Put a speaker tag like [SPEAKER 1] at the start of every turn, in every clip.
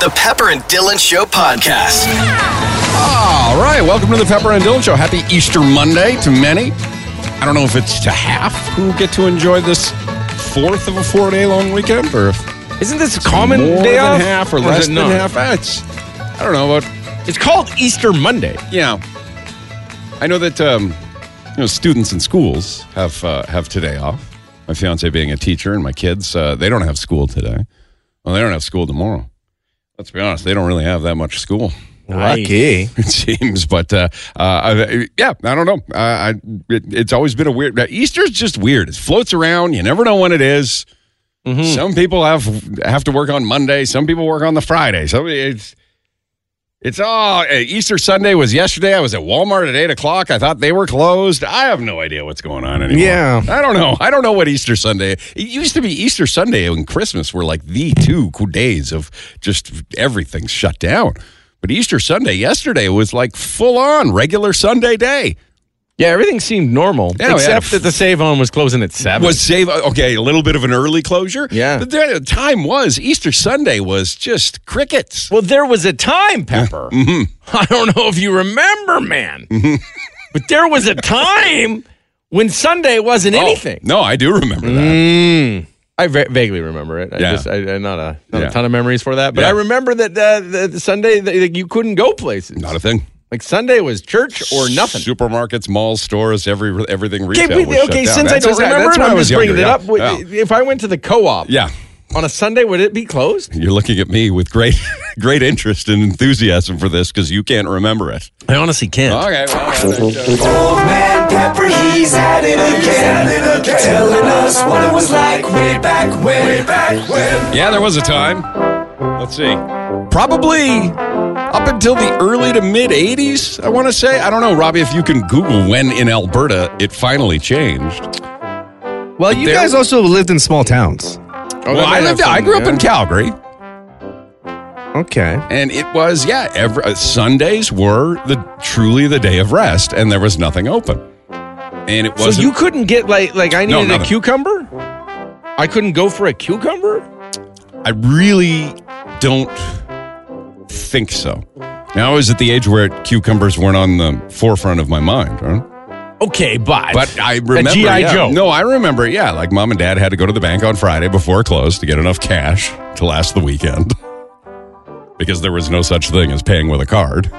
[SPEAKER 1] The Pepper and Dylan Show podcast.
[SPEAKER 2] All right, welcome to the Pepper and Dylan Show. Happy Easter Monday to many. I don't know if it's to half who get to enjoy this fourth of a four-day-long weekend, or if
[SPEAKER 3] Isn't this a
[SPEAKER 2] it's
[SPEAKER 3] common
[SPEAKER 2] more
[SPEAKER 3] day
[SPEAKER 2] than
[SPEAKER 3] off?
[SPEAKER 2] half, or
[SPEAKER 3] is
[SPEAKER 2] less
[SPEAKER 3] it
[SPEAKER 2] than
[SPEAKER 3] not?
[SPEAKER 2] half. Ah, It's I don't know, but
[SPEAKER 3] It's called Easter Monday.
[SPEAKER 2] yeah, I know that um, you know students in schools have uh, have today off. My fiance being a teacher, and my kids uh, they don't have school today. Well, they don't have school tomorrow. Let's be honest, they don't really have that much school.
[SPEAKER 4] Lucky.
[SPEAKER 2] it seems. But uh, uh, I- yeah, I don't know. Uh, I, it, it's always been a weird. Easter's just weird. It floats around. You never know when it is. Some people have have to work on Monday. Some people work on the Friday. So it's it's all uh, Easter Sunday was yesterday. I was at Walmart at eight o'clock. I thought they were closed. I have no idea what's going on anymore.
[SPEAKER 4] Yeah.
[SPEAKER 2] I don't know. I don't know what Easter Sunday. It used to be Easter Sunday and Christmas were like the two cool days of just everything shut down. But Easter Sunday yesterday was like full on regular Sunday day.
[SPEAKER 3] Yeah, everything seemed normal
[SPEAKER 2] Yeah, we had a
[SPEAKER 3] except
[SPEAKER 2] f-
[SPEAKER 3] that the Save Home was closing at seven.
[SPEAKER 2] was save okay a little bit of an early closure
[SPEAKER 3] Yeah.
[SPEAKER 2] but the time was easter sunday was just crickets
[SPEAKER 3] well, there was a time, Pepper.
[SPEAKER 2] mm-hmm,
[SPEAKER 3] I don't know if you remember, man, but there was a time when Sunday
[SPEAKER 2] Oh.
[SPEAKER 3] wasn't anything.
[SPEAKER 2] no i do remember that
[SPEAKER 3] Mm. I va- vaguely remember it. I
[SPEAKER 2] Yeah.
[SPEAKER 3] just, I, I- not a not
[SPEAKER 2] Yeah.
[SPEAKER 3] a ton of memories for that, but
[SPEAKER 2] Yeah.
[SPEAKER 3] I remember that uh, the, the Sunday that that you couldn't go places.
[SPEAKER 2] not a thing
[SPEAKER 3] like Sunday was church or nothing.
[SPEAKER 2] supermarkets malls stores every everything
[SPEAKER 3] Okay,
[SPEAKER 2] retail
[SPEAKER 3] we-
[SPEAKER 2] was shut
[SPEAKER 3] okay,
[SPEAKER 2] down.
[SPEAKER 3] since I
[SPEAKER 2] That's-
[SPEAKER 3] don't remember
[SPEAKER 2] that's
[SPEAKER 3] it,
[SPEAKER 2] when
[SPEAKER 3] I'm
[SPEAKER 2] I was
[SPEAKER 3] just bringing
[SPEAKER 2] younger,
[SPEAKER 3] it up. Would-
[SPEAKER 2] yeah.
[SPEAKER 3] If I went to the co-op
[SPEAKER 2] yeah.
[SPEAKER 3] on a Sunday, would it be closed?
[SPEAKER 2] You're looking at me with great, great interest and enthusiasm for this because you can't remember it.
[SPEAKER 3] I honestly can't.
[SPEAKER 2] Okay, well,
[SPEAKER 5] Mhm.
[SPEAKER 6] Old Oh, man Pepper, he's at it again, telling us what it was like way back when. Way back when.
[SPEAKER 2] yeah, there was a time. Let's see, probably up until the early to mid '80s. I want to say. I don't know, Robbie, if you can Google when in Alberta it finally changed.
[SPEAKER 4] Well, you
[SPEAKER 2] There-
[SPEAKER 4] guys also lived in small towns.
[SPEAKER 3] Oh,
[SPEAKER 2] well, I lived. I grew up in Calgary,
[SPEAKER 4] Okay.
[SPEAKER 2] and it was yeah. Every, uh, Sundays were the truly the day of rest, and there was nothing open. And it
[SPEAKER 3] So
[SPEAKER 2] wasn't.
[SPEAKER 3] you couldn't get like like I
[SPEAKER 2] No,
[SPEAKER 3] needed a
[SPEAKER 2] nothing.
[SPEAKER 3] cucumber. I couldn't go for a cucumber.
[SPEAKER 2] I really don't think so. Now I was at the age where cucumbers weren't on the forefront of my mind, right?
[SPEAKER 3] Okay, but
[SPEAKER 2] But I remember.
[SPEAKER 3] a GI
[SPEAKER 2] yeah.
[SPEAKER 3] Joe.
[SPEAKER 2] No, I remember. Yeah, like mom and dad had to go to the bank on Friday before close to get enough cash to last the weekend because there was no such thing as paying with a card.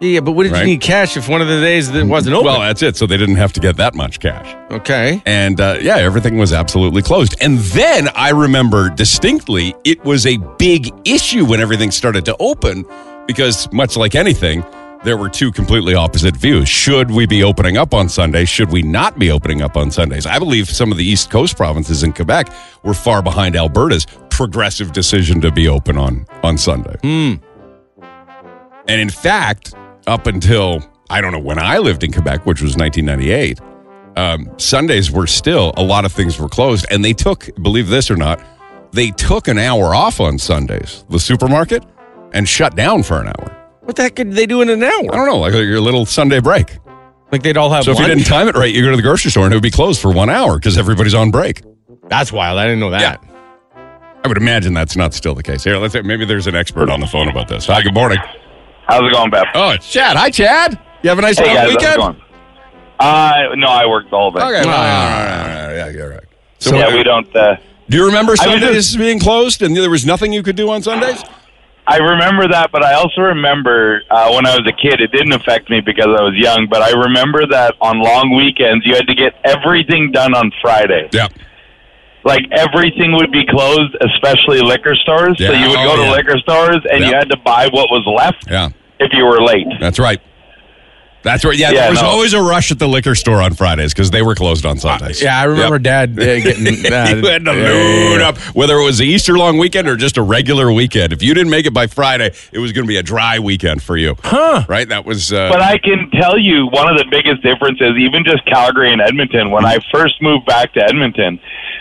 [SPEAKER 3] yeah, but what did
[SPEAKER 2] Right.
[SPEAKER 3] you need cash if one of the days that wasn't open?
[SPEAKER 2] Well, that's it. So they didn't have to get that much cash.
[SPEAKER 3] okay,
[SPEAKER 2] And uh, yeah, everything was absolutely closed. And then I remember distinctly it was a big issue when everything started to open because, much like anything, there were two completely opposite views. Should we be opening up on Sunday? Should we not be opening up on Sundays? I believe some of the East Coast provinces in Quebec were far behind Alberta's progressive decision to be open on, on Sunday. And in fact, up until I don't know when I lived in Quebec, which was 1998, um, Sundays were still a lot of things were closed, and they took, believe this or not, they took an hour off on Sundays. The supermarket and shut down for an hour.
[SPEAKER 3] what the heck could they do in an
[SPEAKER 2] I
[SPEAKER 3] hour?
[SPEAKER 2] don't know, like your little Sunday break.
[SPEAKER 3] Like they'd all have.
[SPEAKER 2] So if you
[SPEAKER 3] lunch?
[SPEAKER 2] didn't time it right, you go to the grocery store and it would be closed for one hour because everybody's on break.
[SPEAKER 3] that's wild. I didn't know that.
[SPEAKER 2] I would imagine that's not still the case. Here, let's maybe there's an expert on the phone about this. Hi, good morning.
[SPEAKER 7] How's it going, Beth?
[SPEAKER 2] Oh, it's Chad. Hi, Chad. You have a nice
[SPEAKER 7] hey
[SPEAKER 2] long
[SPEAKER 7] guys,
[SPEAKER 2] weekend.
[SPEAKER 7] how's it going? Uh, no, I worked all day.
[SPEAKER 2] Okay, well,
[SPEAKER 3] Ah.
[SPEAKER 2] all right, all right, all right, yeah, you're right. So,
[SPEAKER 7] yeah, we don't. Uh,
[SPEAKER 2] do you remember
[SPEAKER 7] I mean,
[SPEAKER 2] Sundays being closed and there was nothing you could do on Sundays?
[SPEAKER 7] I remember that, but I also remember uh, when I was a kid, it didn't affect me because I was young. But I remember that on long weekends, you had to get everything done on Friday.
[SPEAKER 2] Yeah.
[SPEAKER 7] Like everything would be closed, especially liquor stores. So
[SPEAKER 2] Yeah,
[SPEAKER 7] you would
[SPEAKER 2] oh,
[SPEAKER 7] go to
[SPEAKER 2] yeah.
[SPEAKER 7] liquor stores and
[SPEAKER 2] Yeah.
[SPEAKER 7] you had to buy what was left
[SPEAKER 2] Yeah,
[SPEAKER 7] if you were late.
[SPEAKER 2] that's right. That's right. Yeah, there
[SPEAKER 7] Yeah,
[SPEAKER 2] was
[SPEAKER 7] no.
[SPEAKER 2] always a rush at the liquor store on Fridays because they were closed on Sundays.
[SPEAKER 3] Yeah, I remember Dad uh, getting that.
[SPEAKER 2] you had to load up, whether it was the Easter long weekend or just a regular weekend. If you didn't make it by Friday, it was going to be a dry weekend for you. Huh. Right? That was. Uh,
[SPEAKER 7] But I can tell you one of the biggest differences, even just Calgary and Edmonton. When I first moved back to Edmonton,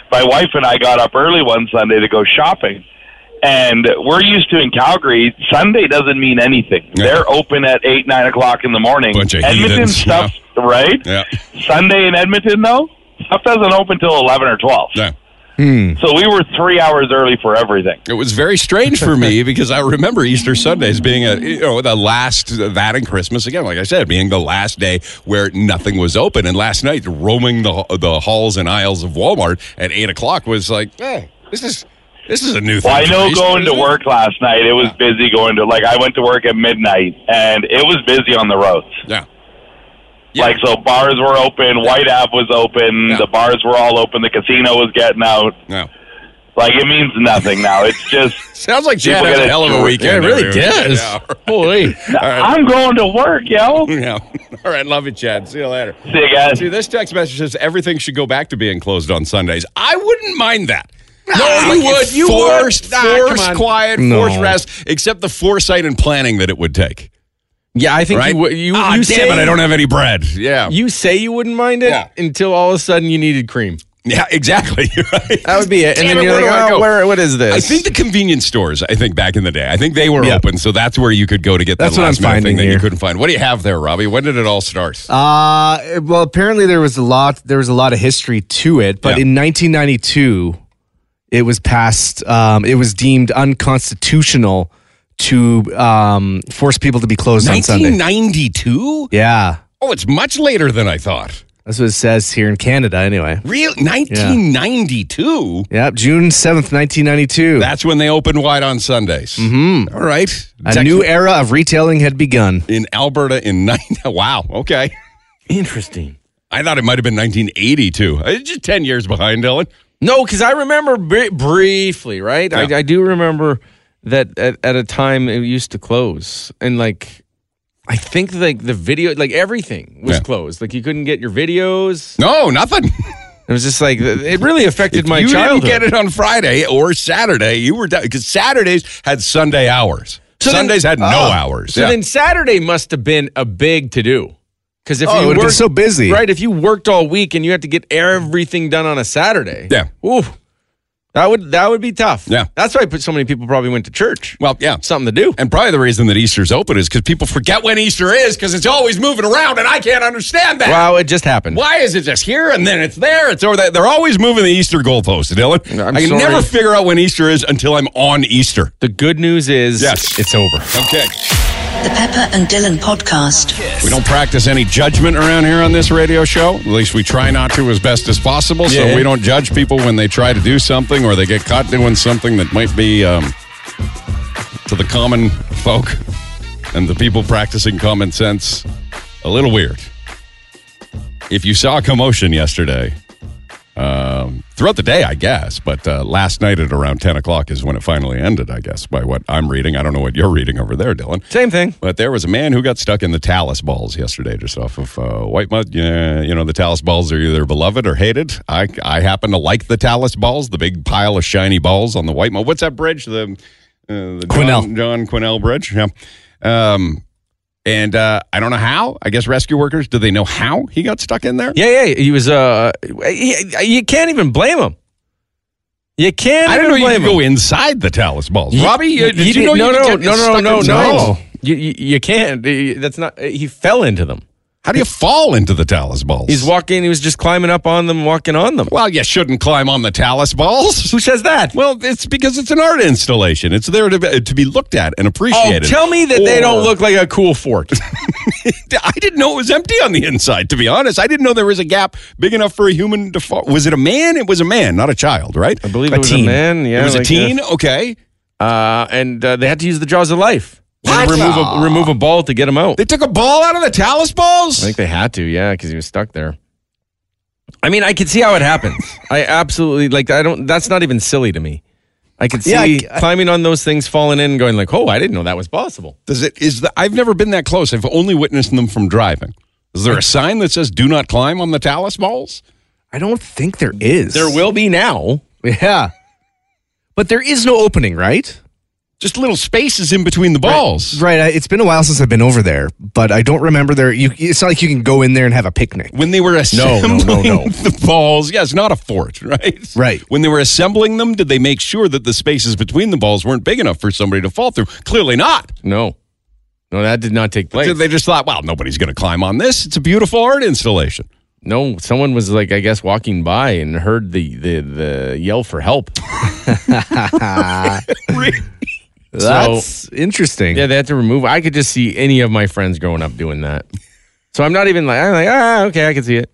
[SPEAKER 7] my wife and I got up early one Sunday to go shopping. And we're used to in Calgary, Sunday doesn't mean anything.
[SPEAKER 2] Yeah.
[SPEAKER 7] They're open at 8, 9 o'clock in the morning.
[SPEAKER 2] Bunch of
[SPEAKER 7] Edmonton
[SPEAKER 2] heathens,
[SPEAKER 7] stuff, right?
[SPEAKER 2] Yeah.
[SPEAKER 7] Sunday in Edmonton, though, stuff doesn't open till 11 or 12.
[SPEAKER 2] yeah.
[SPEAKER 7] So we were three hours early for everything.
[SPEAKER 2] It was very strange for me because I remember Easter Sundays being a you know the last uh, that and Christmas again, like I said, being the last day where nothing was open. And last night, roaming the the halls and aisles of Walmart at eight o'clock was like, eh, this is this is a new thing.
[SPEAKER 7] Well, I
[SPEAKER 2] for
[SPEAKER 7] know
[SPEAKER 2] Easter,
[SPEAKER 7] going to
[SPEAKER 2] isn't it?
[SPEAKER 7] work last night, it was busy going to, like, I went to work at midnight and it was busy on the roads.
[SPEAKER 2] Yeah, Yeah.
[SPEAKER 7] Like, so bars were open, White Ave was open,
[SPEAKER 2] Yeah.
[SPEAKER 7] the bars were all open, the casino was getting out.
[SPEAKER 2] no.
[SPEAKER 7] Like, it means nothing now. It's just,
[SPEAKER 2] Sounds like Chad
[SPEAKER 7] People
[SPEAKER 2] had
[SPEAKER 7] get
[SPEAKER 2] a
[SPEAKER 7] it.
[SPEAKER 2] hell of a
[SPEAKER 7] Yeah, it
[SPEAKER 2] weekend.
[SPEAKER 3] really
[SPEAKER 2] every weekend.
[SPEAKER 3] does.
[SPEAKER 2] Yeah.
[SPEAKER 3] Holy.
[SPEAKER 7] I'm going to work, yo.
[SPEAKER 2] Yeah. All right. Love you, Chad. See you later.
[SPEAKER 7] See you guys.
[SPEAKER 2] See, this text message says everything should go back to being closed on Sundays. I wouldn't mind that. No, you would. You forced,
[SPEAKER 3] Nah, come
[SPEAKER 2] forced
[SPEAKER 3] on.
[SPEAKER 2] quiet,
[SPEAKER 4] No.
[SPEAKER 2] forced rest, except the foresight and planning that it would take.
[SPEAKER 3] Yeah, I think
[SPEAKER 2] Right?
[SPEAKER 3] you would. You,
[SPEAKER 2] ah, damn
[SPEAKER 3] you say,
[SPEAKER 2] it! I don't have any bread. Yeah,
[SPEAKER 3] You say you wouldn't mind it
[SPEAKER 2] Yeah.
[SPEAKER 3] until all of a sudden you needed cream.
[SPEAKER 2] yeah, exactly. You're right.
[SPEAKER 4] That would be it. And
[SPEAKER 2] Damn
[SPEAKER 4] then
[SPEAKER 2] it,
[SPEAKER 4] you're
[SPEAKER 2] where do I
[SPEAKER 4] like,
[SPEAKER 2] go?
[SPEAKER 4] oh, where, what is this?
[SPEAKER 2] I think the convenience stores. I think back in the day, I think they were
[SPEAKER 4] Yeah.
[SPEAKER 2] open, so that's where you could go to get
[SPEAKER 4] That's
[SPEAKER 2] that
[SPEAKER 4] what I'm
[SPEAKER 2] last minute thing
[SPEAKER 4] finding
[SPEAKER 2] that you
[SPEAKER 4] here.
[SPEAKER 2] couldn't find. What do you have there, Robbie? When did it all start?
[SPEAKER 4] Uh, well, apparently there was a lot. There was a lot of history to it, but
[SPEAKER 2] Yeah.
[SPEAKER 4] in 1992, it was passed. Um, it was deemed unconstitutional to um, force people to be closed on Sunday.
[SPEAKER 2] 1992.
[SPEAKER 4] Yeah,
[SPEAKER 2] Oh, it's much later than I thought.
[SPEAKER 4] that's what it says here in Canada, anyway.
[SPEAKER 2] Real 1992.
[SPEAKER 4] Yep, June 7th, 1992.
[SPEAKER 2] That's when they open wide on Sundays. Mm-hmm. right.
[SPEAKER 4] a
[SPEAKER 2] Tex-
[SPEAKER 4] new era of retailing had begun.
[SPEAKER 2] in Alberta in nine. Wow. Okay.
[SPEAKER 3] Interesting.
[SPEAKER 2] I thought it might have been 1982. Uh, Just 10 years behind, Dylan.
[SPEAKER 3] No, because I remember bri- briefly, right? I, I do remember that at, at a time it used to close, and like I think like the video, like everything was
[SPEAKER 2] Yeah.
[SPEAKER 3] closed. Like you couldn't get your videos.
[SPEAKER 2] No, nothing.
[SPEAKER 3] It was just like it really affected my
[SPEAKER 2] you
[SPEAKER 3] childhood.
[SPEAKER 2] didn't get it on Friday or Saturday. You were because Saturdays had Sunday hours.
[SPEAKER 3] So then-
[SPEAKER 2] Sundays had no
[SPEAKER 3] Oh.
[SPEAKER 2] hours.
[SPEAKER 3] So
[SPEAKER 2] Yeah.
[SPEAKER 3] then Saturday must have been a big to do. Because if
[SPEAKER 4] Oh, it
[SPEAKER 3] you
[SPEAKER 4] would've
[SPEAKER 3] worked,
[SPEAKER 4] been so busy.
[SPEAKER 3] right? If you worked all week and you had to get everything done on a Saturday,
[SPEAKER 2] Yeah.
[SPEAKER 3] oof, that would that would be tough.
[SPEAKER 2] Yeah.
[SPEAKER 3] that's why so many people probably went to church.
[SPEAKER 2] well, yeah.
[SPEAKER 3] Something to do.
[SPEAKER 2] And probably the reason that Easter's open is because people forget when Easter is because it's always moving around, and I can't understand that.
[SPEAKER 3] Wow, it just happened.
[SPEAKER 2] Why is it just here and then it's there? It's over there. They're always moving the Easter goalpost, Dylan.
[SPEAKER 3] No,
[SPEAKER 2] i
[SPEAKER 3] I'm
[SPEAKER 2] can
[SPEAKER 3] sorry.
[SPEAKER 2] never figure out when Easter is until I'm on Easter.
[SPEAKER 3] The good news is
[SPEAKER 2] Yes.
[SPEAKER 3] it's over.
[SPEAKER 2] Okay.
[SPEAKER 8] The Pepper and Dylan Podcast.
[SPEAKER 2] We don't practice any judgment around here on this radio show. At least we try not to as best as possible. So
[SPEAKER 3] Yeah.
[SPEAKER 2] we don't judge people when they try to do something or they get caught doing something that might be um, to the common folk and the people practicing common sense a little weird. If you saw a commotion yesterday, um, throughout the day, I guess, but uh, last night at around 10 o'clock is when it finally ended, I guess, by what I'm reading. I don't know what you're reading over there, Dylan.
[SPEAKER 3] Same thing.
[SPEAKER 2] But there was a man who got stuck in the talus balls yesterday, just off of uh, White Mud. Yeah, you know, the talus balls are either beloved or hated. I, I happen to like the talus balls, the big pile of shiny balls on the White Mud. What's that bridge? The, uh, the
[SPEAKER 4] Quesnel.
[SPEAKER 2] John, John Quinnell Bridge. Yeah. Um, and uh, I don't know how. I guess rescue workers, do they know how he got stuck in there?
[SPEAKER 3] Yeah, yeah. He was. Uh, he- you can't even blame him. You can't.
[SPEAKER 2] I
[SPEAKER 3] even
[SPEAKER 2] don't know you
[SPEAKER 3] blame
[SPEAKER 2] could
[SPEAKER 3] him.
[SPEAKER 2] go inside the talus balls.
[SPEAKER 3] Ye-
[SPEAKER 2] Robbie,
[SPEAKER 3] ye-
[SPEAKER 2] you, did
[SPEAKER 3] he
[SPEAKER 2] you know
[SPEAKER 3] no,
[SPEAKER 2] you could
[SPEAKER 3] no,
[SPEAKER 2] get
[SPEAKER 3] no, no,
[SPEAKER 2] stuck
[SPEAKER 3] no,
[SPEAKER 2] in
[SPEAKER 3] no.
[SPEAKER 2] talus?
[SPEAKER 3] You, you, you can't. You- That's not. He fell into them.
[SPEAKER 2] How do you fall into the talus balls?
[SPEAKER 3] He's walking. He was just climbing up on them, walking on them.
[SPEAKER 2] well, you shouldn't climb on the talus balls.
[SPEAKER 3] Who says that?
[SPEAKER 2] Well, it's because it's an art installation. It's there to be, to be looked at and
[SPEAKER 3] Oh,
[SPEAKER 2] appreciated.
[SPEAKER 3] tell me that they
[SPEAKER 2] Or-
[SPEAKER 3] don't look like a cool fort.
[SPEAKER 2] I didn't know it was empty on the inside. To be honest, I didn't know there was a gap big enough for a human to fall. Was it a man? It was a man, not a child, right?
[SPEAKER 3] I believe
[SPEAKER 4] A
[SPEAKER 3] it was
[SPEAKER 4] teen.
[SPEAKER 3] a man. Yeah,
[SPEAKER 2] it was a
[SPEAKER 3] like
[SPEAKER 2] teen. Okay,
[SPEAKER 3] Uh, and uh, they had to use the jaws of life.
[SPEAKER 2] What?
[SPEAKER 3] And remove a, remove a ball to get him out.
[SPEAKER 2] they took a ball out of the talus balls.
[SPEAKER 3] I think they had to, yeah, because he was stuck there. I mean, I could see how it happens. I absolutely like. I don't. That's not even silly to me. I could see
[SPEAKER 4] Yeah, I-
[SPEAKER 3] climbing on those things, falling in, and going like, "Oh, I didn't know that was possible."
[SPEAKER 2] Does it is the, I've never been that close. I've only witnessed them from driving. Is there a sign that says "Do not climb on the talus balls"?
[SPEAKER 4] I don't think there is.
[SPEAKER 3] There will be now.
[SPEAKER 4] Yeah. But there is no opening, right?
[SPEAKER 2] Just little spaces in between the balls.
[SPEAKER 4] Right. I, it's been a while since I've been over there, but I don't remember there. You, it's not like you can go in there and have a picnic.
[SPEAKER 2] when they were
[SPEAKER 4] No, no, no,
[SPEAKER 2] assembling
[SPEAKER 4] no.
[SPEAKER 2] the balls, yeah, it's not a fort, right?
[SPEAKER 4] Right.
[SPEAKER 2] When they were assembling them, did they make sure that the spaces between the balls weren't big enough for somebody to fall through? Clearly not.
[SPEAKER 3] No, no, that did not take place.
[SPEAKER 2] They just thought, well, nobody's going to climb on this. It's a beautiful art installation.
[SPEAKER 3] No, someone was like, I guess, walking by and heard the the, the yell for help.
[SPEAKER 4] That's interesting.
[SPEAKER 3] Yeah, they had to remove. I could just see any of my friends growing up doing that. So I'm not even like, I'm like, ah, okay, I can see it.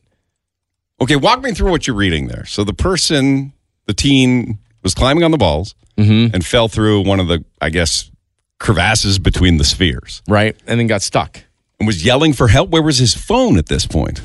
[SPEAKER 2] Okay, walk me through what you're reading there. So the person, the teen, was climbing on the balls
[SPEAKER 3] Mm-hmm.
[SPEAKER 2] and fell through one of the, I guess, crevasses between the spheres
[SPEAKER 3] Right. And then got stuck.
[SPEAKER 2] and was yelling for help. Where was his phone at this point?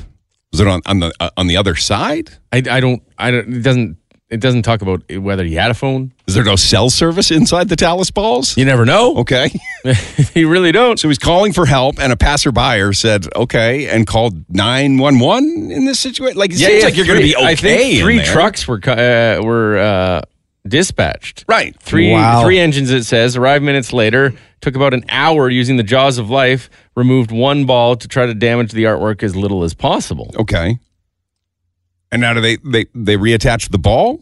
[SPEAKER 2] Was it on, on the uh, on the other side?
[SPEAKER 3] I, I don't, I don't, it doesn't, it doesn't talk about whether he had a phone.
[SPEAKER 2] Is there no cell service inside the Talus balls?
[SPEAKER 3] You never know.
[SPEAKER 2] Okay.
[SPEAKER 3] you really don't.
[SPEAKER 2] So he's calling for help, and a passerby said, okay, and called 911 in this situation. Like, it seems like you're going to be
[SPEAKER 3] three-
[SPEAKER 2] okay.
[SPEAKER 3] I think
[SPEAKER 2] in
[SPEAKER 3] three
[SPEAKER 2] there.
[SPEAKER 3] trucks were, co- uh, were, uh, dispatched.
[SPEAKER 2] Right.
[SPEAKER 3] Three
[SPEAKER 4] Wow.
[SPEAKER 3] three engines it says arrived minutes later, took about an hour using the jaws of life, removed one ball to try to damage the artwork as little as possible.
[SPEAKER 2] Okay. And now do they, they, they reattach the ball?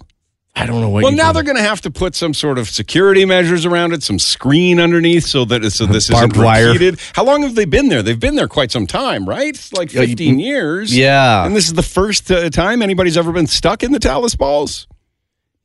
[SPEAKER 3] I don't know what
[SPEAKER 2] Well,
[SPEAKER 3] you
[SPEAKER 2] now
[SPEAKER 3] call
[SPEAKER 2] they're going to have to put some sort of security measures around it, some screen underneath, so that so this
[SPEAKER 4] Barbed
[SPEAKER 2] isn't
[SPEAKER 4] wire.
[SPEAKER 2] repeated. How long have they been there? They've been there quite some time, right? It's like
[SPEAKER 4] Yeah, you-
[SPEAKER 2] fifteen years.
[SPEAKER 4] Yeah.
[SPEAKER 2] and this is the first uh, time anybody's ever been stuck in the Talus balls.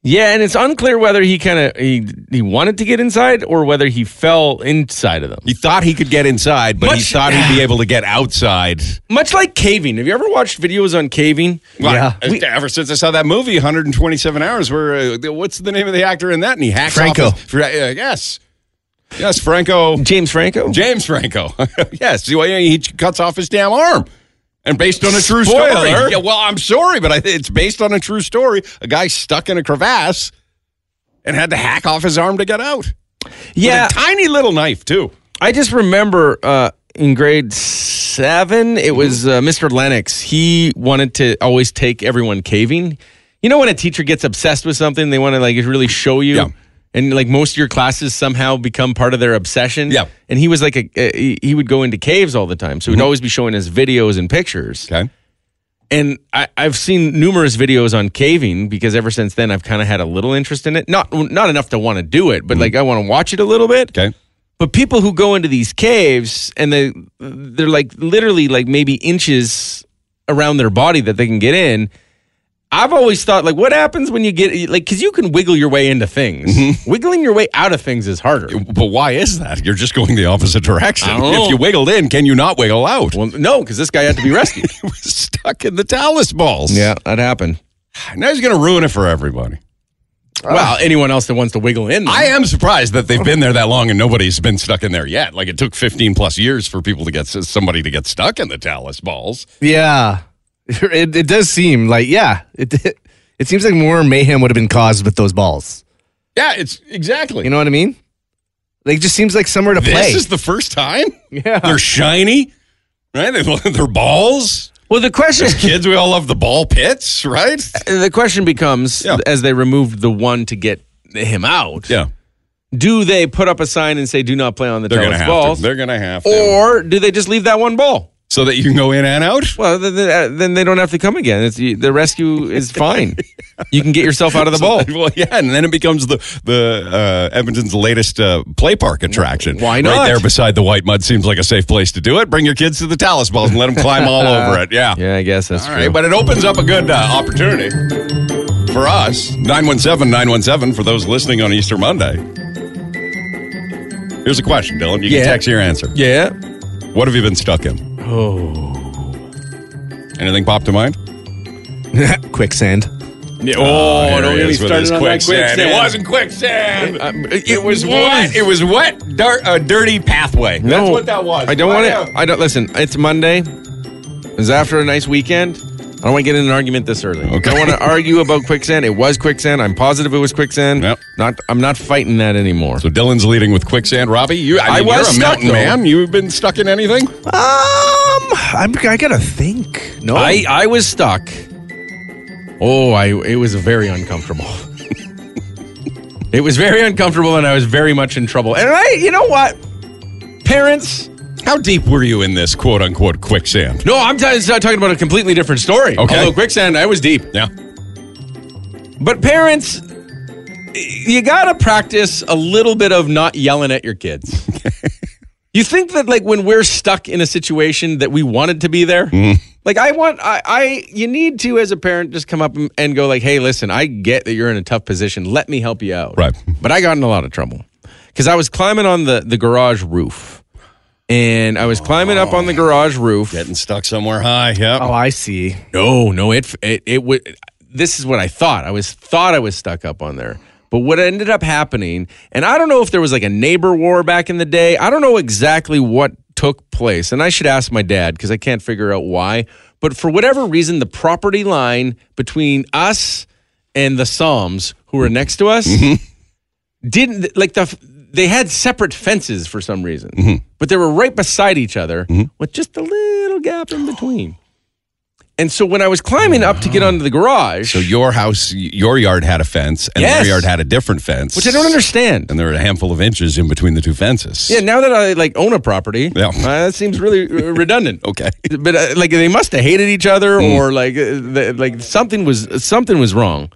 [SPEAKER 3] Yeah, and it's unclear whether he kind of he he wanted to get inside or whether he fell inside of them.
[SPEAKER 2] He thought he could get inside, but he
[SPEAKER 3] Much-
[SPEAKER 2] thought he'd be able to get outside.
[SPEAKER 3] Much like caving. Have you ever watched videos on caving?
[SPEAKER 2] Well,
[SPEAKER 4] Yeah.
[SPEAKER 2] I- ever since I saw that movie, 127 Hours, where uh, what's the name of the actor in that? And he hacks
[SPEAKER 4] Franco.
[SPEAKER 2] Off his, Fra- uh, yes, yes, Franco.
[SPEAKER 3] James Franco.
[SPEAKER 2] James Franco. yes, he- well, he cuts off his damn arm. And based on a true
[SPEAKER 3] Spoiler.
[SPEAKER 2] story. Yeah, well, I'm sorry, but I, it's based on a true story. A guy stuck in a crevasse and had to hack off his arm to get out.
[SPEAKER 3] yeah,
[SPEAKER 2] With a tiny little knife, too.
[SPEAKER 3] I just remember uh, in grade seven, it was uh, Mr. Lennox. He wanted to always take everyone caving. You know when a teacher gets obsessed with something, they want to like really show you.
[SPEAKER 2] Yeah.
[SPEAKER 3] And like most of your classes somehow become part of their obsession.
[SPEAKER 2] Yeah. Mm-hmm.
[SPEAKER 3] And he was like a, a he- he would go into caves all the time, so he'd always be showing us videos and pictures.
[SPEAKER 2] Okay.
[SPEAKER 3] And I, I've seen numerous videos on caving because ever since then I've kind of had a little interest in it. Not not enough to want to do it, but like I want to watch it a little bit.
[SPEAKER 2] Mm-hmm. Okay.
[SPEAKER 3] But people who go into these caves and they they're like literally like maybe inches around their body that they can get in. I've always thought like what happens when you get like cuz you can wiggle your way into things. Wiggling your way out of things is harder.
[SPEAKER 2] Mm-hmm. But why is that? You're just going the opposite direction.
[SPEAKER 3] I don't know.
[SPEAKER 2] If you wiggled in, can you not wiggle out?
[SPEAKER 3] Well, no, cuz this guy had to be rescued.
[SPEAKER 2] he was stuck in the Talus balls.
[SPEAKER 3] that happened.
[SPEAKER 2] Now he's going to ruin it for everybody.
[SPEAKER 3] well, anyone else that wants to wiggle in.
[SPEAKER 2] I am surprised that they've been there that long and nobody's been stuck in there yet. Like it took 15 plus years for people to get somebody to get stuck in the talus balls.
[SPEAKER 4] Yeah. It, it does seem like, yeah. It, it, it seems like more mayhem would have been caused with those balls.
[SPEAKER 2] Yeah, it's exactly.
[SPEAKER 4] You know what I mean? Like, it just seems like somewhere to
[SPEAKER 2] this
[SPEAKER 4] play.
[SPEAKER 2] is the first time
[SPEAKER 4] yeah.
[SPEAKER 2] they're shiny, right? They, they're balls.
[SPEAKER 3] Well, the question Uh,
[SPEAKER 2] As kids, we all love the ball pits, right?
[SPEAKER 3] the question becomes
[SPEAKER 2] Yeah.
[SPEAKER 3] as they removed the one to get him out.
[SPEAKER 2] Yeah,
[SPEAKER 3] Do they put up a sign and say do not play on the
[SPEAKER 2] they're gonna
[SPEAKER 3] tennis
[SPEAKER 2] have
[SPEAKER 3] balls?
[SPEAKER 2] to. They're gonna have to.
[SPEAKER 3] or do they just leave that one ball?
[SPEAKER 2] so that you can go in and out.
[SPEAKER 3] Well, then, then- uh, then they don't have to come again. It's, you- the rescue is fine. You can get yourself out of the ball.
[SPEAKER 2] Well, yeah, and then it becomes the the uh, Edmonton's latest uh, play park attraction.
[SPEAKER 3] Why
[SPEAKER 2] Right
[SPEAKER 3] not?
[SPEAKER 2] there beside the white mud seems like a safe place to do it. Bring your kids to the Talus balls and let them climb all over it. Yeah.
[SPEAKER 3] Yeah, I guess that's
[SPEAKER 2] All
[SPEAKER 3] true.
[SPEAKER 2] right, but it opens up a good uh, opportunity for us. 917-917 for those listening on Easter Monday. Here's a question, Dylan. You can
[SPEAKER 3] Yeah.
[SPEAKER 2] text your answer.
[SPEAKER 3] yeah.
[SPEAKER 2] What have you been stuck in? Oh. Anything pop to mind?
[SPEAKER 4] Quicksand.
[SPEAKER 2] Oh,
[SPEAKER 3] don't get me started on that quicksand.
[SPEAKER 2] It wasn't quicksand.
[SPEAKER 3] Um,
[SPEAKER 2] It was wet. It was wet. Dirt, a dirty pathway. That's what that was.
[SPEAKER 3] I don't want
[SPEAKER 2] Find
[SPEAKER 3] to.
[SPEAKER 2] out.
[SPEAKER 3] I don't listen. It's Monday. It's after a nice weekend. I don't want to get in an argument this early. I
[SPEAKER 2] Okay.
[SPEAKER 3] don't want to argue about quicksand. It was quicksand. I'm positive it was quicksand.
[SPEAKER 2] Yep.
[SPEAKER 3] Not. I'm not fighting that anymore.
[SPEAKER 2] So Dylan's leading with quicksand. Robbie, you. I,
[SPEAKER 3] I
[SPEAKER 2] mean,
[SPEAKER 3] was
[SPEAKER 2] you're a
[SPEAKER 3] stuck,
[SPEAKER 2] mountain
[SPEAKER 3] though.
[SPEAKER 2] man. You've been stuck in anything?
[SPEAKER 4] Um, I'm, I gotta think. No,
[SPEAKER 3] I, I was stuck. Oh, I it was very uncomfortable. it was very uncomfortable, and I was very much in trouble. And I, you know what, parents?
[SPEAKER 2] How deep were you in this quote unquote quicksand?
[SPEAKER 3] No, I'm t- talking about a completely different story.
[SPEAKER 2] Okay.
[SPEAKER 3] Although quicksand, I was deep.
[SPEAKER 2] Yeah.
[SPEAKER 3] But parents, you gotta practice a little bit of not yelling at your kids.
[SPEAKER 2] Hmm.
[SPEAKER 3] you think that like when we're stuck in a situation that we wanted to be there, Like I want I, I you need to as a parent just come up and- and go like, hey, listen, I get that you're in a tough position. Let me help you out.
[SPEAKER 2] Right.
[SPEAKER 3] But I got in a lot of trouble because I was climbing on the the garage roof, and I was climbing up on the garage roof.
[SPEAKER 2] Getting stuck somewhere high. Yeah.
[SPEAKER 4] Oh, I see.
[SPEAKER 3] No, no, it it it would. This is what I thought. I was thought I was stuck up on there. But what ended up happening, and I don't know if there was like a neighbor war back in the day. I don't know exactly what took place, and I should ask my dad because I can't figure out why. But for whatever reason, the property line between us and the Psalms, who were next to us,
[SPEAKER 2] Mm-hmm.
[SPEAKER 3] didn't like the. f- They had separate fences for some reason,
[SPEAKER 2] Mm-hmm.
[SPEAKER 3] but they were right beside each other with just a little gap in between. And so when I was climbing up to get onto the garage,
[SPEAKER 2] So your house, your yard had a fence, and
[SPEAKER 3] Yes.
[SPEAKER 2] their yard had a different fence,
[SPEAKER 3] which I don't understand.
[SPEAKER 2] And there were a handful of inches in between the two fences.
[SPEAKER 3] Yeah, now that I like own a property,
[SPEAKER 2] Yeah.
[SPEAKER 3] uh, that seems really uh, redundant.
[SPEAKER 2] Okay. Mm.
[SPEAKER 3] But uh, like they must have hated each other, or like uh, th- like something was something was wrong.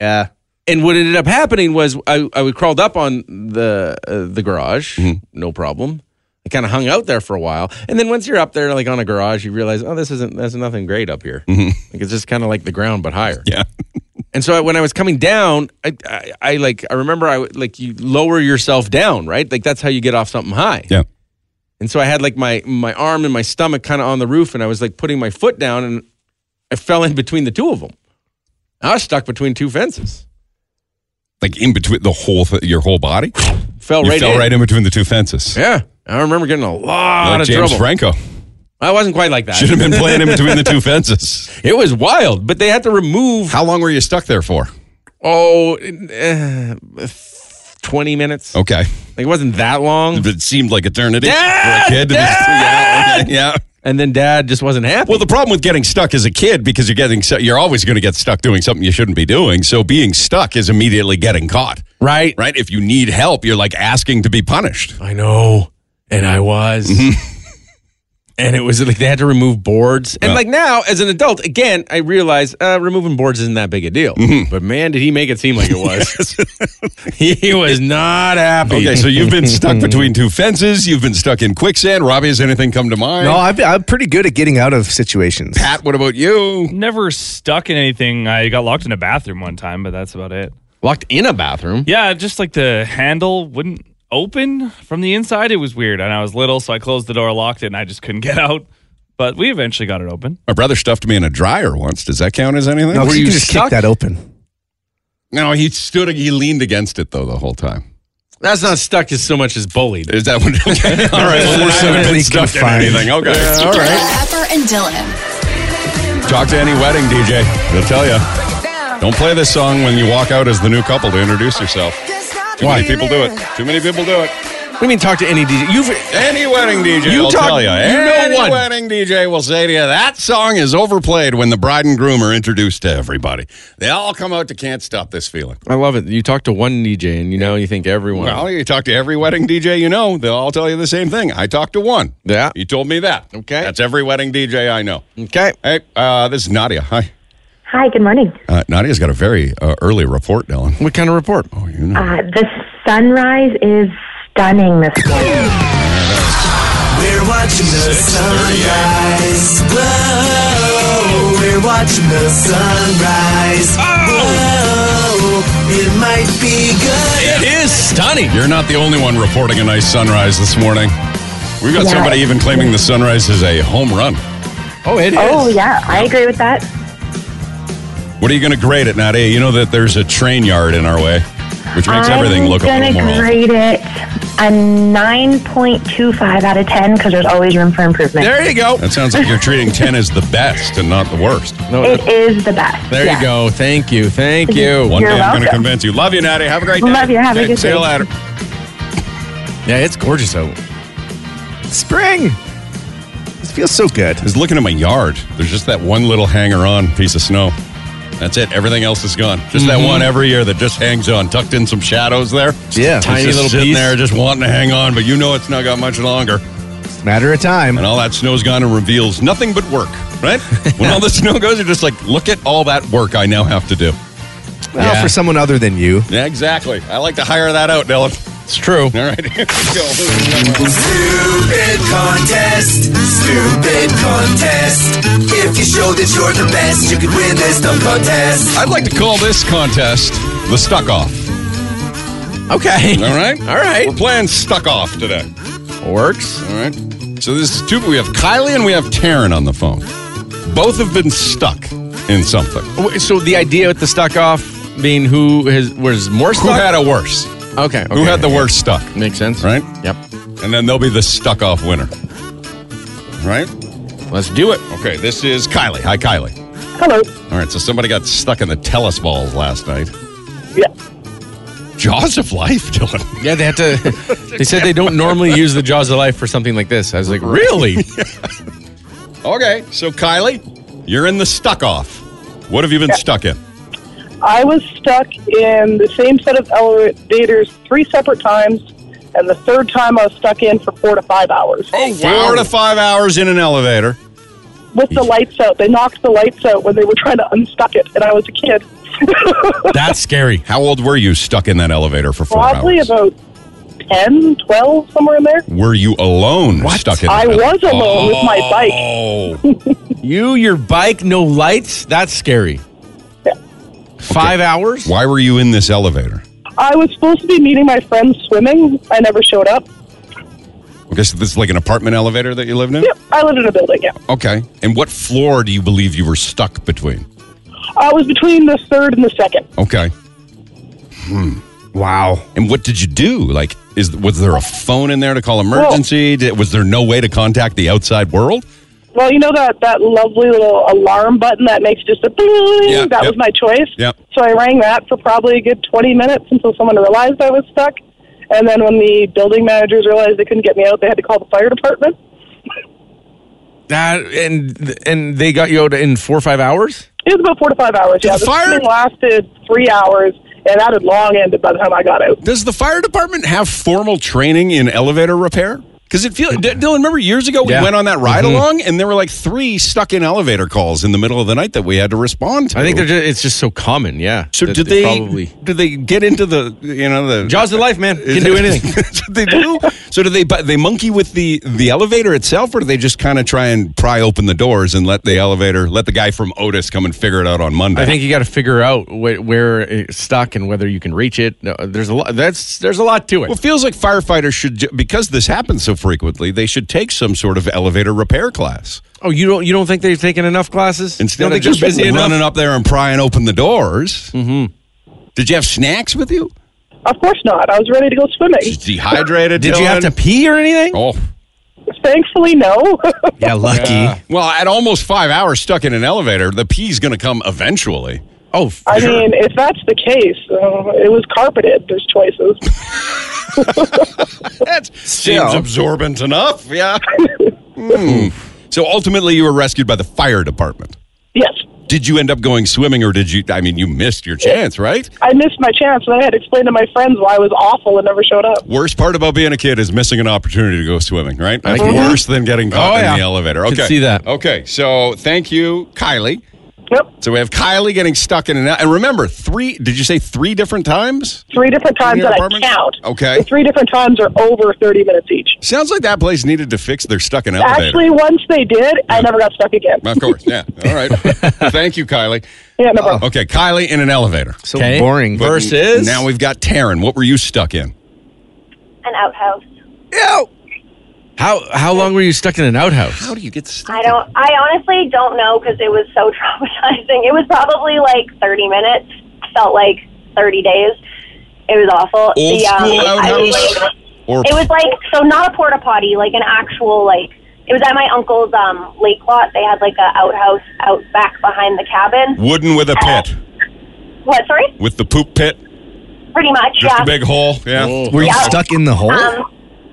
[SPEAKER 4] Yeah.
[SPEAKER 3] And what ended up happening was I I would crawled up on the uh, the garage,
[SPEAKER 2] Mm-hmm.
[SPEAKER 3] no problem. I kind of hung out there for a while, and then once you're up there, like on a garage, you realize, oh, this isn't there's nothing great up here. Like it's just kind of like the ground, but higher.
[SPEAKER 2] Yeah.
[SPEAKER 3] And so I, when I was coming down, I, I, I like I remember I would- like you lower yourself down, right? Like that's how you get off something high.
[SPEAKER 2] Yeah.
[SPEAKER 3] And so I had like my my arm and my stomach kind of on the roof, and I was like putting my foot down, and I fell in between the two of them. I was stuck between two fences.
[SPEAKER 2] Like in between the whole, th- your whole body.
[SPEAKER 3] Fell
[SPEAKER 2] you
[SPEAKER 3] right
[SPEAKER 2] fell
[SPEAKER 3] in.
[SPEAKER 2] right in between the two fences.
[SPEAKER 3] Yeah, I remember getting a lot
[SPEAKER 2] Like
[SPEAKER 3] of
[SPEAKER 2] James
[SPEAKER 3] trouble.
[SPEAKER 2] Franco
[SPEAKER 3] I wasn't quite like that.
[SPEAKER 2] should have been playing in between the two fences.
[SPEAKER 3] It was wild, but they had to remove
[SPEAKER 2] How long were you stuck there for?
[SPEAKER 3] oh, eh, twenty minutes.
[SPEAKER 2] Okay,
[SPEAKER 3] Like it wasn't that long.
[SPEAKER 2] it seemed like eternity
[SPEAKER 3] Dad!
[SPEAKER 2] for a kid. to be-
[SPEAKER 3] Dad!
[SPEAKER 2] Yeah, okay, yeah.
[SPEAKER 3] And then Dad just wasn't happy.
[SPEAKER 2] Well, the problem with getting stuck as a kid because you're getting stu- you're always going to get stuck doing something you shouldn't be doing. So being stuck is immediately getting caught.
[SPEAKER 3] right,
[SPEAKER 2] Right? If you need help, you're like asking to be punished.
[SPEAKER 3] I know. And I was. and it was like they had to remove boards. And
[SPEAKER 2] Mm-hmm. Yeah.
[SPEAKER 3] like now, as an adult, again, I realize uh, removing boards isn't that big a deal.
[SPEAKER 2] Mm-hmm.
[SPEAKER 3] But man, did he make it seem like it was. he was not happy.
[SPEAKER 2] Okay, so you've been stuck between two fences. You've been stuck in quicksand. Robbie, has anything come to mind?
[SPEAKER 4] No, I've, I'm pretty good at getting out of situations.
[SPEAKER 2] Pat, what about you?
[SPEAKER 9] Never stuck in anything. I got locked in a bathroom one time, but that's about it.
[SPEAKER 3] locked in a bathroom.
[SPEAKER 9] Yeah, just like the handle wouldn't open from the inside. It was weird. And I was little, so I closed the door, locked it, and I just couldn't get out. But we eventually got it open.
[SPEAKER 2] My brother stuffed me in a dryer once. Does that count as anything?
[SPEAKER 4] No,
[SPEAKER 2] Were
[SPEAKER 4] 'cause you
[SPEAKER 2] you
[SPEAKER 4] can just
[SPEAKER 2] stuck?
[SPEAKER 4] kick that open.
[SPEAKER 2] No, he stood. He leaned against it though the whole time.
[SPEAKER 3] That's not stuck as so much as bullied.
[SPEAKER 2] Is that what? Okay, all right. Well, we're sort of been
[SPEAKER 4] Pretty
[SPEAKER 2] stuck in
[SPEAKER 4] confined.
[SPEAKER 2] anything. Okay, all right.
[SPEAKER 8] Pepper and Dylan.
[SPEAKER 2] Talk to any wedding DJ. They'll tell you. Don't play this song when you walk out as the new couple to introduce yourself. Too many people do it. Too many people do it.
[SPEAKER 3] What do you mean talk to any DJ? You've
[SPEAKER 2] Any wedding DJ
[SPEAKER 3] You
[SPEAKER 2] will
[SPEAKER 3] talk-
[SPEAKER 2] tell you.
[SPEAKER 3] you know
[SPEAKER 2] any
[SPEAKER 3] one.
[SPEAKER 2] wedding DJ will say to you, that song is overplayed when the bride and groom are introduced to everybody. They all come out to Can't Stop This Feeling.
[SPEAKER 3] I love it. You talk to one DJ and you know you think everyone.
[SPEAKER 2] Well, you talk to every wedding DJ you know, they'll all tell you the same thing. I talked to one.
[SPEAKER 3] Yeah.
[SPEAKER 2] You told me that.
[SPEAKER 3] Okay.
[SPEAKER 2] That's every wedding DJ I know.
[SPEAKER 3] okay.
[SPEAKER 2] Hey, uh, this is Nadia. Hi.
[SPEAKER 5] Hi, good morning.
[SPEAKER 2] Uh, Nadia's got a very uh, early report, Dylan.
[SPEAKER 3] What kind of report?
[SPEAKER 2] Oh, you know.
[SPEAKER 5] Uh, the sunrise is stunning this morning.
[SPEAKER 6] We're watching the sunrise. Whoa, we're watching the sunrise.
[SPEAKER 2] Oh.
[SPEAKER 6] Whoa, it might be good.
[SPEAKER 3] It is stunning.
[SPEAKER 2] You're not the only one reporting a nice sunrise this morning. We've got
[SPEAKER 5] Yeah.
[SPEAKER 2] somebody even claiming the sunrise is a home run.
[SPEAKER 3] Oh, it is.
[SPEAKER 5] Oh, yeah, I agree with that.
[SPEAKER 2] What are you going to grade it, Nadia? You know that there's a train yard in our way, which makes everything
[SPEAKER 5] I'm
[SPEAKER 2] look a
[SPEAKER 5] gonna
[SPEAKER 2] little more. awful.
[SPEAKER 5] grade it a 9.25 out of 10 because there's always room for improvement.
[SPEAKER 3] There you go.
[SPEAKER 2] That sounds like you're treating 10 as the best and not the worst.
[SPEAKER 3] No,
[SPEAKER 5] it is the best.
[SPEAKER 3] there
[SPEAKER 5] yeah.
[SPEAKER 3] you go. Thank you. Thank you.
[SPEAKER 2] One
[SPEAKER 5] You're
[SPEAKER 2] day I'm going to
[SPEAKER 5] welcome.
[SPEAKER 2] convince you. Love you, Nadia. Have a great day.
[SPEAKER 5] Love you. Have a
[SPEAKER 2] Okay,
[SPEAKER 5] good
[SPEAKER 2] See you
[SPEAKER 5] day.
[SPEAKER 2] later.
[SPEAKER 3] Yeah, it's gorgeous out.
[SPEAKER 4] Spring. This feels so good.
[SPEAKER 2] I was looking at my yard. There's just that one little hanger on piece of snow. That's it. Everything else is gone. Just
[SPEAKER 3] Mm-hmm.
[SPEAKER 2] that one every year that just hangs on, tucked in some shadows there.
[SPEAKER 4] Yeah.
[SPEAKER 2] It's
[SPEAKER 3] Tiny
[SPEAKER 2] just
[SPEAKER 3] little
[SPEAKER 2] sitting
[SPEAKER 3] piece.
[SPEAKER 2] there, just wanting to hang on, but you know it's not got much longer.
[SPEAKER 4] Matter of time.
[SPEAKER 2] And all that snow's gone and reveals nothing but work, right? when all the snow goes, you're just like, look at all that work I now have to do.
[SPEAKER 4] Well,
[SPEAKER 3] Yeah.
[SPEAKER 4] for someone other than you.
[SPEAKER 2] Yeah, exactly. I like to hire that out, Dylan.
[SPEAKER 4] It's true.
[SPEAKER 2] All right. Here we go.
[SPEAKER 6] Stupid contest. Stupid contest. If you show that you're the best, you can win this dumb contest.
[SPEAKER 2] I'd like to call this contest the Stuck Off.
[SPEAKER 3] Okay.
[SPEAKER 2] All right?
[SPEAKER 3] All right.
[SPEAKER 2] We're playing Stuck Off today.
[SPEAKER 3] Works.
[SPEAKER 2] All right. So this is two. We have Kylie and we have Taryn on the phone. Both have been stuck in something.
[SPEAKER 3] Wait, So the idea with the stuck off being who has was more
[SPEAKER 2] Who
[SPEAKER 3] stuck.
[SPEAKER 2] had a worse?
[SPEAKER 3] okay,
[SPEAKER 2] Who
[SPEAKER 3] okay.
[SPEAKER 2] had the worst stuck?
[SPEAKER 3] Makes sense,
[SPEAKER 2] Right?
[SPEAKER 3] Yep.
[SPEAKER 2] And then they'll be the Stuck Off winner. Right?
[SPEAKER 3] Let's do it.
[SPEAKER 2] Okay, this is Kylie. Hi, Kylie.
[SPEAKER 5] Hello.
[SPEAKER 2] All right, so somebody got stuck in the Telus balls last night.
[SPEAKER 5] Yeah.
[SPEAKER 2] Jaws of life, Dylan.
[SPEAKER 3] Yeah, they had to. they said they don't normally use the jaws of life for something like this. I was like, really?
[SPEAKER 2] Okay, so Kylie, you're in the Stuck Off. What have you been stuck in?
[SPEAKER 5] I was stuck in the same set of elevators three separate times, and the third time I was stuck in for four to five
[SPEAKER 2] Oh,
[SPEAKER 5] hours.
[SPEAKER 2] Four to five hours in an elevator.
[SPEAKER 5] With the lights out, they knocked the lights out when they were trying to unstuck it, and I was a kid.
[SPEAKER 3] That's scary.
[SPEAKER 2] How old were you stuck in that elevator for four
[SPEAKER 5] Probably
[SPEAKER 2] hours?
[SPEAKER 5] about 10, 12, somewhere in there.
[SPEAKER 2] were you alone stuck in
[SPEAKER 5] I
[SPEAKER 2] that?
[SPEAKER 5] was alone with my bike.
[SPEAKER 2] Oh,
[SPEAKER 3] You, your bike, no lights. That's scary. Five hours.
[SPEAKER 2] why were you in this elevator?
[SPEAKER 5] I was supposed to be meeting my friends swimming. I never showed up.
[SPEAKER 2] I guess this is like an apartment elevator that you lived in?
[SPEAKER 5] Yep, I lived in a building, yeah.
[SPEAKER 2] Okay. And what floor do you believe you were stuck between?
[SPEAKER 5] I Uh, was between the third and the second.
[SPEAKER 2] Okay. Hmm.
[SPEAKER 3] Hmm.
[SPEAKER 2] Wow. And what did you do? Like, is was there a phone in there to call emergency? Did, was there no way to contact the outside world?
[SPEAKER 5] Well, you know that that lovely little alarm button that makes just a bling.
[SPEAKER 2] Yeah,
[SPEAKER 5] that
[SPEAKER 2] yep.
[SPEAKER 5] was my choice.
[SPEAKER 2] Yep.
[SPEAKER 5] So I rang that for probably a good twenty minutes until someone realized I was stuck. And then when the building managers realized they couldn't get me out, they had to call the fire department.
[SPEAKER 3] That and and they got you out in four or five hours.
[SPEAKER 5] It was about four to five hours. yeah,
[SPEAKER 2] the
[SPEAKER 5] this
[SPEAKER 2] fire-
[SPEAKER 5] thing lasted three hours, and that had long ended by the time I got out.
[SPEAKER 2] Does the fire department have formal training in elevator repair? Because it feels, D- Dylan, remember years ago we
[SPEAKER 3] Yeah. Mm-hmm.
[SPEAKER 2] went on that ride along and there were like three stuck in elevator calls in the middle of the night that we had to respond to.
[SPEAKER 3] I think they're just, it's just so common. Yeah.
[SPEAKER 2] So
[SPEAKER 3] that
[SPEAKER 2] did they,
[SPEAKER 3] probably
[SPEAKER 2] did they get into the you know the
[SPEAKER 3] jaws of life, man? Can do anything.
[SPEAKER 2] That's what they do. So do they? But they monkey with the the elevator itself, or do they just kind of try and pry open the doors and let the elevator, let the guy from Otis come and figure it out on Monday?
[SPEAKER 3] I think you got to figure out wh- where it's stuck and whether you can reach it. No, there's a lot. That's there's a lot to it.
[SPEAKER 2] Well, it feels like firefighters should, ju- because this happens so frequently, they should take some sort of elevator repair class
[SPEAKER 3] oh, you don't you don't think they've taken enough classes?
[SPEAKER 2] instead
[SPEAKER 3] You don't
[SPEAKER 2] of
[SPEAKER 3] think you're
[SPEAKER 2] just
[SPEAKER 3] busy enough?
[SPEAKER 2] running up there and prying open the doors. Mm-hmm. Did you have snacks with you?
[SPEAKER 5] Of course not. I was ready to go swimming.
[SPEAKER 2] Dehydrated?
[SPEAKER 3] Did you have to
[SPEAKER 2] Dylan?
[SPEAKER 3] pee or anything?
[SPEAKER 2] Oh,
[SPEAKER 5] Thankfully, no.
[SPEAKER 4] Yeah, lucky.
[SPEAKER 2] well, at almost five hours stuck in an elevator, the pee's going to come eventually.
[SPEAKER 3] Oh, f-
[SPEAKER 5] I mean, if that's the case, uh, it was carpeted. There's choices.
[SPEAKER 2] That seems absorbent enough. Yeah. Hmm. So ultimately, you were rescued by the fire department.
[SPEAKER 5] yes.
[SPEAKER 2] Did you end up going swimming, or did you? I mean, you missed your chance, right?
[SPEAKER 5] I missed my chance, and I had to explain to my friends why I was awful and never showed up.
[SPEAKER 2] Worst part about being a kid is missing an opportunity to go swimming, right? That's worse than getting caught
[SPEAKER 3] Oh,
[SPEAKER 2] in
[SPEAKER 3] yeah.
[SPEAKER 2] the elevator. Okay.
[SPEAKER 3] Could see that.
[SPEAKER 2] Okay. So thank you, Kylie.
[SPEAKER 5] Yep,
[SPEAKER 2] So we have Kylie getting stuck in an and remember three. Did you say three different times?
[SPEAKER 5] three different times
[SPEAKER 2] your
[SPEAKER 5] that
[SPEAKER 2] apartment?
[SPEAKER 5] I count.
[SPEAKER 2] Okay.
[SPEAKER 5] The three different times are over 30 minutes each.
[SPEAKER 2] Sounds like that place needed to fix their stuck in elevator.
[SPEAKER 5] Actually, once they did, I never got stuck again.
[SPEAKER 2] of course. Yeah. All right. thank you, Kylie.
[SPEAKER 5] Yeah, no problem.
[SPEAKER 2] Okay, Kylie in an elevator.
[SPEAKER 4] So
[SPEAKER 3] Okay.
[SPEAKER 4] boring.
[SPEAKER 2] But
[SPEAKER 3] Versus-
[SPEAKER 2] now we've got Taryn. What were you stuck in?
[SPEAKER 5] An outhouse.
[SPEAKER 3] how how long were you stuck in an outhouse?
[SPEAKER 2] do you get stuck?
[SPEAKER 10] I don't. I honestly don't know because it was so traumatizing. It was probably like 30 minutes. Felt like 30 days. It was awful.
[SPEAKER 2] Old
[SPEAKER 10] The, um,
[SPEAKER 2] school
[SPEAKER 10] I was,
[SPEAKER 2] outhouse?
[SPEAKER 10] like-
[SPEAKER 2] Or
[SPEAKER 10] it was like so not a porta potty, like an actual like. It was at my uncle's um, lake lot. They had like a outhouse out back behind the cabin.
[SPEAKER 2] wooden with a pit,
[SPEAKER 10] What? Sorry.
[SPEAKER 2] with the poop pit,
[SPEAKER 10] Pretty much.
[SPEAKER 2] just
[SPEAKER 10] yeah.
[SPEAKER 2] a big hole. Yeah.
[SPEAKER 4] Were you
[SPEAKER 10] Oh. Yeah.
[SPEAKER 4] stuck in the hole?
[SPEAKER 10] Um,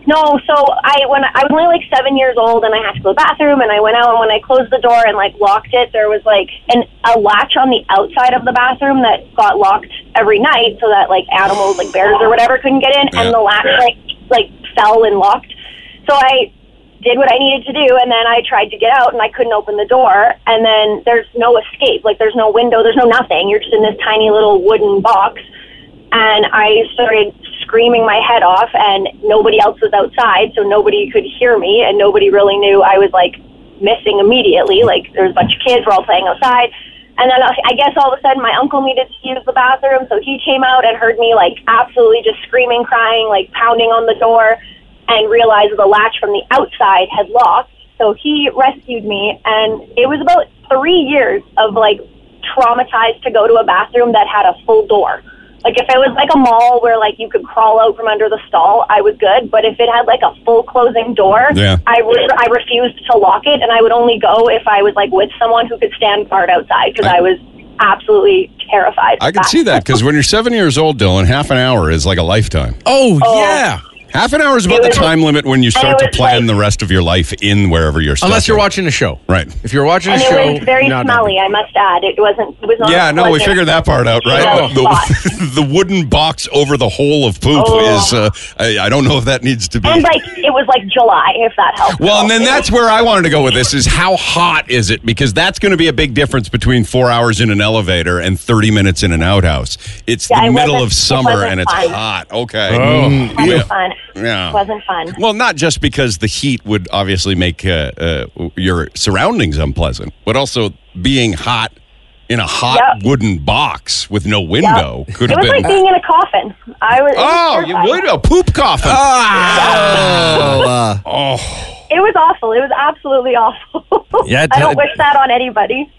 [SPEAKER 10] no, so I when I was only like seven years old, and I had to go to the bathroom, and I went out, and when I closed the door and like locked it, there was like an a latch on the outside of the bathroom that got locked every night, so that like animals, like bears or whatever, couldn't get in,
[SPEAKER 2] Yeah.
[SPEAKER 10] and the latch like like fell and locked. So I did what I needed to do, and then I tried to get out, and I couldn't open the door, and then there's no escape, like there's no window, there's no nothing. You're just in this tiny little wooden box and I started screaming my head off, and nobody else was outside, so nobody could hear me, and nobody really knew I was like missing immediately. Like there was a bunch of kids, we're all playing outside. And then I I guess all of a sudden my uncle needed to use the bathroom, so he came out and heard me like absolutely just screaming, crying, like pounding on the door, and realized the latch from the outside had locked. So he rescued me, and it was about three years of like traumatized to go to a bathroom that had a full door. Like if it was like a mall where like you could crawl out from under the stall, I was good. But if it had like a full closing door,
[SPEAKER 11] Yeah.
[SPEAKER 10] I re- I refused to lock it, and I would only go if I was like with someone who could stand guard outside because I, was absolutely terrified.
[SPEAKER 2] I can see that because when you're seven years old, Dylan, half an hour is like a lifetime.
[SPEAKER 3] Oh,
[SPEAKER 10] yeah.
[SPEAKER 2] Half an hour is about the time limit when you start to plan the rest of your life in wherever you're stuck.
[SPEAKER 3] Unless you're watching a show.
[SPEAKER 2] Right.
[SPEAKER 3] If you're watching
[SPEAKER 10] And
[SPEAKER 3] a
[SPEAKER 10] it
[SPEAKER 3] show,
[SPEAKER 10] was very
[SPEAKER 2] no, no.
[SPEAKER 10] smelly, I must add. It wasn't. It was not
[SPEAKER 2] Yeah, no, we
[SPEAKER 10] pleasant.
[SPEAKER 2] figured that part out, right?
[SPEAKER 10] Oh.
[SPEAKER 2] The, the wooden box over the hole of poop
[SPEAKER 10] Oh.
[SPEAKER 2] is, uh, I, I don't know if that needs to be.
[SPEAKER 10] And like it was like July, if that helps.
[SPEAKER 2] Well, and then that's where I wanted to go with this is how hot is it? Because that's going to be a big difference between four hours in an elevator and 30 minutes in an outhouse. It's
[SPEAKER 10] Yeah,
[SPEAKER 2] the
[SPEAKER 10] it
[SPEAKER 2] middle
[SPEAKER 10] wasn't-
[SPEAKER 2] of
[SPEAKER 10] it
[SPEAKER 2] summer
[SPEAKER 10] wasn't
[SPEAKER 2] and it's
[SPEAKER 10] fun.
[SPEAKER 2] hot. Okay.
[SPEAKER 5] Oh.
[SPEAKER 10] It Oh. wasn't
[SPEAKER 2] Mm, Yeah.
[SPEAKER 10] fun.
[SPEAKER 2] Yeah.
[SPEAKER 10] It wasn't fun.
[SPEAKER 2] Well, not just because the heat would obviously make uh, uh, your surroundings unpleasant, but also being hot in a hot
[SPEAKER 10] Yep.
[SPEAKER 2] wooden box with no window could
[SPEAKER 10] it
[SPEAKER 2] have
[SPEAKER 10] was
[SPEAKER 2] been.
[SPEAKER 10] like being in a coffin. I was. it was
[SPEAKER 2] oh, you
[SPEAKER 10] terrifying.
[SPEAKER 2] would a poop coffin.
[SPEAKER 4] Ah.
[SPEAKER 2] oh,
[SPEAKER 10] It was awful. It was absolutely awful.
[SPEAKER 3] Yeah, it
[SPEAKER 10] I don't
[SPEAKER 3] did.
[SPEAKER 10] wish that on anybody.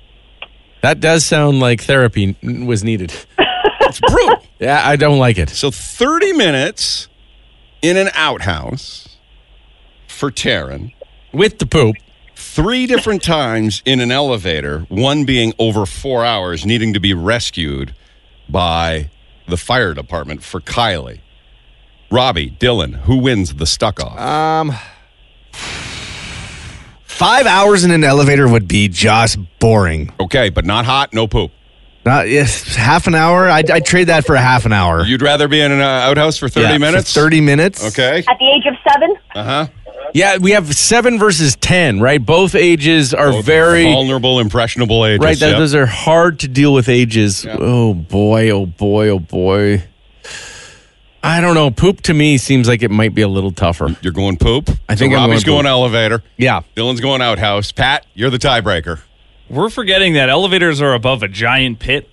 [SPEAKER 3] that does sound like therapy n- was needed.
[SPEAKER 2] it's brutal.
[SPEAKER 3] Yeah, I don't like it.
[SPEAKER 2] So thirty minutes in an outhouse for Taryn
[SPEAKER 3] with the poop.
[SPEAKER 2] Three different times in an elevator, one being over four hours, needing to be rescued by the fire department for Kylie. Robbie, Dylan, who wins the stuck off?
[SPEAKER 4] Um, five hours in an elevator would be just boring.
[SPEAKER 2] Okay, but not hot, no poop.
[SPEAKER 4] Not yes, half an hour. I'd, I'd trade that for a half an hour.
[SPEAKER 2] You'd rather be in an uh, outhouse for 30
[SPEAKER 4] Yeah, for
[SPEAKER 2] minutes?
[SPEAKER 4] 30 minutes.
[SPEAKER 2] Okay.
[SPEAKER 10] At the age of seven,
[SPEAKER 2] Uh huh.
[SPEAKER 3] Yeah, we have seven versus ten, right? Both ages are very
[SPEAKER 2] vulnerable, impressionable ages.
[SPEAKER 3] Right, that,
[SPEAKER 2] yep.
[SPEAKER 3] those are hard to deal with ages. Oh boy, oh boy, oh boy. I don't know. Poop to me seems like it might be a little tougher.
[SPEAKER 2] You're going poop.
[SPEAKER 3] I think
[SPEAKER 2] so
[SPEAKER 3] I'm
[SPEAKER 2] Robbie's
[SPEAKER 3] going
[SPEAKER 2] going elevator.
[SPEAKER 4] Yeah.
[SPEAKER 2] Dylan's going outhouse. Pat, you're the tiebreaker.
[SPEAKER 9] We're forgetting that elevators are above a giant pit.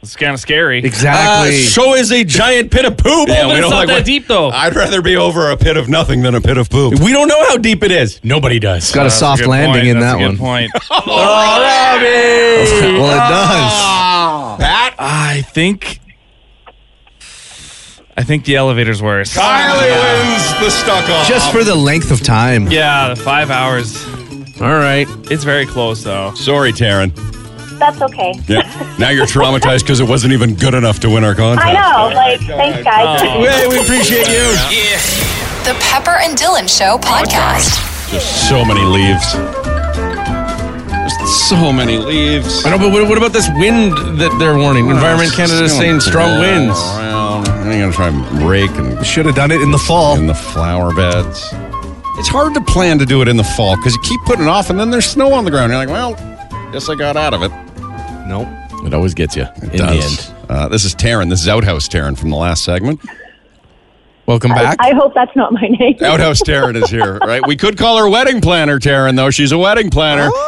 [SPEAKER 9] It's kind of scary.
[SPEAKER 4] Exactly.
[SPEAKER 3] Uh, so is a giant pit of poop.
[SPEAKER 9] Yeah, it's not that
[SPEAKER 2] what-
[SPEAKER 9] deep though.
[SPEAKER 2] I'd rather be over a pit of nothing than a pit of poop. Uh,
[SPEAKER 3] We don't know how deep it is. Nobody does.
[SPEAKER 4] Got a soft landing in that one.
[SPEAKER 9] Point. Oh,
[SPEAKER 4] Well, it does.
[SPEAKER 2] Pat,
[SPEAKER 9] I think. I think the elevator's worse.
[SPEAKER 2] Kylie wins the stuck off.
[SPEAKER 4] Just for the length of time.
[SPEAKER 9] Yeah, the five hours.
[SPEAKER 3] All right.
[SPEAKER 9] It's very close though.
[SPEAKER 2] Sorry, Taryn.
[SPEAKER 10] that's okay.
[SPEAKER 2] Yeah. now you're traumatized because it wasn't even good enough to win our contest.
[SPEAKER 10] I know. Oh, Like, thanks, guys.
[SPEAKER 2] Hey, Oh, we appreciate you.
[SPEAKER 11] The Pepper and Dylan Show podcast.
[SPEAKER 2] Just so many leaves. Just so many leaves.
[SPEAKER 3] I know, but what, what about this wind that they're warning? Environment Canada is saying strong winds.
[SPEAKER 2] Around. I think I'm gonna try and rake and
[SPEAKER 4] Should have done it in the fall.
[SPEAKER 2] in the flower beds. It's hard to plan to do it in the fall because you keep putting it off, and then there's snow on the ground. You're like, well, guess I got out of it.
[SPEAKER 4] Nope.
[SPEAKER 3] It always gets you in the end.
[SPEAKER 2] Uh, this is Taryn. This is Outhouse Taryn from the last segment.
[SPEAKER 3] Welcome
[SPEAKER 10] I,
[SPEAKER 3] back.
[SPEAKER 10] I hope that's not my name.
[SPEAKER 2] Outhouse Taryn is here, right? We could call her wedding planner Taryn, though. She's a wedding planner.
[SPEAKER 4] Oh.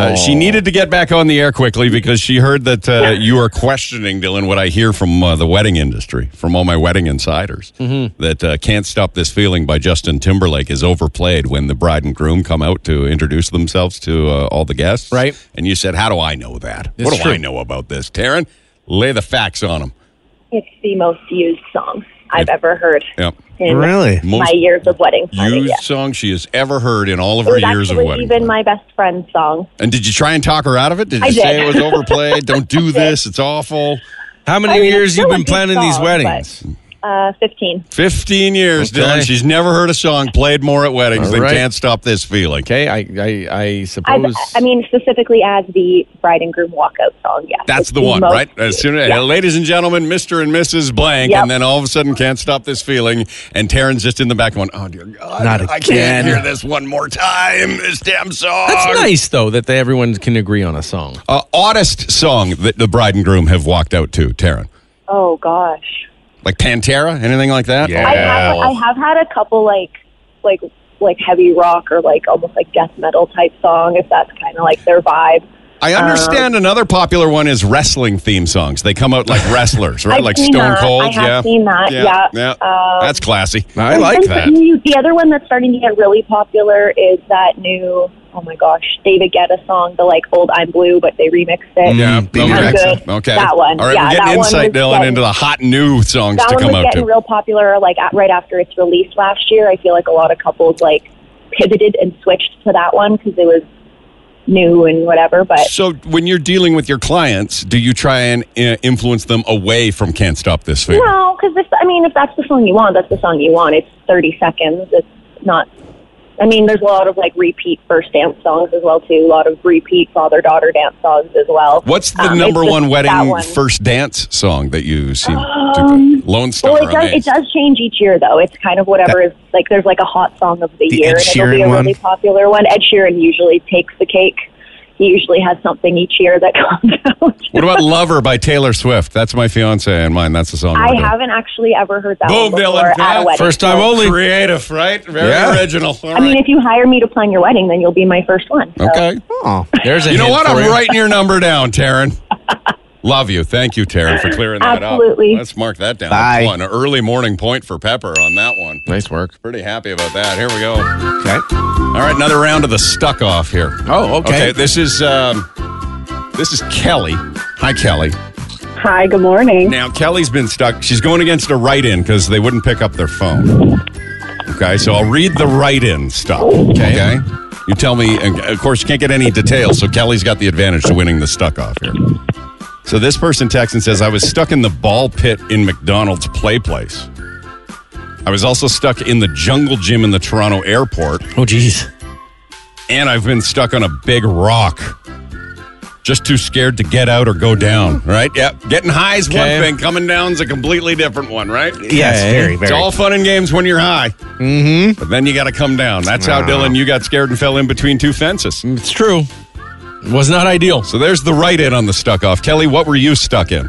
[SPEAKER 2] Uh, she needed to get back on the air quickly because she heard that uh, you are questioning, Dylan, what I hear from uh, the wedding industry, from all my wedding insiders,
[SPEAKER 3] Mm-hmm.
[SPEAKER 2] that uh, Can't Stop This Feeling by Justin Timberlake is overplayed when the bride and groom come out to introduce themselves to uh, all the guests.
[SPEAKER 3] Right.
[SPEAKER 2] And you said, How do I know that?
[SPEAKER 3] It's
[SPEAKER 2] what do
[SPEAKER 3] true.
[SPEAKER 2] I know about this? Taryn, lay the facts on them.
[SPEAKER 10] It's the most used song I've ever heard
[SPEAKER 2] Yep.
[SPEAKER 10] in
[SPEAKER 4] Really?
[SPEAKER 10] my
[SPEAKER 2] Most
[SPEAKER 10] years of wedding planning.
[SPEAKER 2] Used
[SPEAKER 10] Yeah.
[SPEAKER 2] song she has ever heard in all of
[SPEAKER 10] It
[SPEAKER 2] her
[SPEAKER 10] was
[SPEAKER 2] years of
[SPEAKER 10] actually
[SPEAKER 2] wedding.
[SPEAKER 10] even my best friend's song.
[SPEAKER 2] And did you try and talk her out of it? Did you
[SPEAKER 10] I did.
[SPEAKER 2] say it was overplayed? Don't do this. It's awful.
[SPEAKER 3] How many
[SPEAKER 10] I mean,
[SPEAKER 3] years
[SPEAKER 10] it's
[SPEAKER 3] you've
[SPEAKER 10] still a
[SPEAKER 3] been
[SPEAKER 10] good
[SPEAKER 3] planning these
[SPEAKER 10] song,
[SPEAKER 3] weddings?
[SPEAKER 10] Uh, Fifteen.
[SPEAKER 2] 15 years,
[SPEAKER 3] Okay.
[SPEAKER 2] Dylan. She's never heard a song played more at weddings
[SPEAKER 3] All
[SPEAKER 2] than
[SPEAKER 3] right.
[SPEAKER 2] Can't Stop This Feeling.
[SPEAKER 3] Okay, I I, I
[SPEAKER 10] I've,
[SPEAKER 3] suppose.
[SPEAKER 10] I mean, specifically as the bride and groom walkout song. Yeah,
[SPEAKER 2] That's
[SPEAKER 10] It's
[SPEAKER 2] the one,
[SPEAKER 10] most
[SPEAKER 2] right? As soon as, Ladies and gentlemen, Mr. and Mrs. Blank,
[SPEAKER 10] Yep.
[SPEAKER 2] and then all of a sudden, Can't Stop This Feeling. And Taryn's just in the back going, Oh, dear God.
[SPEAKER 4] Not
[SPEAKER 2] I
[SPEAKER 4] again."
[SPEAKER 2] can't hear this one more time, this damn song.
[SPEAKER 3] That's nice though that they, everyone can agree on a song.
[SPEAKER 2] Uh, oddest song that the bride and groom have walked out to, Taryn.
[SPEAKER 10] Oh gosh.
[SPEAKER 2] Like Pantera, anything like that?
[SPEAKER 10] I, have, I have had a couple like like like heavy rock or like almost like death metal type song if that's kind of like their vibe.
[SPEAKER 2] I
[SPEAKER 10] Uh,
[SPEAKER 2] understand another popular one is wrestling theme songs. They come out like wrestlers, right?
[SPEAKER 10] I've
[SPEAKER 2] like
[SPEAKER 10] seen
[SPEAKER 2] Stone
[SPEAKER 10] that.
[SPEAKER 2] Cold.
[SPEAKER 10] I have
[SPEAKER 2] yeah.
[SPEAKER 10] seen that, yeah. Um,
[SPEAKER 2] That's classy. I
[SPEAKER 10] And
[SPEAKER 2] like
[SPEAKER 10] then
[SPEAKER 2] that.
[SPEAKER 10] new- the other one that's starting to get really popular is that new oh my gosh David Guetta song, the like old I'm Blue, but they remixed it.
[SPEAKER 2] Yeah.
[SPEAKER 10] How
[SPEAKER 2] Okay.
[SPEAKER 10] good.
[SPEAKER 2] okay.
[SPEAKER 10] That one.
[SPEAKER 2] All right.
[SPEAKER 10] yeah,
[SPEAKER 2] we're
[SPEAKER 10] that
[SPEAKER 2] getting
[SPEAKER 10] one
[SPEAKER 2] insight,
[SPEAKER 10] was
[SPEAKER 2] Dylan,
[SPEAKER 10] getting-
[SPEAKER 2] into the hot new songs
[SPEAKER 10] that
[SPEAKER 2] to
[SPEAKER 10] one
[SPEAKER 2] come
[SPEAKER 10] was
[SPEAKER 2] out
[SPEAKER 10] getting
[SPEAKER 2] to.
[SPEAKER 10] real popular like at, right after its release last year i feel like a lot of couples like pivoted and switched to that one because it was new and whatever but
[SPEAKER 2] So, when you're dealing with your clients, do you try and uh, influence them away from "Can't Stop This Feeling"?
[SPEAKER 10] no because if i mean if that's the song you want that's the song you want it's 30 seconds it's not i mean there's a lot of like repeat first dance songs as well too a lot of repeat father daughter dance songs as well
[SPEAKER 2] What's the
[SPEAKER 10] Um, it's
[SPEAKER 2] number
[SPEAKER 10] just
[SPEAKER 2] one wedding
[SPEAKER 10] that one.
[SPEAKER 2] first dance song that you seem to
[SPEAKER 10] Um,
[SPEAKER 2] pick? Lone Star.
[SPEAKER 10] well, it does.
[SPEAKER 2] Amaze.
[SPEAKER 10] It does change each year, though. It's kind of whatever is like. There's like a hot song of the,
[SPEAKER 2] The
[SPEAKER 10] year,
[SPEAKER 2] Ed
[SPEAKER 10] and it'll be
[SPEAKER 2] Sheeran
[SPEAKER 10] a really
[SPEAKER 2] one?
[SPEAKER 10] popular one. Ed Sheeran usually takes the cake. He usually has something each year that comes out.
[SPEAKER 2] What about "Lover" by Taylor Swift? That's my fiance and mine. That's the song. we're
[SPEAKER 10] I
[SPEAKER 2] doing.
[SPEAKER 10] haven't actually ever heard that
[SPEAKER 2] Boom,
[SPEAKER 10] one before
[SPEAKER 2] Dylan.
[SPEAKER 10] at a wedding.
[SPEAKER 2] First time only. Creative, right? Very
[SPEAKER 3] Yeah.
[SPEAKER 2] original. All
[SPEAKER 10] I mean, if you hire me to plan your wedding, then you'll be my first one. So.
[SPEAKER 2] Okay.
[SPEAKER 4] Oh,
[SPEAKER 3] there's a
[SPEAKER 2] You know
[SPEAKER 3] hint
[SPEAKER 2] what?
[SPEAKER 3] for
[SPEAKER 2] I'm
[SPEAKER 3] you.
[SPEAKER 2] writing your number down, Taryn. Love you. Thank you, Taryn, for clearing that
[SPEAKER 10] Absolutely.
[SPEAKER 2] up. Let's mark that down. That's One early morning point for Pepper on that one.
[SPEAKER 3] Nice work.
[SPEAKER 2] Pretty happy about that. Here we go. Okay. All right, another round of the stuck off here.
[SPEAKER 3] Oh,
[SPEAKER 2] Okay. This is um, this is Kelly. Hi, Kelly.
[SPEAKER 12] Hi, good morning.
[SPEAKER 2] Now Kelly's been stuck. She's going against a write-in because they wouldn't pick up their phone. Okay, so I'll read the write-in stuff. Okay. You tell me, and of course, you can't get any details, so Kelly's got the advantage to winning the stuck off here. So this person texts and says, I was stuck in the ball pit in McDonald's play place. I was also stuck in the jungle gym in the Toronto airport.
[SPEAKER 3] Oh, jeez.
[SPEAKER 2] And I've been stuck on a big rock. Just too scared to get out or go down, right? Yep. Getting high is
[SPEAKER 3] Okay.
[SPEAKER 2] one thing, coming down's a completely different one, right?
[SPEAKER 3] Yes, Okay. very,
[SPEAKER 2] It's
[SPEAKER 3] very.
[SPEAKER 2] all fun and games when you're high. Mm-hmm. But then you got to come down. That's how,
[SPEAKER 3] Ah.
[SPEAKER 2] Dylan, you got scared and fell in between two fences.
[SPEAKER 3] It's true. Was not ideal.
[SPEAKER 2] So there's the right in on the stuck off. Kelly, what were you stuck in?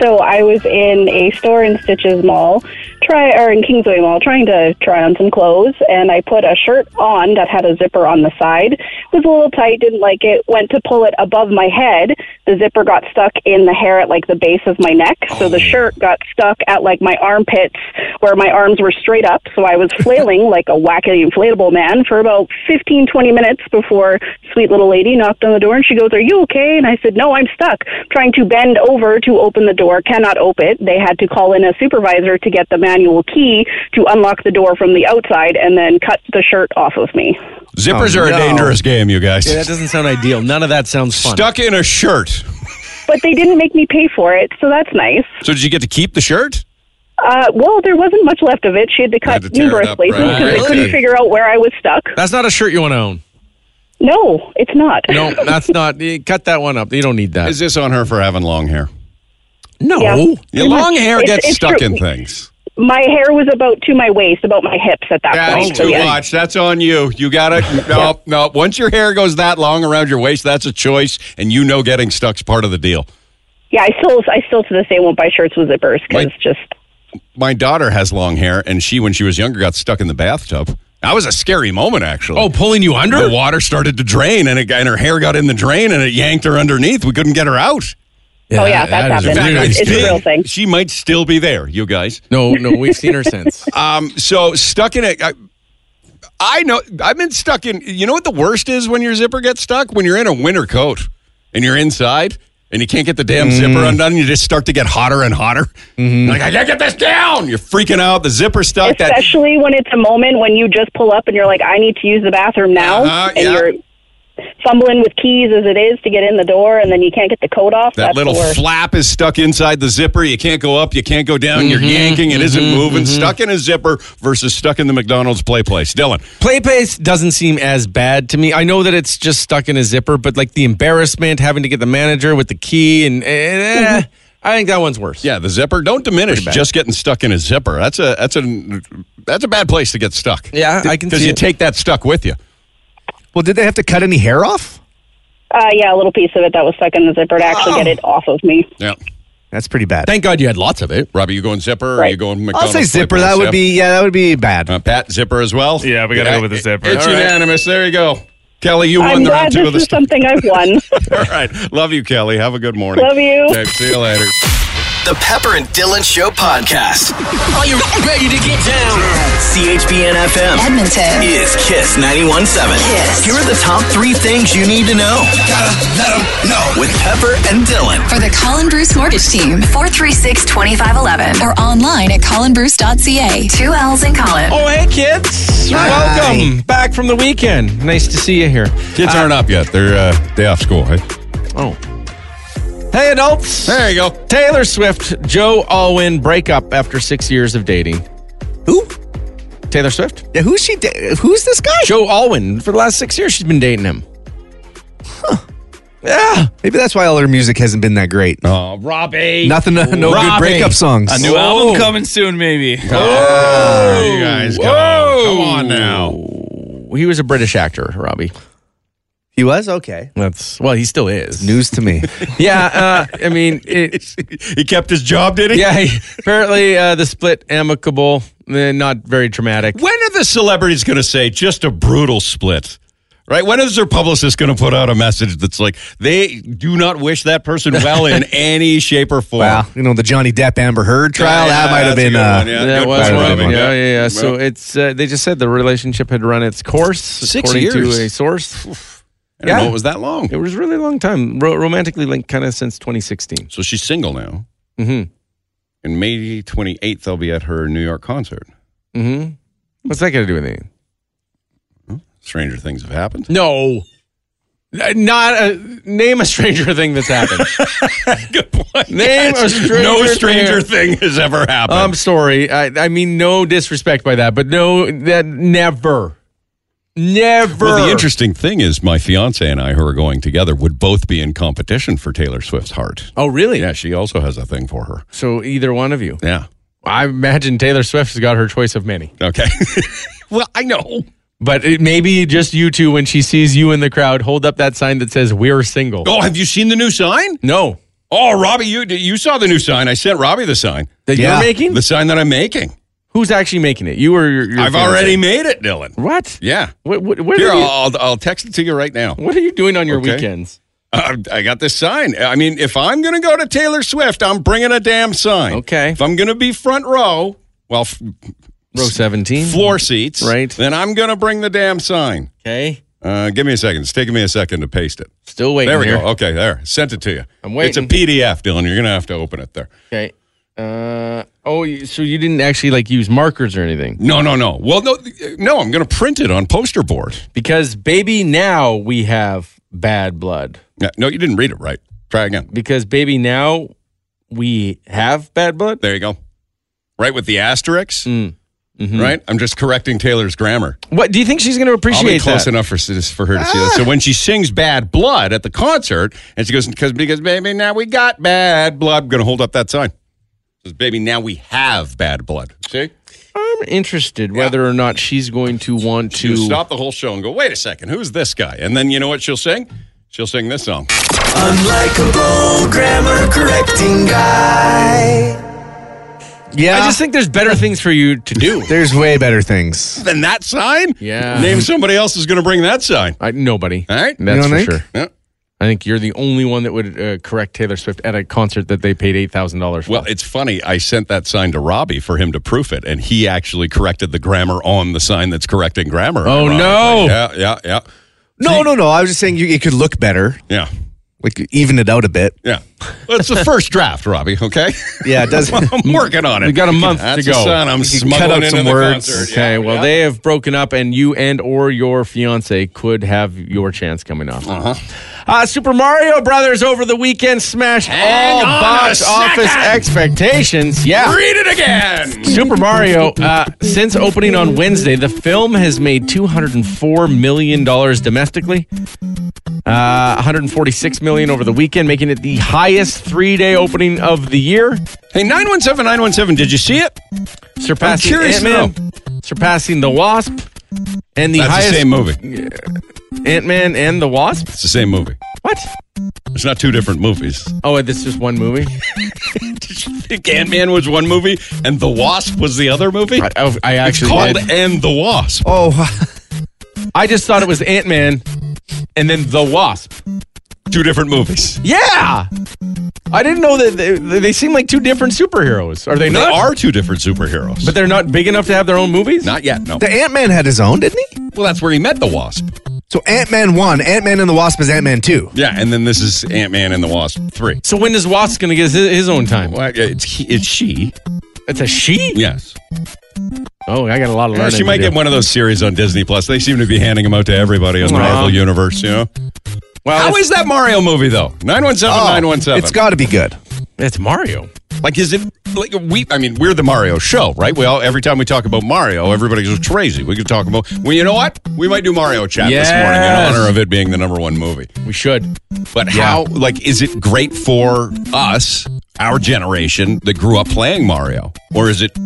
[SPEAKER 12] So I was in a store in Stitches Mall, try or in Kingsway Mall, trying to try on some clothes, and I put a shirt on that had a zipper on the side. It was a little tight, didn't like it. Went to pull it above my head, the zipper got stuck in the hair at like the base of my neck. So the shirt got stuck at like my armpits, where my arms were straight up. So I was flailing like a wacky inflatable man for about fifteen twenty minutes before sweet little lady knocked on the door and she goes, "Are you okay?" And I said, "No, I'm stuck." Trying to bend over to open the door, cannot open it. They had to call in a supervisor to get the manual key to unlock the door from the outside and then cut the shirt off of me.
[SPEAKER 2] Zippers
[SPEAKER 3] Oh,
[SPEAKER 2] are
[SPEAKER 3] no.
[SPEAKER 2] a dangerous game, you guys.
[SPEAKER 3] Yeah, that doesn't sound ideal. None of that sounds fun.
[SPEAKER 2] Stuck in a shirt.
[SPEAKER 12] But they didn't make me pay for it, so that's nice.
[SPEAKER 2] So did you get to keep the shirt?
[SPEAKER 12] Uh, well, there wasn't much left of it. She had to cut
[SPEAKER 3] to tear it
[SPEAKER 12] numerous
[SPEAKER 3] up,
[SPEAKER 12] places
[SPEAKER 3] right.
[SPEAKER 12] because they couldn't
[SPEAKER 3] Really?
[SPEAKER 12] figure out where I was stuck.
[SPEAKER 3] That's not a shirt you want to own.
[SPEAKER 12] No, it's not.
[SPEAKER 3] No, that's not. eh, Cut that one up. You don't need that.
[SPEAKER 2] Is this on her for having long hair?
[SPEAKER 3] No.
[SPEAKER 12] Yeah.
[SPEAKER 2] Your
[SPEAKER 12] Pretty
[SPEAKER 2] long
[SPEAKER 12] much.
[SPEAKER 2] hair
[SPEAKER 12] It's-
[SPEAKER 2] gets
[SPEAKER 12] it's
[SPEAKER 2] stuck
[SPEAKER 12] true.
[SPEAKER 2] in things.
[SPEAKER 12] My hair was about to my waist, about my hips at that
[SPEAKER 2] That's
[SPEAKER 12] point. so
[SPEAKER 2] too
[SPEAKER 12] yes.
[SPEAKER 2] much. That's on you. You got to no, no. Once your hair goes that long around your waist, that's a choice, and you know getting stuck's part of the deal.
[SPEAKER 12] Yeah, I still, I still to this day won't buy shirts with zippers because just
[SPEAKER 2] My daughter has long hair, and she, when she was younger, got stuck in the bathtub. That was a scary moment, actually.
[SPEAKER 3] Oh, pulling you under?
[SPEAKER 2] The water started to drain,
[SPEAKER 3] Oh.
[SPEAKER 2] and, it, and her hair got in the drain, and it uh, yanked her underneath. We couldn't get her out.
[SPEAKER 12] Oh, yeah, that's
[SPEAKER 3] that is
[SPEAKER 12] happened.
[SPEAKER 3] really
[SPEAKER 12] It's, it's a
[SPEAKER 3] big.
[SPEAKER 12] real thing.
[SPEAKER 2] She might still be there, you guys.
[SPEAKER 3] No, no, we've seen her since.
[SPEAKER 2] Um, so stuck in it. I, I know I've been stuck in. You know what the worst is when your zipper gets stuck? When you're in a winter coat and you're inside and you can't get the damn zipper
[SPEAKER 12] Mm.
[SPEAKER 2] undone. You just start to get hotter and hotter.
[SPEAKER 12] Mm-hmm.
[SPEAKER 2] Like I can't get this down. You're freaking out. The zipper stuck. That
[SPEAKER 12] especially when it's a moment when you just pull up and you're like, I need to use the bathroom now,
[SPEAKER 2] Uh-huh,
[SPEAKER 12] and
[SPEAKER 2] yeah.
[SPEAKER 12] you're fumbling with keys as it is to get in the door, and then you can't get the coat off.
[SPEAKER 2] that
[SPEAKER 12] that's
[SPEAKER 2] little
[SPEAKER 12] the worst.
[SPEAKER 2] flap is stuck inside the zipper. You can't go up. You can't go down. You're
[SPEAKER 4] Mm-hmm,
[SPEAKER 2] yanking. It not moving. Stuck in a zipper versus stuck in the McDonald's play place. Dylan.
[SPEAKER 3] Play pace doesn't seem as bad to me. I know that it's just stuck in a zipper, but like the embarrassment, having to get the manager with the key, and, and eh, I think that one's worse.
[SPEAKER 2] Yeah, the zipper. Don't diminish just getting stuck in a zipper. That's a that's a that's a bad place to get stuck.
[SPEAKER 3] Yeah, I can
[SPEAKER 2] because
[SPEAKER 3] see
[SPEAKER 2] you
[SPEAKER 3] it.
[SPEAKER 2] take that stuck with you.
[SPEAKER 4] Well, did they have to cut any hair off?
[SPEAKER 2] Oh.
[SPEAKER 12] Uh, yeah, a little piece of it that was stuck in the zipper to actually get it off of me.
[SPEAKER 2] Yeah.
[SPEAKER 4] That's pretty bad.
[SPEAKER 2] Thank God you had lots of it. Robbie, you going zipper? Or you going
[SPEAKER 4] I'll
[SPEAKER 2] McDonald's?
[SPEAKER 4] say zipper. That would be yeah. That would be bad.
[SPEAKER 2] Uh, Pat zipper as well. Yeah,
[SPEAKER 9] we gotta go with the zipper.
[SPEAKER 2] It's
[SPEAKER 9] All right.
[SPEAKER 2] unanimous. There you go. Kelly, you won
[SPEAKER 12] I'm
[SPEAKER 2] the
[SPEAKER 12] glad
[SPEAKER 2] round two
[SPEAKER 12] this
[SPEAKER 2] of the
[SPEAKER 12] is something I've won.
[SPEAKER 2] All right. Love you, Kelly. Have a good morning.
[SPEAKER 12] Love you.
[SPEAKER 2] Okay, see you later.
[SPEAKER 1] The Pepper and Dylan Show Podcast. Are you ready to get down? CHBN FM.
[SPEAKER 11] Edmonton.
[SPEAKER 1] Is Kiss 91.7.
[SPEAKER 11] Kiss.
[SPEAKER 1] Here are the top three things you need to know. Gotta let 'em know. With Pepper and Dylan.
[SPEAKER 11] For the Colin Bruce Mortgage Team, 436 2511. Or online at colinbruce.ca. Two L's in Colin.
[SPEAKER 3] Oh, hey, kids. Welcome back from the weekend. Nice to see you here.
[SPEAKER 2] Kids aren't up yet. They're uh, day off school. Hey?
[SPEAKER 3] Oh. Hey, adults.
[SPEAKER 2] There you go.
[SPEAKER 3] Taylor Swift, Joe Alwyn breakup after six years of dating. Who? Taylor Swift.
[SPEAKER 4] Yeah, who's she? Da- who's this guy?
[SPEAKER 3] Joe Alwyn. For the last six years, she's been dating him. Yeah.
[SPEAKER 4] Maybe that's why all her music hasn't been that great.
[SPEAKER 2] Ah! Oh, Robbie.
[SPEAKER 4] Nothing. No good
[SPEAKER 3] Robbie.
[SPEAKER 4] breakup songs.
[SPEAKER 9] A new album coming soon, maybe.
[SPEAKER 2] Oh, you guys. Come on. Come on now.
[SPEAKER 3] He was a British actor, Robbie.
[SPEAKER 4] He was okay.
[SPEAKER 3] That's well, he still is.
[SPEAKER 4] News to me.
[SPEAKER 3] Yeah, uh, I mean, it,
[SPEAKER 2] He kept his job, did he?
[SPEAKER 3] yeah. he- apparently, uh, the split amicable, eh, not very traumatic.
[SPEAKER 2] When are the celebrities going to say just a brutal split? Right? When is their publicist going to put out a message that's like they do not wish that person well in any shape or form?
[SPEAKER 4] Wow. You know the Johnny Depp Amber Heard trial.
[SPEAKER 2] Yeah,
[SPEAKER 4] that might have
[SPEAKER 2] that's a
[SPEAKER 4] been.
[SPEAKER 2] good
[SPEAKER 4] Uh,
[SPEAKER 2] one, yeah.
[SPEAKER 3] That
[SPEAKER 2] Good
[SPEAKER 3] was
[SPEAKER 2] point,
[SPEAKER 3] Robin.
[SPEAKER 2] Robin.
[SPEAKER 3] Yeah, yeah, yeah.
[SPEAKER 2] Yeah.
[SPEAKER 3] So
[SPEAKER 2] Well-
[SPEAKER 3] it's uh, they just said the relationship had run its course,
[SPEAKER 2] Six
[SPEAKER 3] according
[SPEAKER 2] years.
[SPEAKER 3] to a source.
[SPEAKER 2] I didn't
[SPEAKER 3] Yeah.
[SPEAKER 2] know it was that long.
[SPEAKER 3] It was a really long time, ro- romantically linked, kind of since 2016.
[SPEAKER 2] So she's single now.
[SPEAKER 3] Mm-hmm.
[SPEAKER 2] And May 28th, I'll be at her New York concert.
[SPEAKER 3] Mm-hmm. What's that got to do with anything?
[SPEAKER 2] Hmm? Stranger things have happened.
[SPEAKER 3] No. Not a, name a stranger thing that's happened.
[SPEAKER 2] Good point.
[SPEAKER 3] Name a stranger
[SPEAKER 2] No
[SPEAKER 3] thing.
[SPEAKER 2] stranger thing has ever happened.
[SPEAKER 3] I'm sorry. I, I mean, no disrespect by that, but no, that never, never.
[SPEAKER 2] Well, the interesting thing is, my fiance and I, who are going together, would both be in competition for Taylor Swift's heart.
[SPEAKER 3] Oh, really?
[SPEAKER 2] Yeah, she also has a thing for her.
[SPEAKER 3] So either one of you.
[SPEAKER 2] Yeah.
[SPEAKER 3] I imagine Taylor Swift has got her choice of many,
[SPEAKER 2] Okay. well, I know.
[SPEAKER 3] but it, maybe just you two when she sees you in the crowd, hold up that sign that says "We're single."
[SPEAKER 2] Oh, have you seen the new sign?
[SPEAKER 3] No,
[SPEAKER 2] Oh, Robbie, you you saw the new sign. I sent Robbie the sign.
[SPEAKER 3] that
[SPEAKER 4] Yeah.
[SPEAKER 3] you're making.
[SPEAKER 2] The sign that I'm making.
[SPEAKER 3] Who's actually making it? You or your? your
[SPEAKER 2] I've
[SPEAKER 3] fiancé?
[SPEAKER 2] already made it, Dylan.
[SPEAKER 3] What?
[SPEAKER 2] Yeah.
[SPEAKER 3] What? What? what
[SPEAKER 2] Here,
[SPEAKER 3] are you,
[SPEAKER 2] I'll, I'll text it to you right now.
[SPEAKER 3] what are you doing on your
[SPEAKER 2] Okay.
[SPEAKER 3] weekends?
[SPEAKER 2] Uh, I got this sign. I mean, if I'm going to go to Taylor Swift, I'm bringing a damn sign.
[SPEAKER 3] Okay.
[SPEAKER 2] If I'm going to be front row, well, f-
[SPEAKER 3] Row seventeen.
[SPEAKER 2] floor seats,
[SPEAKER 3] Right.
[SPEAKER 2] Then I'm going to bring the damn sign.
[SPEAKER 3] Okay.
[SPEAKER 2] Uh, give me a second. It's taking me a second to paste it.
[SPEAKER 3] Still waiting.
[SPEAKER 2] There we
[SPEAKER 3] here.
[SPEAKER 2] go. Okay, there. Sent it to you.
[SPEAKER 3] I'm waiting.
[SPEAKER 2] It's a PDF, Dylan. You're going to have to open it there.
[SPEAKER 3] Okay. Uh, oh, you- so you didn't actually like use markers or anything
[SPEAKER 2] No, no, no. Well, no, no. I'm going to print it on poster board.
[SPEAKER 3] because baby now we have bad blood
[SPEAKER 2] Yeah, No, you didn't read it right. Try again.
[SPEAKER 3] because baby now we have bad blood.
[SPEAKER 2] There you go. Right with the asterisks.
[SPEAKER 3] Mm. Mhm.
[SPEAKER 2] Right. I'm just correcting Taylor's grammar.
[SPEAKER 3] What do you think she's going to appreciate
[SPEAKER 2] I'll be close
[SPEAKER 3] that? Ah.
[SPEAKER 2] enough for s- for her to see that. So when she sings "Bad Blood" at the concert, and she goes, "Because because baby, now we got bad blood." I'm going to hold up that sign. Says, "Baby, now we have bad blood." See,
[SPEAKER 3] I'm interested whether or not she's going to want
[SPEAKER 2] you
[SPEAKER 3] to
[SPEAKER 2] stop the whole show and go, "Wait a second, who's this guy?" And then you know what she'll sing? She'll sing this song.
[SPEAKER 6] Unlikable grammar correcting guy.
[SPEAKER 4] Yeah.
[SPEAKER 3] I just think there's better things for you to do.
[SPEAKER 4] there's way better things.
[SPEAKER 2] Then that sign.
[SPEAKER 3] Yeah.
[SPEAKER 2] Name somebody else who's going to bring that sign.
[SPEAKER 3] I, nobody.
[SPEAKER 2] All right.
[SPEAKER 3] That's
[SPEAKER 4] don't
[SPEAKER 3] for
[SPEAKER 4] think?
[SPEAKER 3] sure.
[SPEAKER 2] Yeah.
[SPEAKER 3] I think you're the only one that would uh, correct Taylor Swift at a concert that they paid eight thousand dollars for.
[SPEAKER 2] Well, it's funny. I sent that sign to Robbie for him to proof it, and he actually corrected the grammar on the sign that's correcting grammar.
[SPEAKER 3] Oh,
[SPEAKER 2] ironically.
[SPEAKER 3] no.
[SPEAKER 2] Yeah, yeah, yeah,
[SPEAKER 4] No, no, no. I was just saying you, it could look better,
[SPEAKER 2] yeah,
[SPEAKER 4] like even it out a bit.
[SPEAKER 2] yeah. Well, it's the first draft, Robbie. Okay,
[SPEAKER 4] Yeah, it does.
[SPEAKER 2] I'm working on it.
[SPEAKER 3] We got a month
[SPEAKER 2] that's
[SPEAKER 3] to go.
[SPEAKER 2] The sign I'm
[SPEAKER 4] You can
[SPEAKER 2] smuggling
[SPEAKER 4] cut out
[SPEAKER 2] into
[SPEAKER 4] some
[SPEAKER 2] the
[SPEAKER 4] words.
[SPEAKER 2] concert.
[SPEAKER 3] Okay,
[SPEAKER 2] Yeah,
[SPEAKER 3] well,
[SPEAKER 2] yeah.
[SPEAKER 3] they have broken up, and you and or your fiance could have your chance coming up. Uh-huh. Super Mario Brothers over the weekend smashed all
[SPEAKER 2] on a
[SPEAKER 3] box office
[SPEAKER 2] second.
[SPEAKER 3] expectations. Yeah.
[SPEAKER 2] read it again.
[SPEAKER 3] Super Mario, uh, since opening on Wednesday, the film has made $204 million domestically, uh, $146 million over the weekend, making it the highest three day opening of the year,
[SPEAKER 2] Hey, nine one seven nine one seven. Did you see it?
[SPEAKER 3] surpassing
[SPEAKER 2] curious to
[SPEAKER 3] Ant-Man, surpassing The Wasp, and the
[SPEAKER 2] That's
[SPEAKER 3] highest
[SPEAKER 2] the same movie.
[SPEAKER 3] Ant Man and the Wasp?
[SPEAKER 2] It's the same movie.
[SPEAKER 3] What?
[SPEAKER 2] It's not two different movies.
[SPEAKER 3] Oh, this is just one movie?
[SPEAKER 2] Ant Man was one movie, and The Wasp was the other movie. I,
[SPEAKER 3] Oh, actually
[SPEAKER 2] it's called
[SPEAKER 3] did.
[SPEAKER 2] and the Wasp.
[SPEAKER 3] Oh. I just thought it was Ant Man and then The Wasp.
[SPEAKER 2] Two different movies.
[SPEAKER 3] Yeah. I didn't know that they, they seem like two different superheroes. Are they not?
[SPEAKER 2] They are two different superheroes.
[SPEAKER 3] But they're not big enough to have their own movies?
[SPEAKER 2] Not yet, no.
[SPEAKER 4] The Ant Man had his own, didn't he?
[SPEAKER 2] Well, that's where he met the Wasp.
[SPEAKER 4] So Ant Man one, Ant Man and the Wasp is Ant Man two.
[SPEAKER 2] Yeah, and then this is Ant Man and the Wasp three.
[SPEAKER 3] So when is Wasp going to get his, his own time?
[SPEAKER 2] Well, it's he, it's she.
[SPEAKER 3] It's a she?
[SPEAKER 2] Yes.
[SPEAKER 3] Oh, I got a lot of
[SPEAKER 2] Yeah,
[SPEAKER 3] learning.
[SPEAKER 2] she might
[SPEAKER 3] to
[SPEAKER 2] get
[SPEAKER 3] do.
[SPEAKER 2] one of those series on Disney Plus. They seem to be handing them out to everybody on the
[SPEAKER 3] Wow.
[SPEAKER 2] Marvel universe. You know.
[SPEAKER 3] Well,
[SPEAKER 2] How
[SPEAKER 3] it's-
[SPEAKER 2] is that Mario movie though? Nine one seven nine one seven.
[SPEAKER 4] Oh, It's got to be good.
[SPEAKER 3] It's Mario.
[SPEAKER 2] Like, is it like we? I mean, we're the Mario show, right? We all every time we talk about Mario, everybody goes crazy. We could talk about. Well, you know what? We might do Mario chat this morning
[SPEAKER 3] Yes.
[SPEAKER 2] in honor of it being the number one movie.
[SPEAKER 3] We should.
[SPEAKER 2] But how? Like, is it great for us, our generation that grew up playing Mario, or is it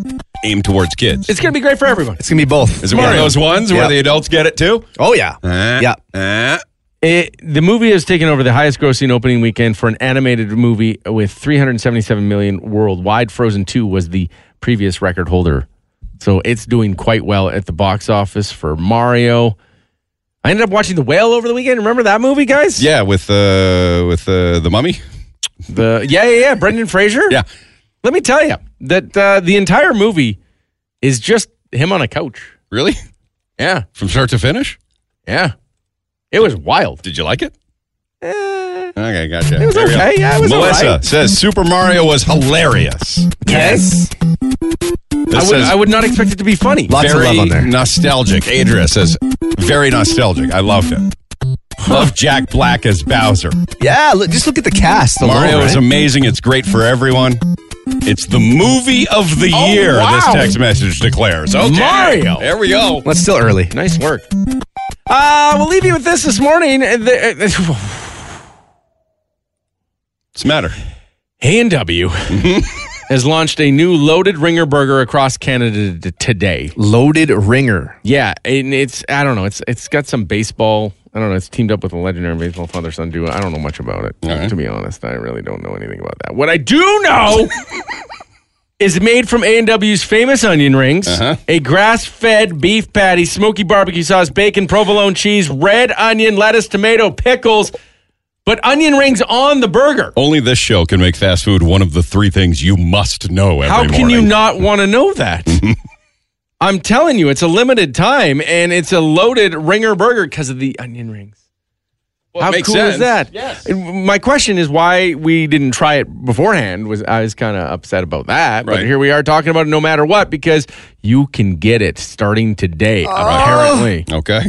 [SPEAKER 2] aimed towards kids?
[SPEAKER 3] It's going to be great for everyone.
[SPEAKER 4] It's gonna be both.
[SPEAKER 2] Is it one of
[SPEAKER 4] Yeah.
[SPEAKER 2] those ones where
[SPEAKER 4] Yeah.
[SPEAKER 2] the adults get it too?
[SPEAKER 4] Oh yeah.
[SPEAKER 2] Uh,
[SPEAKER 4] Yeah.
[SPEAKER 2] uh.
[SPEAKER 3] It, the movie has taken over the highest grossing opening weekend for an animated movie with 377 million worldwide. Frozen 2 was the previous record holder. So it's doing quite well at the box office for Mario. I ended up watching The Whale over the weekend. Remember that movie, guys?
[SPEAKER 2] Yeah, with uh, with uh, the mummy.
[SPEAKER 3] The Yeah, yeah, yeah, Brendan Fraser.
[SPEAKER 2] Yeah.
[SPEAKER 3] Let me tell you that uh, the entire movie is just him on a couch.
[SPEAKER 2] Really?
[SPEAKER 3] Yeah.
[SPEAKER 2] From start to finish?
[SPEAKER 3] Yeah. It was wild.
[SPEAKER 2] Did you like it? Okay, gotcha.
[SPEAKER 3] It was
[SPEAKER 2] There we go.
[SPEAKER 3] okay. Yeah, it was
[SPEAKER 2] Melissa
[SPEAKER 3] alright.
[SPEAKER 2] says Super Mario was hilarious.
[SPEAKER 3] Yes.
[SPEAKER 2] This
[SPEAKER 3] I would,
[SPEAKER 2] says
[SPEAKER 3] I would not expect it to be funny.
[SPEAKER 4] Lots
[SPEAKER 2] very
[SPEAKER 4] of love on there.
[SPEAKER 2] nostalgic. Adria says very nostalgic. I loved it. Love Jack Black as Bowser.
[SPEAKER 4] Yeah. Look, just look at the cast. alone,
[SPEAKER 2] Mario is
[SPEAKER 4] right?
[SPEAKER 2] amazing. It's great for everyone. It's the movie of the
[SPEAKER 3] Oh,
[SPEAKER 2] year. This
[SPEAKER 3] wow.
[SPEAKER 2] text message declares. Okay,
[SPEAKER 3] Mario.
[SPEAKER 2] There we go.
[SPEAKER 4] Well, it's still early.
[SPEAKER 3] Nice work. Uh, we'll leave you with this this morning. Uh, the- uh,
[SPEAKER 2] What's the matter? Mm-hmm.
[SPEAKER 3] A&W has launched a new loaded ringer burger across Canada t- today.
[SPEAKER 4] Loaded ringer.
[SPEAKER 3] Yeah, and it's I don't know, it's it's got some baseball. I don't know, it's teamed up with a legendary baseball father son duo. I don't know much about it.
[SPEAKER 2] right.
[SPEAKER 3] To be honest, I really don't know anything about that. What I do know is made from A&W's famous onion rings,
[SPEAKER 2] Uh-huh.
[SPEAKER 3] a grass-fed beef patty, smoky barbecue sauce, bacon, provolone cheese, red onion, lettuce, tomato, pickles, but onion rings on the burger.
[SPEAKER 2] Only this show can make fast food one of the three things you must know every
[SPEAKER 3] How can
[SPEAKER 2] morning.
[SPEAKER 3] you not want to know that? I'm telling you, it's a limited time and it's a loaded ringer burger because of the onion rings.
[SPEAKER 2] Well, it
[SPEAKER 3] How
[SPEAKER 2] makes
[SPEAKER 3] cool
[SPEAKER 2] sense.
[SPEAKER 3] is that? Yes. My question is why we didn't try it beforehand. Was I was kind of upset about that, but
[SPEAKER 2] Right.
[SPEAKER 3] here we are talking about it no matter what because you can get it starting today.
[SPEAKER 2] Oh.
[SPEAKER 3] Apparently,
[SPEAKER 2] Okay.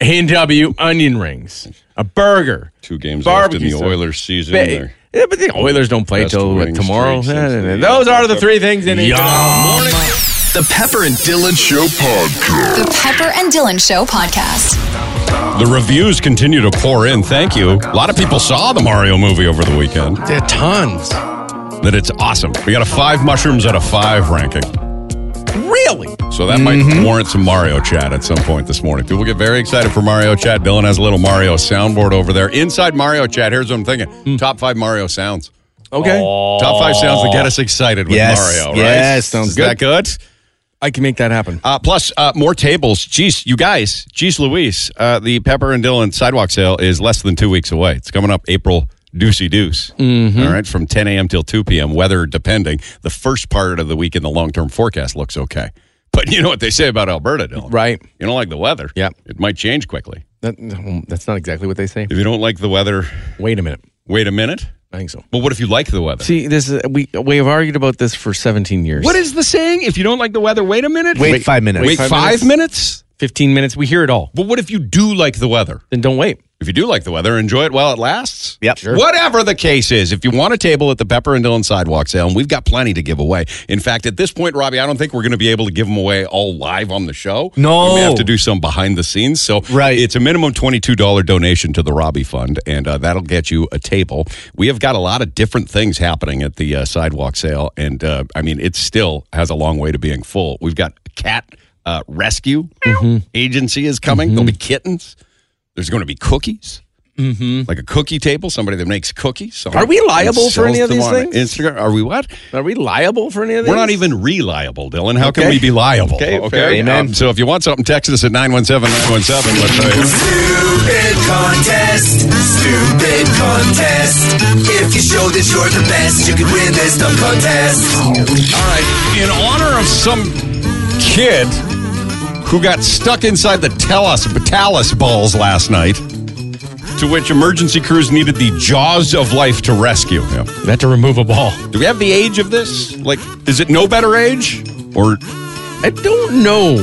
[SPEAKER 3] A&W onion rings, a burger.
[SPEAKER 2] Two games
[SPEAKER 3] Barbecue
[SPEAKER 2] left in
[SPEAKER 3] sauce.
[SPEAKER 2] the Oilers season.
[SPEAKER 3] Ba-
[SPEAKER 2] They're-
[SPEAKER 3] yeah, but the Oilers don't play
[SPEAKER 2] Best
[SPEAKER 3] till what,
[SPEAKER 2] winning
[SPEAKER 3] tomorrow.
[SPEAKER 2] streak since the-
[SPEAKER 3] Those are the three things in it.
[SPEAKER 1] The Pepper and Dylan Show Podcast.
[SPEAKER 11] The Pepper and Dylan Show podcast.
[SPEAKER 2] The reviews continue to pour in. Thank you. A lot of people saw the Mario movie over the weekend.
[SPEAKER 3] There are tons.
[SPEAKER 2] That it's awesome. We got a five mushrooms out of five ranking.
[SPEAKER 3] Really?
[SPEAKER 2] So that
[SPEAKER 3] Mm-hmm.
[SPEAKER 2] might warrant some Mario chat at some point this morning. People get very excited for Mario chat. Dylan has a little Mario soundboard over there. Inside Mario chat, here's what I'm thinking top five Mario sounds.
[SPEAKER 3] Hmm. Okay.
[SPEAKER 2] Top five sounds that get us excited with
[SPEAKER 4] Yes.
[SPEAKER 2] Mario, right?
[SPEAKER 4] Yes, sounds
[SPEAKER 2] Is that good?
[SPEAKER 3] I can make that happen.
[SPEAKER 2] Uh, plus, uh, more tables. Jeez, you guys, jeez Luis, uh, the Pepper and Dylan sidewalk sale is less than two weeks away. It's coming up April Deucey Deuce.
[SPEAKER 3] Mm-hmm.
[SPEAKER 2] All right, from 10 a.m. till 2 p.m., weather depending. The first part of the week in the long term forecast looks okay. But you know what they say about Alberta, Dylan?
[SPEAKER 3] Right.
[SPEAKER 2] You don't like the weather.
[SPEAKER 3] Yeah.
[SPEAKER 2] It might change quickly.
[SPEAKER 3] That, no, that's not exactly what they say.
[SPEAKER 2] If you don't like the weather,
[SPEAKER 3] Wait a minute.
[SPEAKER 2] wait a minute.
[SPEAKER 3] I think so.
[SPEAKER 2] But what if you like the weather?
[SPEAKER 3] See, this is we we have argued about this for 17 years.
[SPEAKER 2] what is the saying? If you don't like the weather, wait a minute?
[SPEAKER 4] Wait, five minutes.
[SPEAKER 2] Wait,
[SPEAKER 3] five
[SPEAKER 2] five
[SPEAKER 3] minutes?
[SPEAKER 2] minutes?
[SPEAKER 3] 15 minutes? We hear it all.
[SPEAKER 2] But what if you do like the weather?
[SPEAKER 3] Then don't wait.
[SPEAKER 2] If you do like the weather, enjoy it while it lasts.
[SPEAKER 4] Yep. Sure.
[SPEAKER 2] Whatever the case is, if you want a table at the Pepper and Dylan Sidewalk Sale, and we've got plenty to give away. In fact, at this point, Robbie, I don't think we're going to be able to give them away all live on the show.
[SPEAKER 4] No.
[SPEAKER 2] we may have to do some behind the scenes. So,
[SPEAKER 4] Right.
[SPEAKER 2] it's a minimum twenty-two dollar donation to the Robbie Fund, and uh, that'll get you a table. We have got a lot of different things happening at the uh, sidewalk sale, and uh, I mean, it still has a long way to being full. We've got cat uh,
[SPEAKER 3] Mm-hmm.
[SPEAKER 2] rescue agency is coming. There'll be kittens. There's going to be cookies. Mm-hmm. Like a cookie table, somebody that makes cookies. Someone
[SPEAKER 3] Are we liable
[SPEAKER 2] that
[SPEAKER 3] for any
[SPEAKER 2] sells
[SPEAKER 3] of
[SPEAKER 2] them
[SPEAKER 3] these
[SPEAKER 2] on
[SPEAKER 3] things?
[SPEAKER 2] Instagram. Are we what?
[SPEAKER 3] Are we liable for any of
[SPEAKER 2] We're not
[SPEAKER 3] these?
[SPEAKER 2] even reliable, Dylan. How can
[SPEAKER 3] Okay.
[SPEAKER 2] we be liable?
[SPEAKER 3] Okay, fair enough.
[SPEAKER 2] Um, so if you want something, text us at 917 917. Let's tell you.
[SPEAKER 6] Stupid contest. Stupid contest. If you show that you're the best, you can win this dumb contest.
[SPEAKER 2] All right. In honor of some kid who got stuck inside the Talus, Talus balls last night, to which emergency crews needed the jaws of life to rescue him. They had to remove a ball. Do we have the age of this? Like, is it no better age? Or.
[SPEAKER 3] I don't know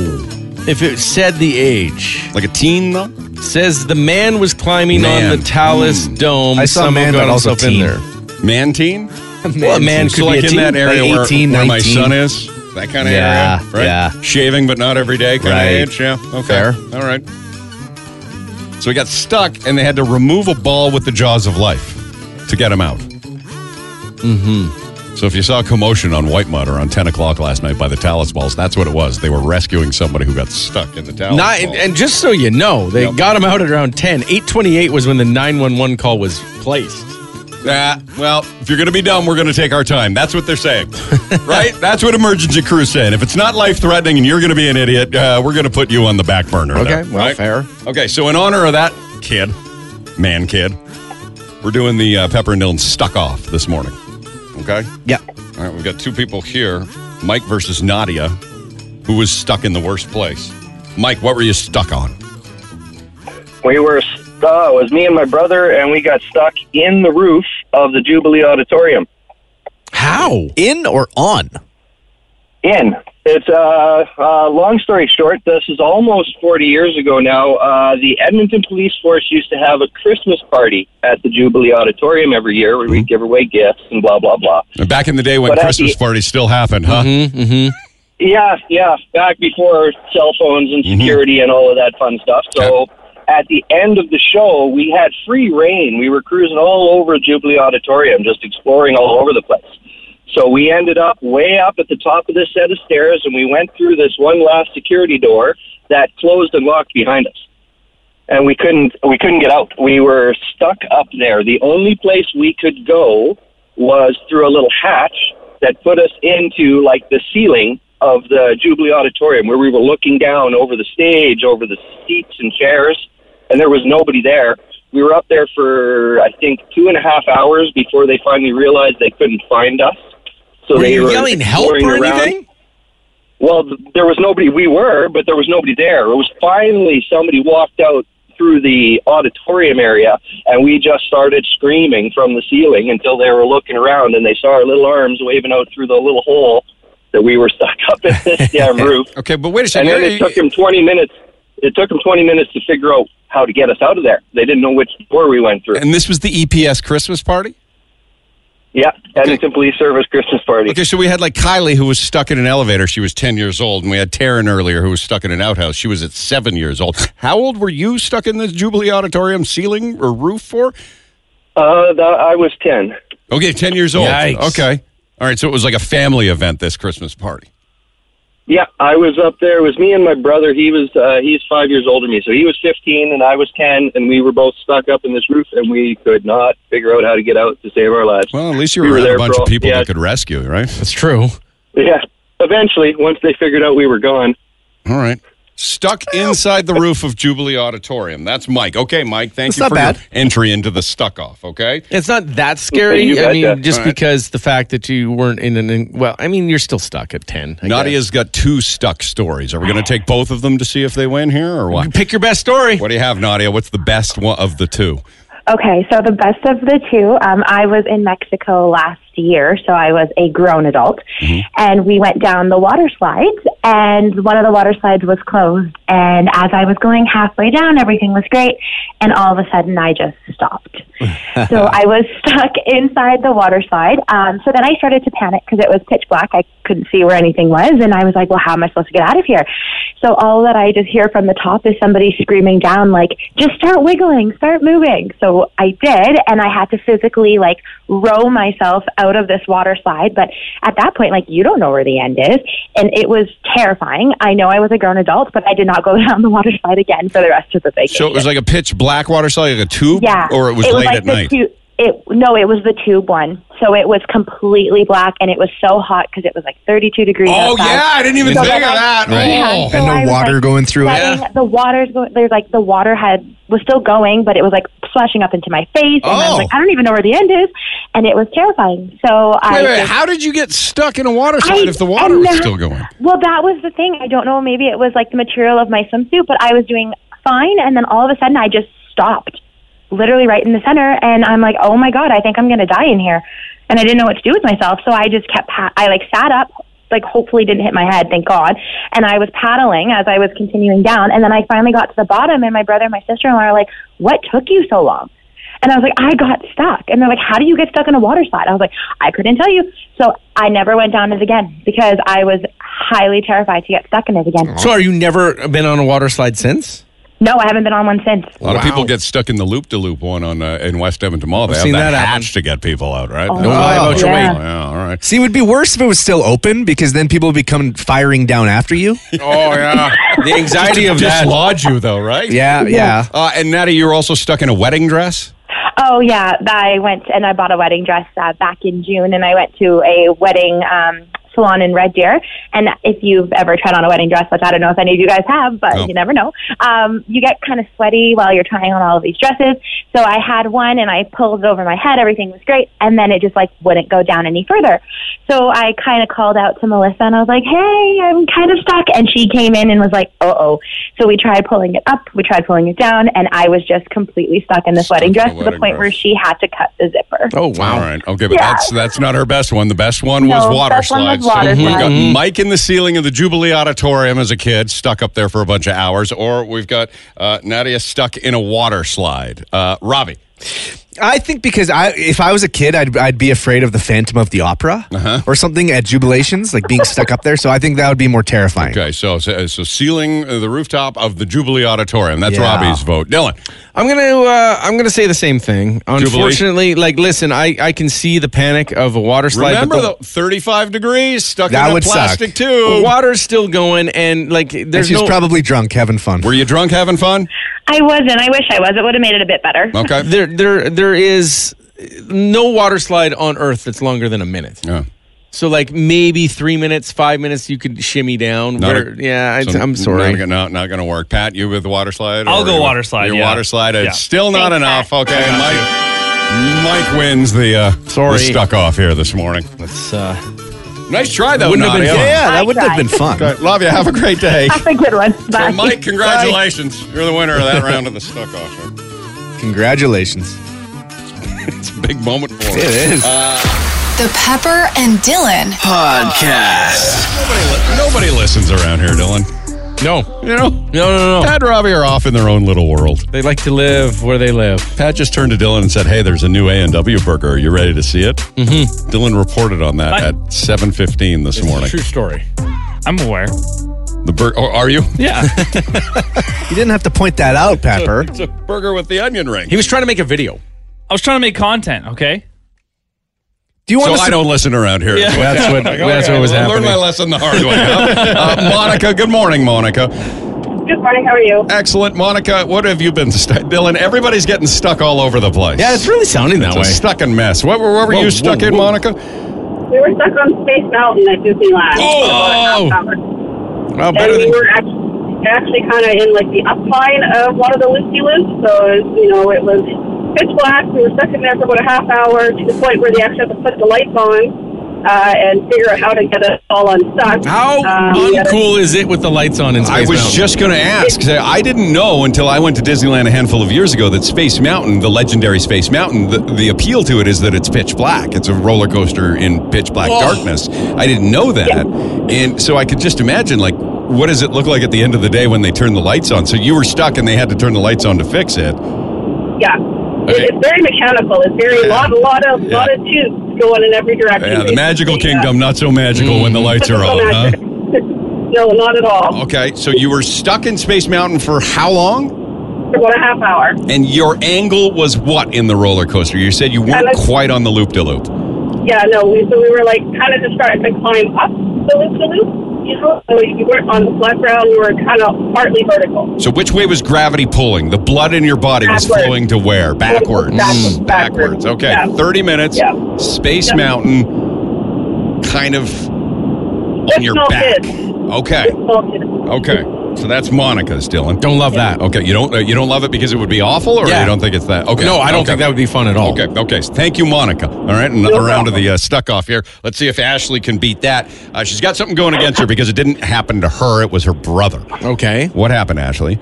[SPEAKER 3] if it said the age.
[SPEAKER 2] Like a teen, though?
[SPEAKER 3] Says the man was climbing
[SPEAKER 2] Man.
[SPEAKER 3] on the Talus Dome.
[SPEAKER 2] I saw
[SPEAKER 3] Someone
[SPEAKER 2] man,
[SPEAKER 3] got
[SPEAKER 2] but also
[SPEAKER 3] himself in
[SPEAKER 2] teen.
[SPEAKER 3] there.
[SPEAKER 2] Man teen?
[SPEAKER 3] Well, a man could
[SPEAKER 2] so like
[SPEAKER 3] be a
[SPEAKER 2] in
[SPEAKER 3] teen,
[SPEAKER 2] that area
[SPEAKER 3] like
[SPEAKER 2] where-
[SPEAKER 3] 18,
[SPEAKER 2] where, my
[SPEAKER 3] 19.
[SPEAKER 2] son is. That kind of
[SPEAKER 3] Yeah,
[SPEAKER 2] area, right?
[SPEAKER 3] yeah.
[SPEAKER 2] Shaving, but not every day kind
[SPEAKER 3] Right.
[SPEAKER 2] of age. Yeah. Okay.
[SPEAKER 3] Fair.
[SPEAKER 2] All right. So he got stuck, and they had to remove a ball with the jaws of life to get him out. Mm-hmm. So if you saw a commotion on White Mud around 10 o'clock last night by the Talus balls, that's what it was. They were rescuing somebody who got stuck in the Talus
[SPEAKER 3] Not,
[SPEAKER 2] balls.
[SPEAKER 3] and just so you know, they got him out at around 10. 828 was when the 911 call was placed.
[SPEAKER 2] Ah, well, if you're going to be dumb, we're going to take our time. That's what they're saying, right? That's what emergency crews saying. If it's not life threatening and you're going to be an idiot, uh, we're going to put you on the back burner.
[SPEAKER 3] Okay,
[SPEAKER 2] there,
[SPEAKER 3] well,
[SPEAKER 2] right?
[SPEAKER 3] fair.
[SPEAKER 2] Okay, so in honor of that kid, man, kid, we're doing the uh, Pepper and Dylan stuck off this morning. Okay.
[SPEAKER 4] Yeah.
[SPEAKER 2] All right, we've got two people here: Mike versus Nadia, who was stuck in the worst place. Mike, what were you stuck on?
[SPEAKER 13] We were, st- uh, it was me and my brother, and we got stuck in the roof of the Jubilee Auditorium.
[SPEAKER 3] How?
[SPEAKER 13] In or on? In. It's, uh, uh, long story short, this is almost 40 years ago now. Uh, the Edmonton Police Force used to have a Christmas party at the Jubilee Auditorium every year where we'd give away gifts and blah, blah, blah.
[SPEAKER 2] Mm-hmm. Back in the day when
[SPEAKER 13] But at
[SPEAKER 2] Christmas
[SPEAKER 13] the-
[SPEAKER 2] parties still happened, huh? Mm-hmm.
[SPEAKER 13] Yeah, yeah, back before cell phones and security and all of that fun stuff. So at the end of the show, we had free reign. We were cruising all over Jubilee Auditorium, just exploring all over the place. So we ended up way up at the top of this set of stairs, and we went through this one last security door that closed and locked behind us. And we couldn't we couldn't get out. We were stuck up there. The only place we could go was through a little hatch that put us into like the ceiling of the Jubilee Auditorium where we were looking down over the stage, over the seats and chairs, and there was nobody there. We were up there for I think two and a half hours before they finally realized they couldn't find us. So
[SPEAKER 3] Were
[SPEAKER 13] they
[SPEAKER 3] you
[SPEAKER 13] were
[SPEAKER 3] yelling help
[SPEAKER 13] exploring
[SPEAKER 3] or
[SPEAKER 13] around.
[SPEAKER 3] anything?
[SPEAKER 13] Well, th- there was nobody. We were, but there was nobody there. It was finally somebody walked out through the auditorium area, and we just started screaming from the ceiling until they were looking around and they saw our little arms waving out through the little hole that we were stuck up in this damn roof.
[SPEAKER 2] Okay, but wait a
[SPEAKER 13] And
[SPEAKER 2] second.
[SPEAKER 13] then it took him twenty minutes. It took him twenty minutes to figure out how to get us out of there. They didn't know which door we went through.
[SPEAKER 2] And this was the EPS Christmas party?
[SPEAKER 13] yeah, Edmonton Police Service Christmas party.
[SPEAKER 2] Okay, so we had like Kylie who was stuck in an elevator. She was 10 years old. And we had Taryn earlier who was stuck in an outhouse. She was at seven years old. How old were you stuck in this Jubilee Auditorium ceiling or roof for?
[SPEAKER 13] Uh, the, I was 10.
[SPEAKER 2] Okay, 10 years old.
[SPEAKER 13] Yikes.
[SPEAKER 2] Okay. All right, so it was like a family event this Christmas party.
[SPEAKER 13] Yeah, I was up there. It was me and my brother. He was uh, he's five years older than me, so he was fifteen and I was ten, and we were both stuck up in this roof, and we could not figure out how to get out to save our lives.
[SPEAKER 2] Well, at least you
[SPEAKER 13] We
[SPEAKER 2] were,
[SPEAKER 13] were
[SPEAKER 2] around
[SPEAKER 13] there
[SPEAKER 2] a bunch
[SPEAKER 13] for
[SPEAKER 2] of
[SPEAKER 13] all-
[SPEAKER 2] people
[SPEAKER 13] yeah.
[SPEAKER 2] that could rescue, right? That's
[SPEAKER 3] True.
[SPEAKER 13] Yeah, eventually, once they figured out we were gone.
[SPEAKER 2] All right. Stuck inside the roof of Jubilee Auditorium. That's Mike. Okay, Mike, thank
[SPEAKER 3] That's
[SPEAKER 2] you
[SPEAKER 3] not
[SPEAKER 2] for
[SPEAKER 3] bad.
[SPEAKER 2] your entry into the stuck off, okay?
[SPEAKER 3] It's not that scary.
[SPEAKER 2] You
[SPEAKER 3] I
[SPEAKER 2] betcha.
[SPEAKER 3] mean, just
[SPEAKER 2] All right.
[SPEAKER 3] because the fact that you weren't in an. in- well, I mean, you're still stuck at 10. I
[SPEAKER 2] Nadia's got two stuck stories. Are we going to take both of them to see if they win here or what?
[SPEAKER 3] Pick your best story.
[SPEAKER 2] What do you have, Nadia? What's the best one of the two?
[SPEAKER 14] Okay, so the best of the two, um, I was in Mexico last year, so I was a grown adult, and we went down the water slides, and one of the water slides was closed, and as I was going halfway down, everything was great, and all of a sudden I just stopped. so I was stuck inside the water slide. Um, so then I started to panic because it was pitch black. I couldn't see where anything was. And I was like, well, how am I supposed to get out of here? So all that I just hear from the top is somebody screaming down, like, just start wiggling, start moving. So I did. And I had to physically, like, row myself out out of this water slide. But at that point, like, you don't know where the end is. And it was terrifying. I know I was a grown adult, but I did not go down the water slide again for the rest of the vacation.
[SPEAKER 2] So it was like a pitch black water slide, like a tube,
[SPEAKER 14] Yeah.
[SPEAKER 2] or it was late
[SPEAKER 14] like
[SPEAKER 2] at
[SPEAKER 14] the
[SPEAKER 2] night.
[SPEAKER 14] tu- it, no, it was the tube one. So it was completely black and it was so hot because it was like 32 degrees.
[SPEAKER 2] Oh,
[SPEAKER 14] outside.
[SPEAKER 2] yeah, I didn't even
[SPEAKER 14] So
[SPEAKER 2] think of
[SPEAKER 14] then I-
[SPEAKER 2] that.
[SPEAKER 14] Yeah,
[SPEAKER 2] Oh.
[SPEAKER 14] so
[SPEAKER 2] And
[SPEAKER 4] no
[SPEAKER 14] I was,
[SPEAKER 4] water
[SPEAKER 14] like,
[SPEAKER 4] going through it.
[SPEAKER 14] sweating. The water's going, there's like the water had, was still going, but it was like splashing up into my face. And I
[SPEAKER 2] Oh.
[SPEAKER 14] was like, I don't even know where the end is. And it was terrifying. So I.
[SPEAKER 2] Wait, wait,
[SPEAKER 14] just-
[SPEAKER 2] how did you get stuck in a water slide
[SPEAKER 14] I-
[SPEAKER 2] if the water
[SPEAKER 14] I'm
[SPEAKER 2] was
[SPEAKER 14] not-
[SPEAKER 2] still going?
[SPEAKER 14] well, that was the thing. I don't know. Maybe it was like the material of my swimsuit, but I was doing fine. And then all of a sudden, I just stopped literally right in the center. And I'm like, oh my God, I think I'm going to die in here. And I didn't know what to do with myself. So I just kept, pa- I like sat up, like hopefully didn't hit my head, thank God. And I was paddling as I was continuing down. And then I finally got to the bottom. And my brother and my sister in law are like, what took you so long? And I was like, I got stuck. And they're like, How do you get stuck in a water slide? I was like, I couldn't tell you. So I never went down it again because I was highly terrified to get stuck in it again.
[SPEAKER 3] So are you never been on a water slide since?
[SPEAKER 14] No, I haven't been on one since.
[SPEAKER 2] A lot of people get stuck in the loop de loop one on uh, in West Edmonton Mall. They
[SPEAKER 3] I've
[SPEAKER 2] have
[SPEAKER 3] seen
[SPEAKER 2] that,
[SPEAKER 3] that happen. Oh,
[SPEAKER 2] hatch to get people out, right?
[SPEAKER 4] Don't lie about your
[SPEAKER 2] Oh. yeah.
[SPEAKER 4] weight.
[SPEAKER 2] Yeah, all right.
[SPEAKER 4] See, it would be worse if it was still open because then people would be coming firing down after you.
[SPEAKER 2] Oh yeah,
[SPEAKER 3] the anxiety of that.
[SPEAKER 2] dislodge you though, right?
[SPEAKER 4] Yeah, yeah.
[SPEAKER 2] Uh, and Natty, you're also stuck in a wedding dress.
[SPEAKER 14] Oh, yeah. I went and I bought a wedding dress uh, back in June and I went to a wedding um, salon in Red Deer. And if you've ever tried on a wedding dress, which I don't know if any of you guys have, but
[SPEAKER 2] No.
[SPEAKER 14] you never know, um, you get kind of sweaty while you're trying on all of these dresses. So I had one and I pulled it over my head. Everything was great. And then it just like wouldn't go down any further. So I kind of called out to Melissa and I was like, hey, I'm kind of stuck. And she came in and was like, uh oh. So we tried pulling it up, we tried pulling it down, and I was just completely stuck in this wedding dress to the
[SPEAKER 2] wedding
[SPEAKER 14] point where she had to cut the zipper.
[SPEAKER 2] Oh wow! All right, okay, but
[SPEAKER 14] Yeah.
[SPEAKER 2] that's that's not her best one. The best one was
[SPEAKER 14] No,
[SPEAKER 2] water
[SPEAKER 14] best one was
[SPEAKER 2] slides.
[SPEAKER 14] water
[SPEAKER 2] so we've
[SPEAKER 14] slide.
[SPEAKER 2] got
[SPEAKER 14] Mhm.
[SPEAKER 2] Mike in the ceiling of the Jubilee Auditorium as a kid, stuck up there for a bunch of hours, or we've got uh, Nadia stuck in a water slide. Uh, Robbie,
[SPEAKER 4] I think because I, if I was a kid, I'd, I'd be afraid of the Phantom of the Opera or something at Jubilations, like being stuck up there. So I think that would be more terrifying.
[SPEAKER 2] okay, so so, so ceiling uh, the rooftop of the Jubilee Auditorium. That's
[SPEAKER 4] Yeah.
[SPEAKER 2] Robbie's vote. Dylan,
[SPEAKER 3] I'm gonna uh, I'm gonna say the same thing.
[SPEAKER 2] Jubilee?
[SPEAKER 3] Unfortunately, like listen, I, I can see the panic of a water slide. but
[SPEAKER 2] remember
[SPEAKER 3] the-
[SPEAKER 2] though, thirty-five degrees stuck
[SPEAKER 4] That
[SPEAKER 2] in a
[SPEAKER 4] would suck.
[SPEAKER 2] plastic
[SPEAKER 3] the
[SPEAKER 2] tube.
[SPEAKER 3] water's still going, and like
[SPEAKER 4] And
[SPEAKER 3] there's
[SPEAKER 4] she's
[SPEAKER 3] no.
[SPEAKER 4] probably drunk having fun.
[SPEAKER 2] Were you drunk having fun?
[SPEAKER 14] I wasn't. I wish I was. It would have made it a bit better.
[SPEAKER 2] Okay.
[SPEAKER 3] there there there is no water slide on Earth that's longer than a minute.
[SPEAKER 2] Yeah.
[SPEAKER 3] So like maybe three minutes, five minutes, you could shimmy down.
[SPEAKER 2] Not a-
[SPEAKER 3] Where- yeah, I,
[SPEAKER 2] So
[SPEAKER 3] I'm
[SPEAKER 2] Not,
[SPEAKER 3] sorry.
[SPEAKER 2] gonna- not, not going to work. Pat, you with the water slide?
[SPEAKER 9] I'll
[SPEAKER 2] or
[SPEAKER 9] go
[SPEAKER 2] you-
[SPEAKER 9] water slide,
[SPEAKER 2] Your
[SPEAKER 9] yeah.
[SPEAKER 2] water slide. It's
[SPEAKER 9] Yeah.
[SPEAKER 2] still not enough. Okay, Mike. Mike wins the. Uh,
[SPEAKER 3] Sorry.
[SPEAKER 2] the stuck off here this morning.
[SPEAKER 3] That's uh,
[SPEAKER 2] Nice try though.
[SPEAKER 3] Wouldn't have been
[SPEAKER 2] Nadia.
[SPEAKER 3] fun.
[SPEAKER 4] yeah,
[SPEAKER 14] I
[SPEAKER 4] that wouldn't have been
[SPEAKER 2] All
[SPEAKER 4] fun.
[SPEAKER 2] right, love you. Have a great day.
[SPEAKER 14] That's a good one. Bye.
[SPEAKER 2] So, Mike, congratulations. You're the winner of that round of the stuck off.
[SPEAKER 4] Congratulations.
[SPEAKER 2] It's a big moment for
[SPEAKER 4] It
[SPEAKER 2] him.
[SPEAKER 4] is.
[SPEAKER 11] The Pepper and Dylan
[SPEAKER 1] Podcast.
[SPEAKER 2] Uh, Nobody, li- nobody listens around here, Dylan.
[SPEAKER 3] no,
[SPEAKER 2] You know,
[SPEAKER 3] no, no, no.
[SPEAKER 2] Pat and Robbie are off in their own little world.
[SPEAKER 3] They like to live where they live.
[SPEAKER 2] Pat just turned to Dylan and said, "Hey, there's a new A and W burger. Are you ready to see it?" Mm-hmm. Dylan reported on that
[SPEAKER 9] Hi.
[SPEAKER 2] at 7:15 this morning.
[SPEAKER 3] True story.
[SPEAKER 9] I'm aware.
[SPEAKER 2] The burger? Are you?
[SPEAKER 9] Yeah.
[SPEAKER 4] You didn't have to point that out, Pepper.
[SPEAKER 2] It's a burger with the onion ring.
[SPEAKER 3] He was trying to make a video.
[SPEAKER 9] I was trying to make content, okay?
[SPEAKER 4] Do you want
[SPEAKER 2] so
[SPEAKER 4] us
[SPEAKER 2] I
[SPEAKER 4] to
[SPEAKER 2] don't listen around here.
[SPEAKER 9] Yeah.
[SPEAKER 3] That's what that's what was
[SPEAKER 2] I
[SPEAKER 3] happening.
[SPEAKER 2] learned my lesson the hard way. huh? uh, Monica, good morning, Monica.
[SPEAKER 5] Good morning. How are you?
[SPEAKER 2] Excellent, Monica. What have you been stuck? Dylan, everybody's getting stuck all over the place.
[SPEAKER 3] Yeah, it's really sounding that
[SPEAKER 2] It's a
[SPEAKER 3] way.
[SPEAKER 2] stuck and mess. What, were- where were
[SPEAKER 3] Whoa,
[SPEAKER 2] you stuck
[SPEAKER 3] whoa,
[SPEAKER 2] in,
[SPEAKER 3] whoa.
[SPEAKER 2] Monica?
[SPEAKER 5] We were stuck on Space Mountain at Disneyland.
[SPEAKER 2] Oh!
[SPEAKER 5] for about an hour.
[SPEAKER 2] Well,
[SPEAKER 5] and
[SPEAKER 2] Oh, better
[SPEAKER 5] we
[SPEAKER 2] than
[SPEAKER 5] were actually, actually kind of in like the upline of one of the loosey loops. So you know, it was pitch black. We were stuck in there for about a half hour to the point where they actually had to put the lights on uh, and figure out how to get us all unstuck.
[SPEAKER 3] How
[SPEAKER 5] Um, yeah.
[SPEAKER 3] uncool is it with the lights on in
[SPEAKER 2] I
[SPEAKER 3] Space
[SPEAKER 2] was
[SPEAKER 3] Mountain?
[SPEAKER 2] just going to ask 'cause I I didn't know until I went to Disneyland a handful of years ago that Space Mountain, the legendary Space Mountain, the, the appeal to it is that it's pitch black. It's a roller coaster in pitch black
[SPEAKER 3] Oh.
[SPEAKER 2] darkness. I didn't know that, and so I could just imagine like what does it look like at the end of the day when they turn the lights on. So you were stuck, and they had to turn the lights on to fix it.
[SPEAKER 5] Yeah.
[SPEAKER 2] Okay.
[SPEAKER 5] It, it's very mechanical. It's very lot, lot of, lot of tubes going in every direction.
[SPEAKER 2] Yeah, the magical
[SPEAKER 5] basically.
[SPEAKER 2] kingdom, not so magical when the lights are
[SPEAKER 5] Typical
[SPEAKER 2] on. Huh?
[SPEAKER 5] magic. no, not at all.
[SPEAKER 2] Okay, so you were stuck in Space Mountain for how long?
[SPEAKER 5] For about a half hour.
[SPEAKER 2] And your angle was what in the roller coaster? You said you
[SPEAKER 5] I
[SPEAKER 2] weren't
[SPEAKER 5] like-
[SPEAKER 2] quite on the loop de loop.
[SPEAKER 5] yeah, no, we, so we were like kind of just starting to climb up the loop the loop, you know, so we weren't on the flat ground, we were kind of partly vertical.
[SPEAKER 2] So which way was gravity pulling? The blood in your body was
[SPEAKER 5] Backwards.
[SPEAKER 2] flowing to where? Backwards.
[SPEAKER 5] Backwards.
[SPEAKER 2] Mm, Backwards. Okay.
[SPEAKER 5] Yeah.
[SPEAKER 2] 30 minutes.
[SPEAKER 5] Yeah.
[SPEAKER 2] Space
[SPEAKER 5] Yeah.
[SPEAKER 2] Mountain kind of on
[SPEAKER 5] Just
[SPEAKER 2] your
[SPEAKER 5] felt
[SPEAKER 2] back.
[SPEAKER 5] good.
[SPEAKER 2] Okay.
[SPEAKER 5] Just felt good.
[SPEAKER 2] Okay. So that's Monica's, Dylan. Don't love that. Okay, you don't uh, you don't love it because it would be awful, or
[SPEAKER 15] Yeah.
[SPEAKER 2] you don't think it's that. Okay,
[SPEAKER 15] No, I don't
[SPEAKER 2] Okay.
[SPEAKER 15] think that would be fun at all.
[SPEAKER 2] Okay, okay. Thank you, Monica. All right, another round of the uh, stuck off here. Let's see if Ashley can beat that. Uh, she's got something going against her because it didn't happen to her; it was her brother.
[SPEAKER 15] Okay,
[SPEAKER 2] what happened, Ashley?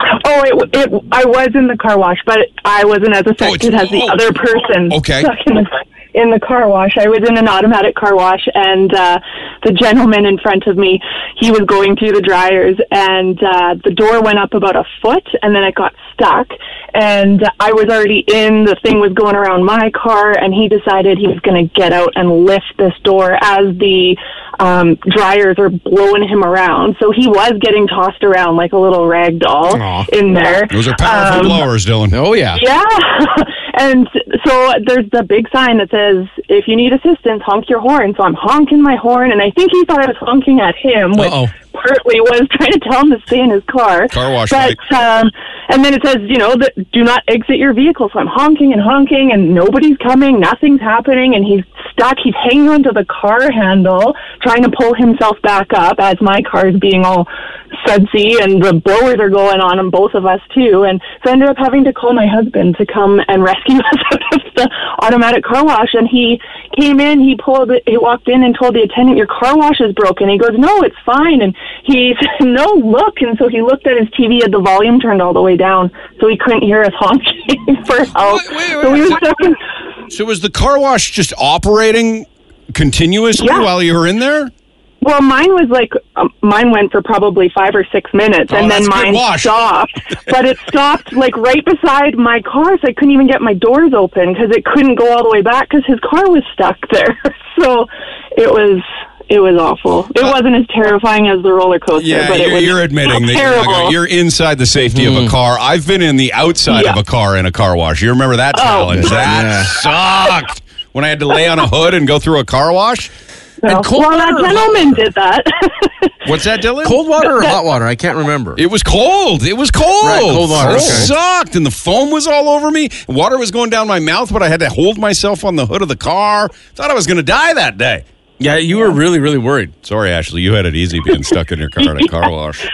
[SPEAKER 16] Oh, it, it, I was in the car wash, but I wasn't as affected as the other person.
[SPEAKER 2] Okay.
[SPEAKER 16] stuck in, the, in the car wash, I was in an automatic car wash, and uh, the gentleman in front of me, he was going through the dryers, and uh, the door went up about a foot, and then it got stuck, and I was already in. The thing was going around my car, and he decided he was going to get out and lift this door as the um, dryers are blowing him around. So he was getting tossed around like a little rag doll
[SPEAKER 2] Aw.
[SPEAKER 16] in there.
[SPEAKER 2] Those are powerful
[SPEAKER 16] Um,
[SPEAKER 2] blowers, Dylan.
[SPEAKER 15] Oh
[SPEAKER 16] yeah. and so there's the big sign that says, if you need assistance, honk your horn. So I'm honking my horn, and I think he thought I was honking at him, which
[SPEAKER 2] Uh-oh.
[SPEAKER 16] partly was trying to tell him to stay in his car.
[SPEAKER 2] Car wash,
[SPEAKER 16] But, um, and then it says, you know, that do not exit your vehicle. So I'm honking and honking, and nobody's coming, nothing's happening, and he's stuck. He's hanging onto the car handle, trying to pull himself back up as my car is being all sudsy, and the blowers are going on, and both of us too. And so I ended up having to call my husband to come and rescue us out of the automatic car wash. And he came in, he pulled, he walked in and told the attendant, "Your car wash is broken." He goes, "No, it's fine." And he said, "No, look." And so he looked at his TV, had the volume turned all the way down, so he couldn't hear us honking for help. so we were stuck in
[SPEAKER 2] So was the car wash just operating continuously
[SPEAKER 16] Yeah.
[SPEAKER 2] while you were in there?
[SPEAKER 16] Well, mine was like um, mine went for probably five or six minutes,
[SPEAKER 2] Oh,
[SPEAKER 16] and
[SPEAKER 2] that's
[SPEAKER 16] then
[SPEAKER 2] good
[SPEAKER 16] mine
[SPEAKER 2] wash.
[SPEAKER 16] stopped. but it stopped like right beside my car, so I couldn't even get my doors open because it couldn't go all the way back because his car was stuck there. so it was it was awful. It wasn't as terrifying as the roller coaster,
[SPEAKER 2] Uh, Yeah,
[SPEAKER 16] but it
[SPEAKER 2] you're,
[SPEAKER 16] was
[SPEAKER 2] you're admitting that you're,
[SPEAKER 16] terrible.
[SPEAKER 2] like a- you're inside the safety of
[SPEAKER 15] Mm-hmm.
[SPEAKER 2] a car. I've been in the outside of a car in a car wash. You remember that
[SPEAKER 16] Oh.
[SPEAKER 2] challenge?
[SPEAKER 16] Yeah.
[SPEAKER 2] That
[SPEAKER 16] Yeah.
[SPEAKER 2] sucked. When I had to lay on a hood and go through a car wash.
[SPEAKER 16] So- well, that gentleman did that.
[SPEAKER 2] What's that, Dylan?
[SPEAKER 15] Cold water or hot water? I can't remember.
[SPEAKER 2] It was cold. It was cold.
[SPEAKER 15] Right, cold water,
[SPEAKER 2] It
[SPEAKER 15] okay.
[SPEAKER 2] sucked, and the foam was all over me. Water was going down my mouth, but I had to hold myself on the hood of the car. Thought I was going to die that day.
[SPEAKER 15] Yeah, you were really, really worried.
[SPEAKER 2] Sorry, Ashley, you had it easy being stuck in your car at a car wash.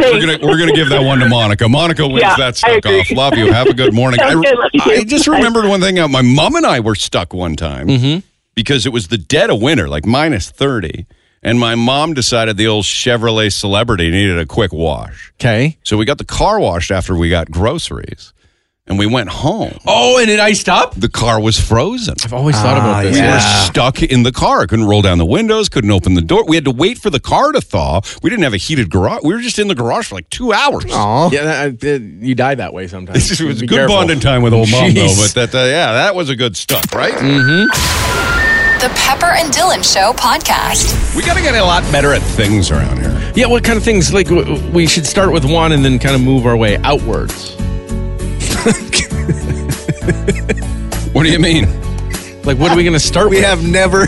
[SPEAKER 2] We're gonna we're gonna give that one to Monica. Monica wins
[SPEAKER 15] Yeah,
[SPEAKER 2] that
[SPEAKER 15] I
[SPEAKER 2] stuck
[SPEAKER 15] agree.
[SPEAKER 2] off. Love you. Have a good morning. I,
[SPEAKER 15] Okay, love you.
[SPEAKER 2] I just remembered one thing. Uh, My mom and I were stuck one time
[SPEAKER 15] Mm-hmm.
[SPEAKER 2] because it was the dead of winter, like minus thirty, and my mom decided the old Chevrolet Celebrity needed a quick wash.
[SPEAKER 15] Okay.
[SPEAKER 2] So we got the car washed after we got groceries, and we went home.
[SPEAKER 15] Oh, and it iced up.
[SPEAKER 2] The car was frozen. I've
[SPEAKER 15] always thought about this.
[SPEAKER 2] We were stuck in the car. Couldn't roll down the windows. Couldn't open the door. We had to wait for the car to thaw. We didn't have a heated garage. We were just in the garage for like two hours.
[SPEAKER 15] Yeah, that, I- that- you die that way sometimes.
[SPEAKER 2] It was
[SPEAKER 15] Be
[SPEAKER 2] a good
[SPEAKER 15] careful.
[SPEAKER 2] bonding time with old mom, though.
[SPEAKER 15] Jeez.
[SPEAKER 2] But that, uh, yeah, that was a good stuck, right? Mm-hmm.
[SPEAKER 11] The Pepper and Dylan Show podcast.
[SPEAKER 2] We got to get a lot better at things around here.
[SPEAKER 15] Yeah, what kind of things? Like w- we should start with one and then kind of move our way outwards.
[SPEAKER 2] what do you mean?
[SPEAKER 15] Like, what are we going to start?
[SPEAKER 4] We
[SPEAKER 15] with?
[SPEAKER 4] have never.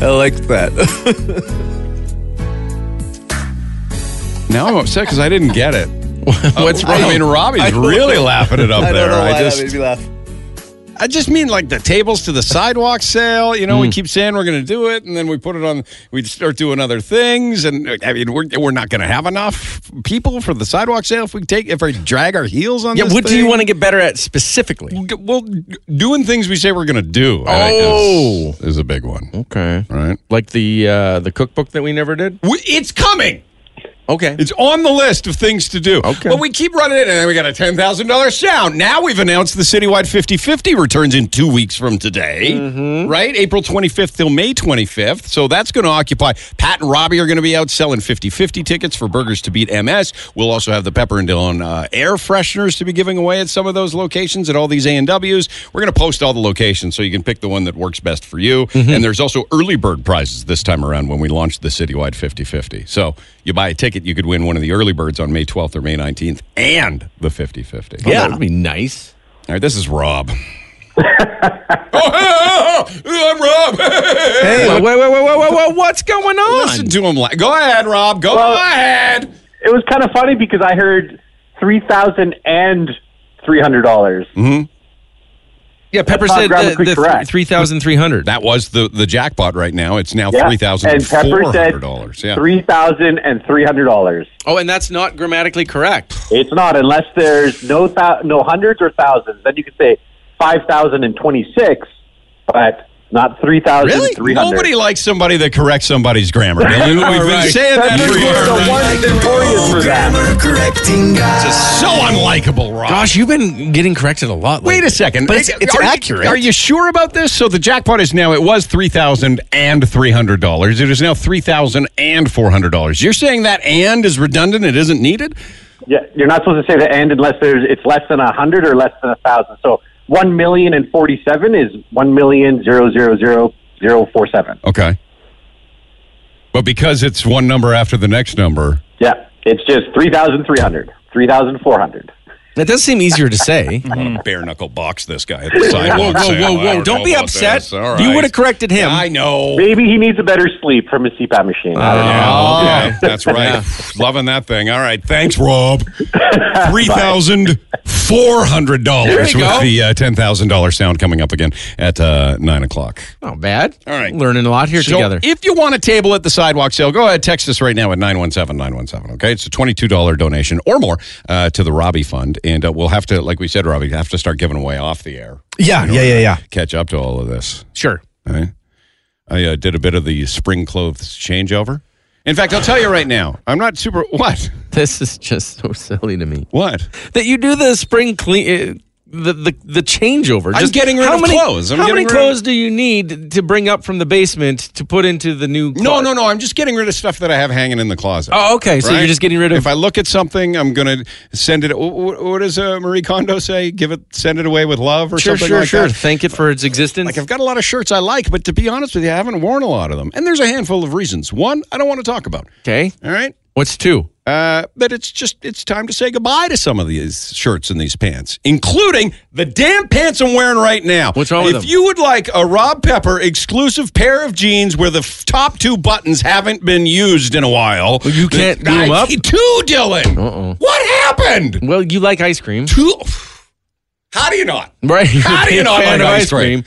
[SPEAKER 4] I like that.
[SPEAKER 2] Now I'm upset because I didn't get it. What's wrong? I mean, Robbie's
[SPEAKER 4] I don't
[SPEAKER 2] really
[SPEAKER 4] know.
[SPEAKER 2] laughing it up
[SPEAKER 4] I
[SPEAKER 2] there.
[SPEAKER 4] Don't know why
[SPEAKER 2] I
[SPEAKER 4] that
[SPEAKER 2] just,
[SPEAKER 4] made me laugh.
[SPEAKER 2] I just mean like the tables to the sidewalk sale. You know, we keep saying we're going to do it, and then we put it on. We start doing other things, and uh, I mean, we're, we're not going to have enough people for the sidewalk sale if we take if we drag our heels on.
[SPEAKER 15] Yeah,
[SPEAKER 2] this
[SPEAKER 15] what do you
[SPEAKER 2] thing.
[SPEAKER 15] want to get better at specifically?
[SPEAKER 2] Well, doing things we say we're going to do. I think,
[SPEAKER 15] Oh,
[SPEAKER 2] is, is a big one.
[SPEAKER 15] Okay,
[SPEAKER 2] right.
[SPEAKER 15] Like the uh, the cookbook that we never did.
[SPEAKER 2] We, it's coming.
[SPEAKER 15] Okay,
[SPEAKER 2] it's on the list of things to do. Okay, but we keep running it, and then we got a ten thousand dollars sound. Now we've announced the citywide 50-50 returns in two weeks from today,
[SPEAKER 15] Mm-hmm.
[SPEAKER 2] right? April twenty fifth till May twenty fifth. So that's going to occupy. Pat and Robbie are going to be out selling 50-50 tickets for Burgers to Beat MS. We'll also have the Pepper and Dylan uh, air fresheners to be giving away at some of those locations at all these A and W's. We're going to post all the locations so you can pick the one that works best for you.
[SPEAKER 3] Mm-hmm.
[SPEAKER 2] And there's also early bird prizes this time around when we launched the citywide 50-50. So you buy a ticket, you could win one of the early birds on May 12th or May 19th and the
[SPEAKER 15] Yeah.
[SPEAKER 2] 50-50.
[SPEAKER 15] Oh, that would be nice.
[SPEAKER 2] All right, this is Rob. Oh, I'm Rob. hey,
[SPEAKER 3] wait, wait, wait, wait, wait, wait, what's going on?
[SPEAKER 2] Listen to him. Like, go ahead, Rob. Go
[SPEAKER 17] Well-
[SPEAKER 2] ahead.
[SPEAKER 17] It was kind of funny because I heard three thousand and three hundred dollars.
[SPEAKER 2] Mm-hmm.
[SPEAKER 3] Yeah, Pepper
[SPEAKER 17] That's not
[SPEAKER 3] said
[SPEAKER 17] Grammar
[SPEAKER 3] the,
[SPEAKER 17] Creek
[SPEAKER 3] the
[SPEAKER 17] correct.
[SPEAKER 3] three thousand three hundred.
[SPEAKER 2] That was the the jackpot right now. It's now
[SPEAKER 17] Yeah.
[SPEAKER 2] three thousand
[SPEAKER 17] And Pepper
[SPEAKER 2] four
[SPEAKER 17] said
[SPEAKER 2] hundred dollars. Yeah.
[SPEAKER 17] Three thousand and three hundred dollars.
[SPEAKER 3] Oh, and that's not grammatically correct.
[SPEAKER 17] It's not unless there's no thou- no hundreds or thousands. Then you could say five thousand and twenty six, but not three thousand
[SPEAKER 2] Really?
[SPEAKER 17] three hundred.
[SPEAKER 2] Nobody likes somebody that corrects somebody's grammar. Dylan. We've been
[SPEAKER 6] Alright.
[SPEAKER 2] saying that
[SPEAKER 6] Pepper
[SPEAKER 2] for
[SPEAKER 6] was
[SPEAKER 2] years.
[SPEAKER 6] the one notorious for that. Grammar correcting guy.
[SPEAKER 2] Just so unlikable, Rob.
[SPEAKER 3] Gosh, you've been getting corrected a lot.
[SPEAKER 2] Wait a second.
[SPEAKER 3] But it's-
[SPEAKER 2] Are-
[SPEAKER 3] it's
[SPEAKER 2] are you-
[SPEAKER 3] accurate.
[SPEAKER 2] are you sure about this? So the jackpot is now, it was $3,300. It is now $3,400. You're saying that and is redundant? It isn't needed?
[SPEAKER 17] Yeah, you're not supposed to say the and unless there's it's less than a hundred or less than a thousand. So one million and forty seven is one million zero zero zero zero four seven.
[SPEAKER 2] Okay. But because it's one number after the next number,
[SPEAKER 17] Yeah, it's just three thousand three hundred, three thousand four hundred.
[SPEAKER 3] That does seem easier to say.
[SPEAKER 2] bare knuckle box this guy at the sidewalk.
[SPEAKER 3] Whoa, whoa,
[SPEAKER 2] saying,
[SPEAKER 3] whoa,
[SPEAKER 2] "Well, I
[SPEAKER 3] whoa.
[SPEAKER 2] don't
[SPEAKER 3] Don't
[SPEAKER 2] know
[SPEAKER 3] be
[SPEAKER 2] about
[SPEAKER 3] upset.
[SPEAKER 2] this." All
[SPEAKER 3] You
[SPEAKER 2] right.
[SPEAKER 3] would have corrected him.
[SPEAKER 2] I know.
[SPEAKER 17] Maybe he needs a better sleep from his CPAP machine. I don't know.
[SPEAKER 2] Oh, yeah, that's right. Loving that thing. All right, thanks, Rob. Three thousand four hundred
[SPEAKER 3] There
[SPEAKER 2] dollars
[SPEAKER 3] you
[SPEAKER 2] with
[SPEAKER 3] go.
[SPEAKER 2] the uh, ten thousand dollar sound coming up again at uh, nine o'clock.
[SPEAKER 3] Not bad.
[SPEAKER 2] All right.
[SPEAKER 3] Learning a lot here
[SPEAKER 2] So
[SPEAKER 3] together.
[SPEAKER 2] if you want a table at the sidewalk sale, go ahead, text us right now at 917 917. Okay. It's a $22 donation or more uh, to the Robbie Fund. And uh, we'll have to, like we said, Robbie, have to start giving away off the air.
[SPEAKER 4] Yeah, yeah, yeah, yeah.
[SPEAKER 2] Catch up to all of this.
[SPEAKER 3] Sure.
[SPEAKER 2] All right. I uh, did a bit of the spring clothes changeover. In fact, I'll tell you right now, I'm not super. What?
[SPEAKER 3] This is just so silly to me.
[SPEAKER 2] What?
[SPEAKER 3] That you do the spring clean, uh, the, the the changeover.
[SPEAKER 2] I'm
[SPEAKER 3] Just
[SPEAKER 2] getting rid
[SPEAKER 3] how
[SPEAKER 2] of
[SPEAKER 3] many,
[SPEAKER 2] clothes. I'm
[SPEAKER 3] how
[SPEAKER 2] getting
[SPEAKER 3] many
[SPEAKER 2] rid of-
[SPEAKER 3] clothes do you need to bring up from the basement to put into the new?
[SPEAKER 2] No, no, no. I'm just getting rid of stuff that I have hanging in the closet.
[SPEAKER 3] Oh, okay. So you're
[SPEAKER 2] Right?
[SPEAKER 3] just getting rid of.
[SPEAKER 2] If I look at something, I'm going to send it. wh- wh- What does uh, Marie Kondo say? Give it, send it away with love or
[SPEAKER 3] sure,
[SPEAKER 2] something
[SPEAKER 3] sure,
[SPEAKER 2] like
[SPEAKER 3] sure.
[SPEAKER 2] that.
[SPEAKER 3] Thank it for its existence.
[SPEAKER 2] Like I've got a lot of shirts I like, but to be honest with you, I haven't worn a lot of them. And there's a handful of reasons. One, I don't want to talk about.
[SPEAKER 3] okay.
[SPEAKER 2] All right.
[SPEAKER 3] What's two?
[SPEAKER 2] Uh, but it's just it's time to say goodbye to some of these shirts and these pants, including the damn pants I'm wearing right now.
[SPEAKER 3] What's wrong
[SPEAKER 2] if
[SPEAKER 3] with them?
[SPEAKER 2] you would like a Rob Pepper exclusive pair of jeans where the f- top two buttons haven't been used in a while,
[SPEAKER 3] Well, you can't
[SPEAKER 2] the-
[SPEAKER 3] do 'em
[SPEAKER 2] I-
[SPEAKER 3] up?
[SPEAKER 2] Two, Dylan.
[SPEAKER 3] Uh-oh.
[SPEAKER 2] What happened?
[SPEAKER 3] Well, you like ice cream,
[SPEAKER 2] Two. How do you not?
[SPEAKER 3] right?
[SPEAKER 2] How do you
[SPEAKER 3] You're a
[SPEAKER 2] not
[SPEAKER 3] fan
[SPEAKER 2] like
[SPEAKER 3] of Uh,
[SPEAKER 2] ice cream?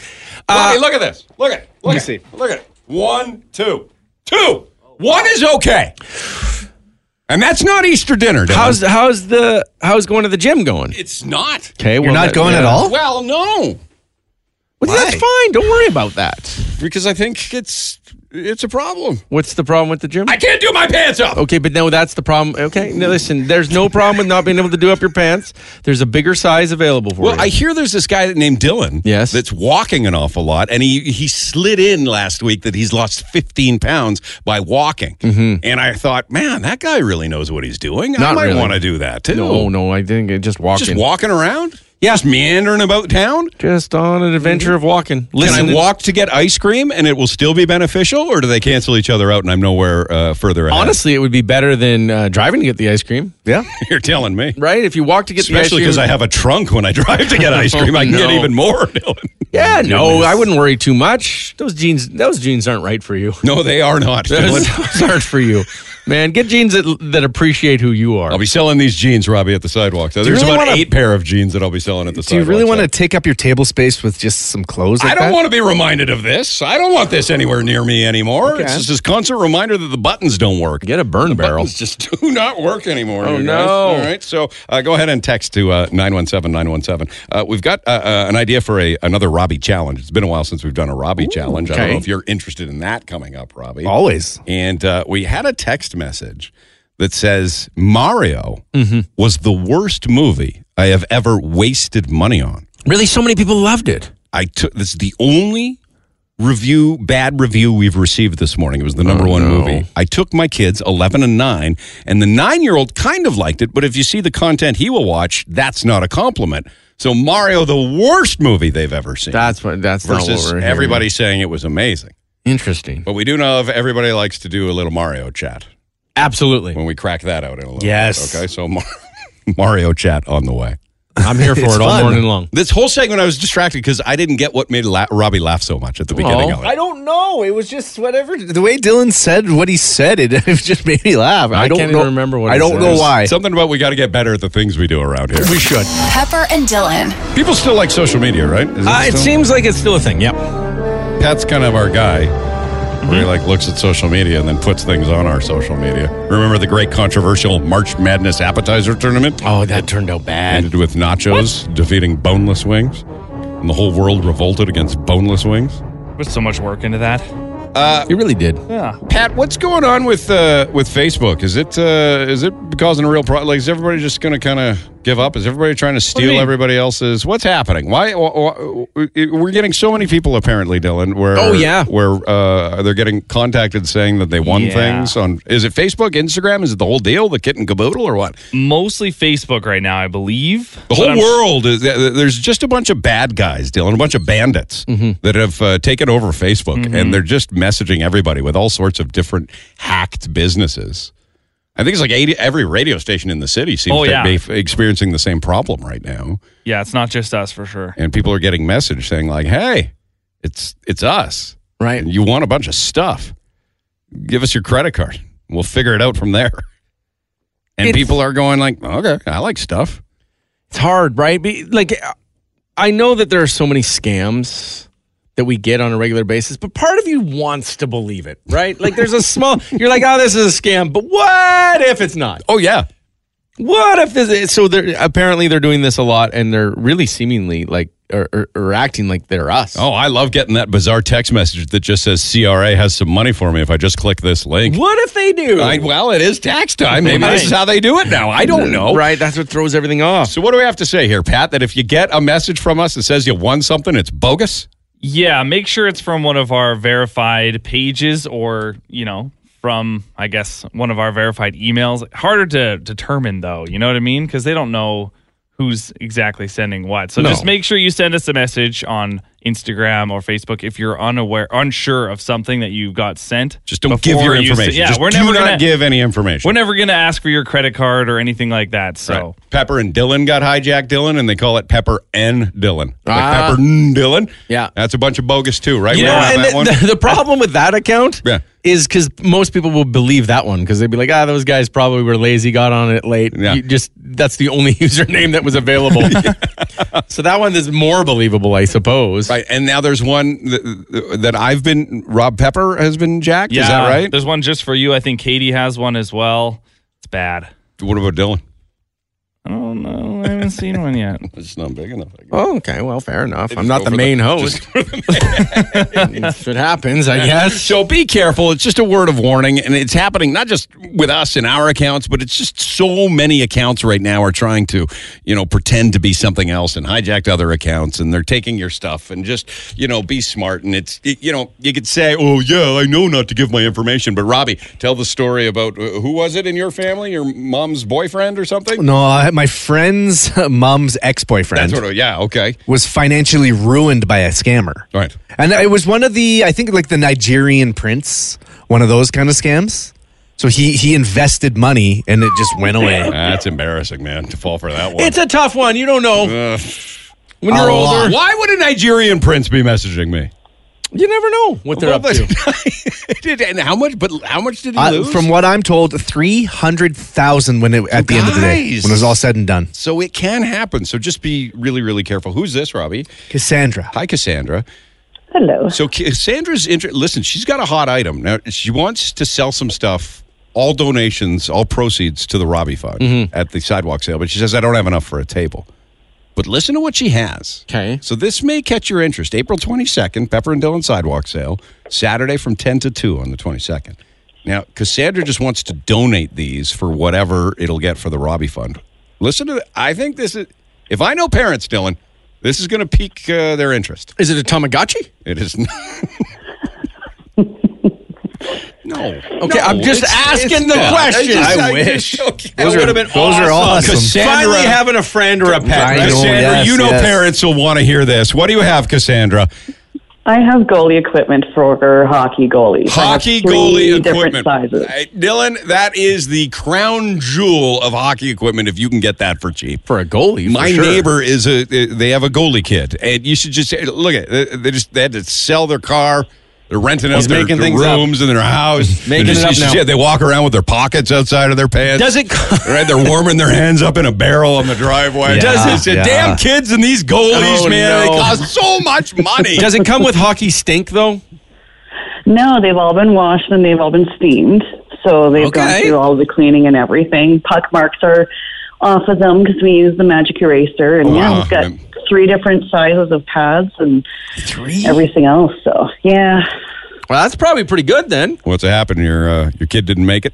[SPEAKER 2] Robbie, look at this. Look at. Look
[SPEAKER 4] me
[SPEAKER 2] at.
[SPEAKER 4] see.
[SPEAKER 2] Look at. One, two, two. One is okay. And that's not Easter dinner. Dylan.
[SPEAKER 3] How's how's the how's going to the gym going?
[SPEAKER 2] It's not.
[SPEAKER 3] Okay, well,
[SPEAKER 4] You're not
[SPEAKER 3] that-
[SPEAKER 4] going at
[SPEAKER 3] yeah.
[SPEAKER 4] all?
[SPEAKER 2] Well, no,
[SPEAKER 3] Well, that's fine. Don't worry about that.
[SPEAKER 2] because I think it's it's a problem.
[SPEAKER 3] What's the problem with the gym?
[SPEAKER 2] I can't do my pants up.
[SPEAKER 3] Okay, but no, that's the problem. Okay, no, listen, there's no problem with not being able to do up your pants. There's a bigger size available for
[SPEAKER 2] Well,
[SPEAKER 3] you.
[SPEAKER 2] I hear there's this guy named Dylan.
[SPEAKER 3] Yes.
[SPEAKER 2] that's walking an awful lot, and he he slid in last week that he's lost 15 pounds by walking.
[SPEAKER 3] Mm-hmm.
[SPEAKER 2] And I thought, man, that guy really knows what he's doing. I
[SPEAKER 3] Mm. Not
[SPEAKER 2] might
[SPEAKER 3] really.
[SPEAKER 2] want to do that too.
[SPEAKER 3] no, no, I think it just walking.
[SPEAKER 2] just walking around. Yeah, just meandering about town.
[SPEAKER 3] Just on an adventure of walking. Listen,
[SPEAKER 2] Can I
[SPEAKER 3] it's-
[SPEAKER 2] walk to get ice cream, and it will still be beneficial, or do they cancel each other out, and I'm nowhere uh, further ahead?
[SPEAKER 3] Honestly, it would be better than uh, driving to get the ice cream,
[SPEAKER 4] Yeah.
[SPEAKER 2] you're telling me.
[SPEAKER 3] right? If you walk to get
[SPEAKER 2] Especially
[SPEAKER 3] the
[SPEAKER 2] because
[SPEAKER 3] ice cream,
[SPEAKER 2] I have a trunk when I drive to get ice cream. I can get
[SPEAKER 3] Oh, No.
[SPEAKER 2] even more, Dylan.
[SPEAKER 3] yeah, no, I wouldn't worry too much. Those jeans, those jeans aren't right for you.
[SPEAKER 2] No, they are not.
[SPEAKER 3] Those,
[SPEAKER 2] Dylan.
[SPEAKER 3] those aren't for you, man. Get jeans that that appreciate who you are.
[SPEAKER 2] I'll be selling these jeans, Robbie, at the sidewalk. So there's
[SPEAKER 4] really
[SPEAKER 2] about
[SPEAKER 4] wanna-
[SPEAKER 2] eight pair of jeans that I'll be selling at the
[SPEAKER 4] Do you
[SPEAKER 2] sidewalk.
[SPEAKER 4] really want
[SPEAKER 2] so.
[SPEAKER 4] to take up your table space with just some clothes? Like
[SPEAKER 2] I don't
[SPEAKER 4] that?
[SPEAKER 2] want to be reminded of this. I don't want this anywhere near me anymore.
[SPEAKER 4] Okay.
[SPEAKER 2] It's just this constant reminder that the buttons don't work.
[SPEAKER 3] Get a burn barrel.
[SPEAKER 2] Buttons just do not work anymore.
[SPEAKER 3] Oh,
[SPEAKER 2] you guys.
[SPEAKER 3] no.
[SPEAKER 2] All right. So uh, go ahead and text to uh, 917 917. Uh, we've got uh, uh, an idea for a another Robbie challenge. It's been a while since we've done a Robbie challenge. I don't
[SPEAKER 4] okay.
[SPEAKER 2] know if you're interested in that coming up, Robbie.
[SPEAKER 4] Always.
[SPEAKER 2] And uh, we had a text message that says Mario
[SPEAKER 3] Mm-hmm.
[SPEAKER 2] was the worst movie I have ever wasted money on.
[SPEAKER 3] really, so many people loved it.
[SPEAKER 2] I took this is the only review bad review we've received this morning. It was the number
[SPEAKER 3] Oh,
[SPEAKER 2] one movie. I took my kids 11 and 9 and the 9-year-old kind of liked it, but if you see the content he will watch, that's not a compliment. So Mario the worst movie they've ever seen.
[SPEAKER 3] That's what. That's not what
[SPEAKER 2] versus
[SPEAKER 3] we're hearing.
[SPEAKER 2] everybody saying it was amazing.
[SPEAKER 3] Interesting.
[SPEAKER 2] But we do know if everybody likes to do a little Mario chat
[SPEAKER 3] Absolutely.
[SPEAKER 2] when we crack that out in a little
[SPEAKER 4] Yes.
[SPEAKER 2] bit. Okay, so Mar- Mario chat on the way.
[SPEAKER 15] I'm here for it all morning long.
[SPEAKER 2] This whole segment, I was distracted because I didn't get what made la- Robbie laugh so much
[SPEAKER 15] Oh,
[SPEAKER 2] at the beginning of it.
[SPEAKER 4] I don't know. It was just whatever. The way Dylan said what he said, it, it just made me laugh. I, don't
[SPEAKER 2] can't
[SPEAKER 4] know,
[SPEAKER 2] even remember what
[SPEAKER 4] I
[SPEAKER 2] it
[SPEAKER 4] don't
[SPEAKER 2] said.
[SPEAKER 4] know why.
[SPEAKER 2] Something about we got to get better at the things we do around here. We should.
[SPEAKER 11] Pepper and Dylan.
[SPEAKER 2] People still like social media, right? Is
[SPEAKER 15] Uh, it
[SPEAKER 2] still-
[SPEAKER 15] seems like it's still a thing. Yep. Mm-hmm.
[SPEAKER 2] Pat's kind of our guy. Where he like looks at social media and then puts things on our social media. Remember the great controversial March Madness appetizer tournament?
[SPEAKER 15] Oh, that turned out bad.
[SPEAKER 2] Ended with nachos defeating boneless wings, and the whole world revolted against boneless wings.
[SPEAKER 9] Put so much work into that.
[SPEAKER 2] Uh,
[SPEAKER 15] it really did.
[SPEAKER 9] Yeah.
[SPEAKER 2] Pat, what's going on with uh, with Facebook? Is it uh, is it causing a real problem? Like, is everybody just going to kind of give up? Is everybody trying to steal
[SPEAKER 9] mean?
[SPEAKER 2] everybody else's? What's happening? Why wh- wh- we're getting so many people apparently, Dylan? Where
[SPEAKER 15] Oh, yeah.
[SPEAKER 2] where uh, they're getting contacted saying that they won
[SPEAKER 9] Yeah.
[SPEAKER 2] things on. Is it Facebook, Instagram? Is it the whole deal, the kit and caboodle, or what?
[SPEAKER 9] Mostly Facebook right now, I believe.
[SPEAKER 2] The whole
[SPEAKER 9] But I'm-
[SPEAKER 2] world is th- th- there's just a bunch of bad guys, Dylan, a bunch of bandits
[SPEAKER 9] Mm-hmm.
[SPEAKER 2] that have uh, taken over Facebook, and they're just messaging everybody with all sorts of different hacked businesses. I think it's like 80, every radio station in the city seems
[SPEAKER 9] Oh,
[SPEAKER 2] to
[SPEAKER 9] yeah.
[SPEAKER 2] be f- experiencing the same problem right now,
[SPEAKER 9] Yeah, it's not just us for sure.
[SPEAKER 2] and people are getting message saying like, "Hey, it's it's us,
[SPEAKER 15] right?
[SPEAKER 2] And you want a bunch of stuff? Give us your credit card. We'll figure it out from there." And people are going like, "Okay, I like stuff."
[SPEAKER 15] It's hard, right? Be, like, I know that there are so many scams that we get on a regular basis, but part of you wants to believe it, right? Like, there's a small, you're like, oh, this is a scam, but what if it's not?
[SPEAKER 2] Oh, yeah.
[SPEAKER 15] What if this is, so they're, apparently they're doing this a lot and they're really seemingly like, or, or, or acting like they're us.
[SPEAKER 2] Oh, I love getting that bizarre text message that just says CRA has some money for me if I just click this link.
[SPEAKER 15] What if they do?
[SPEAKER 2] I, well, it is tax time. Maybe
[SPEAKER 15] Right.
[SPEAKER 2] this is how they do it now. I don't know.
[SPEAKER 15] Right. That's what throws everything off.
[SPEAKER 2] So, what do we have to say here, Pat? That if you get a message from us that says you won something, it's bogus?
[SPEAKER 9] Yeah, make sure it's from one of our verified pages or, you know, from I guess one of our verified emails. Harder to determine though, you know what I mean? Cuz they don't know who's exactly sending what. So
[SPEAKER 2] No.
[SPEAKER 9] just make sure you send us a message on Instagram or Facebook if you're unaware unsure of something that you got sent.
[SPEAKER 2] Just don't give your
[SPEAKER 9] before you s-
[SPEAKER 2] information.
[SPEAKER 9] yeah,
[SPEAKER 2] just
[SPEAKER 9] we're
[SPEAKER 2] do
[SPEAKER 9] never
[SPEAKER 2] not
[SPEAKER 9] gonna,
[SPEAKER 2] give any information.
[SPEAKER 9] We're never going to ask for your credit card or anything like that. So
[SPEAKER 2] Right. Pepper and Dylan got hijacked, Dylan, and they call it Pepper and Dylan. Like
[SPEAKER 15] Ah.
[SPEAKER 2] Pepper and Dylan.
[SPEAKER 15] Yeah.
[SPEAKER 2] That's a bunch of bogus, too, right?
[SPEAKER 15] You
[SPEAKER 2] We
[SPEAKER 15] know,
[SPEAKER 2] don't have
[SPEAKER 15] and
[SPEAKER 2] that
[SPEAKER 15] the,
[SPEAKER 2] one?
[SPEAKER 15] the- the problem with that account
[SPEAKER 2] Yeah.
[SPEAKER 15] is because most people will believe that one because they'd be like, ah, those guys probably were lazy, got on it late.
[SPEAKER 2] Yeah.
[SPEAKER 15] You just that's the only username that was available. so that one is more believable, I suppose.
[SPEAKER 2] Right, and now there's one that, that I've been. Rob Pepper has been jacked.
[SPEAKER 9] yeah,
[SPEAKER 2] Is that right?
[SPEAKER 9] There's one just for you. I think Katie has one as well. It's bad.
[SPEAKER 2] What about Dylan?
[SPEAKER 9] I don't know. I haven't seen one yet.
[SPEAKER 2] It's not big enough. I guess.
[SPEAKER 15] Oh, okay. Well, fair enough. I'm
[SPEAKER 2] just
[SPEAKER 15] not
[SPEAKER 2] go
[SPEAKER 15] the
[SPEAKER 2] for the-
[SPEAKER 15] main host. if it happens, I guess.
[SPEAKER 2] So be careful. It's just a word of warning, and it's happening not just with us in our accounts, but it's just so many accounts right now are trying to, you know, pretend to be something else and hijacked other accounts, and they're taking your stuff. And just you know, be smart. And it's it- you know, you could say, oh yeah, I know not to give my information, but Robbie, tell the story about uh, who was it in your family, your mom's boyfriend or something.
[SPEAKER 4] No, I- my friend's mom's ex boyfriend
[SPEAKER 2] That's what. it- Yeah. Okay.
[SPEAKER 4] was financially ruined by a scammer.
[SPEAKER 2] All right.
[SPEAKER 4] And it was one of the, I think, like the Nigerian prince, one of those kind of scams. So he he invested money and it just went away.
[SPEAKER 2] Ah, That's embarrassing, man, to fall for that one.
[SPEAKER 15] It's a tough one. You don't know
[SPEAKER 2] Ugh.
[SPEAKER 15] when you're
[SPEAKER 4] A
[SPEAKER 15] older.
[SPEAKER 4] lot.
[SPEAKER 2] Why would a Nigerian prince be messaging me?
[SPEAKER 15] You never know what they're up to.
[SPEAKER 2] Did- and how much? But how much did he
[SPEAKER 4] Uh,
[SPEAKER 2] lose?
[SPEAKER 4] from what I'm told, three hundred thousand when it at the end of the day
[SPEAKER 2] guys.
[SPEAKER 4] when it was all said and done.
[SPEAKER 2] so it can happen. So just be really, really careful. Who's this, Robbie?
[SPEAKER 4] Cassandra,
[SPEAKER 2] Hi, Cassandra.
[SPEAKER 12] Hello.
[SPEAKER 2] So Cassandra's inter- listen. She's got a hot item now. She wants to sell some stuff. All donations, all proceeds to the Robbie Fund at the sidewalk sale. But she says I don't have enough for a table. But listen to what she has.
[SPEAKER 15] Okay.
[SPEAKER 2] So this may catch your interest. April 22nd, Pepper and Dylan Sidewalk Sale, Saturday from 10 to 2 on the 22nd. Now, Cassandra just wants to donate these for whatever it'll get for the Robbie Fund. Listen to th- I think this is, if I know parents, Dylan, this is going to pique uh, their interest.
[SPEAKER 15] Is it a Tamagotchi?
[SPEAKER 2] It is not. No.
[SPEAKER 15] Okay, I'm just asking the question. I wish.
[SPEAKER 2] Those
[SPEAKER 15] Those are-
[SPEAKER 2] would have been
[SPEAKER 4] those are awesome.
[SPEAKER 15] Finally having a friend or a pet.
[SPEAKER 4] I know,
[SPEAKER 2] Cassandra,
[SPEAKER 4] yes,
[SPEAKER 2] you know
[SPEAKER 4] yes.
[SPEAKER 2] parents will want to hear this. What do you have, Cassandra?
[SPEAKER 18] I have goalie equipment for hockey goalies. I have
[SPEAKER 2] Hockey
[SPEAKER 18] three
[SPEAKER 2] goalie
[SPEAKER 18] different
[SPEAKER 2] equipment.
[SPEAKER 18] Sizes.
[SPEAKER 2] Hey, Dylan, that is the crown jewel of hockey equipment if you can get that for cheap.
[SPEAKER 15] For a goalie, for
[SPEAKER 2] My
[SPEAKER 15] sure.
[SPEAKER 2] neighbor is a they have a goalie kid and you should just look at it, they just they had to sell their car they're renting out
[SPEAKER 15] He's
[SPEAKER 2] their,
[SPEAKER 15] making
[SPEAKER 2] their
[SPEAKER 15] things up.
[SPEAKER 2] rooms and their house.
[SPEAKER 15] Making
[SPEAKER 2] They're
[SPEAKER 15] it up
[SPEAKER 2] you should-
[SPEAKER 15] now.
[SPEAKER 2] yeah, They walk around with their pockets outside of their pants.
[SPEAKER 15] Does it co-
[SPEAKER 2] Right, they're warming their hands up in a barrel on the driveway.
[SPEAKER 15] Yeah,
[SPEAKER 2] Does it?
[SPEAKER 15] yeah.
[SPEAKER 2] Damn kids and these goalies,
[SPEAKER 15] Oh,
[SPEAKER 2] man!
[SPEAKER 15] no.
[SPEAKER 2] They cost so much money.
[SPEAKER 15] Does it come with hockey stink though?
[SPEAKER 18] No, they've all been washed and they've all been steamed. So they've gone
[SPEAKER 15] Okay.
[SPEAKER 18] through all the cleaning and everything. Puck marks are off of them because we use the magic eraser. And
[SPEAKER 2] Oh,
[SPEAKER 18] yeah,
[SPEAKER 2] wow.
[SPEAKER 18] we've got three different sizes of pads and everything else. So yeah.
[SPEAKER 15] Well, that's probably pretty good then.
[SPEAKER 2] What's happened? Your uh, your kid didn't make it.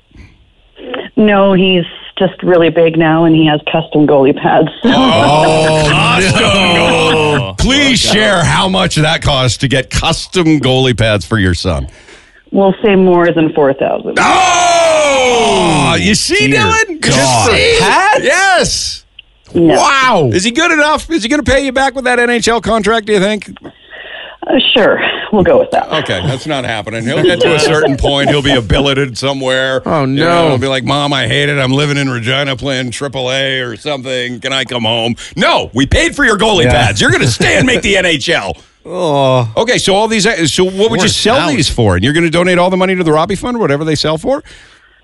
[SPEAKER 18] No, he's just really big now and he has custom goalie pads.
[SPEAKER 2] Oh, custom goal. Please share how much that costs to get custom goalie pads for your son.
[SPEAKER 18] we'll say more than 4,000.
[SPEAKER 2] Oh, you see, Dylan?
[SPEAKER 15] God.
[SPEAKER 2] You see?
[SPEAKER 15] Pads?
[SPEAKER 2] Yes. Wow. Is he good enough? Is he going to pay you back with that NHL contract, do you think?
[SPEAKER 18] Uh, sure, we'll go with that.
[SPEAKER 2] Okay, that's not happening. He'll get to a certain point. He'll be billeted somewhere.
[SPEAKER 15] Oh,
[SPEAKER 2] You
[SPEAKER 15] no.
[SPEAKER 2] know, he'll be like, Mom, I hate it. I'm living in Regina playing AAA or something. Can I come home? No, we paid for your goalie
[SPEAKER 15] Yeah.
[SPEAKER 2] pads. You're going to stay and make the NHL.
[SPEAKER 15] Oh.
[SPEAKER 2] Okay, so all these. uh, So what would you sell these for? And you're going to donate all the money to the Robbie Fund, whatever they sell for.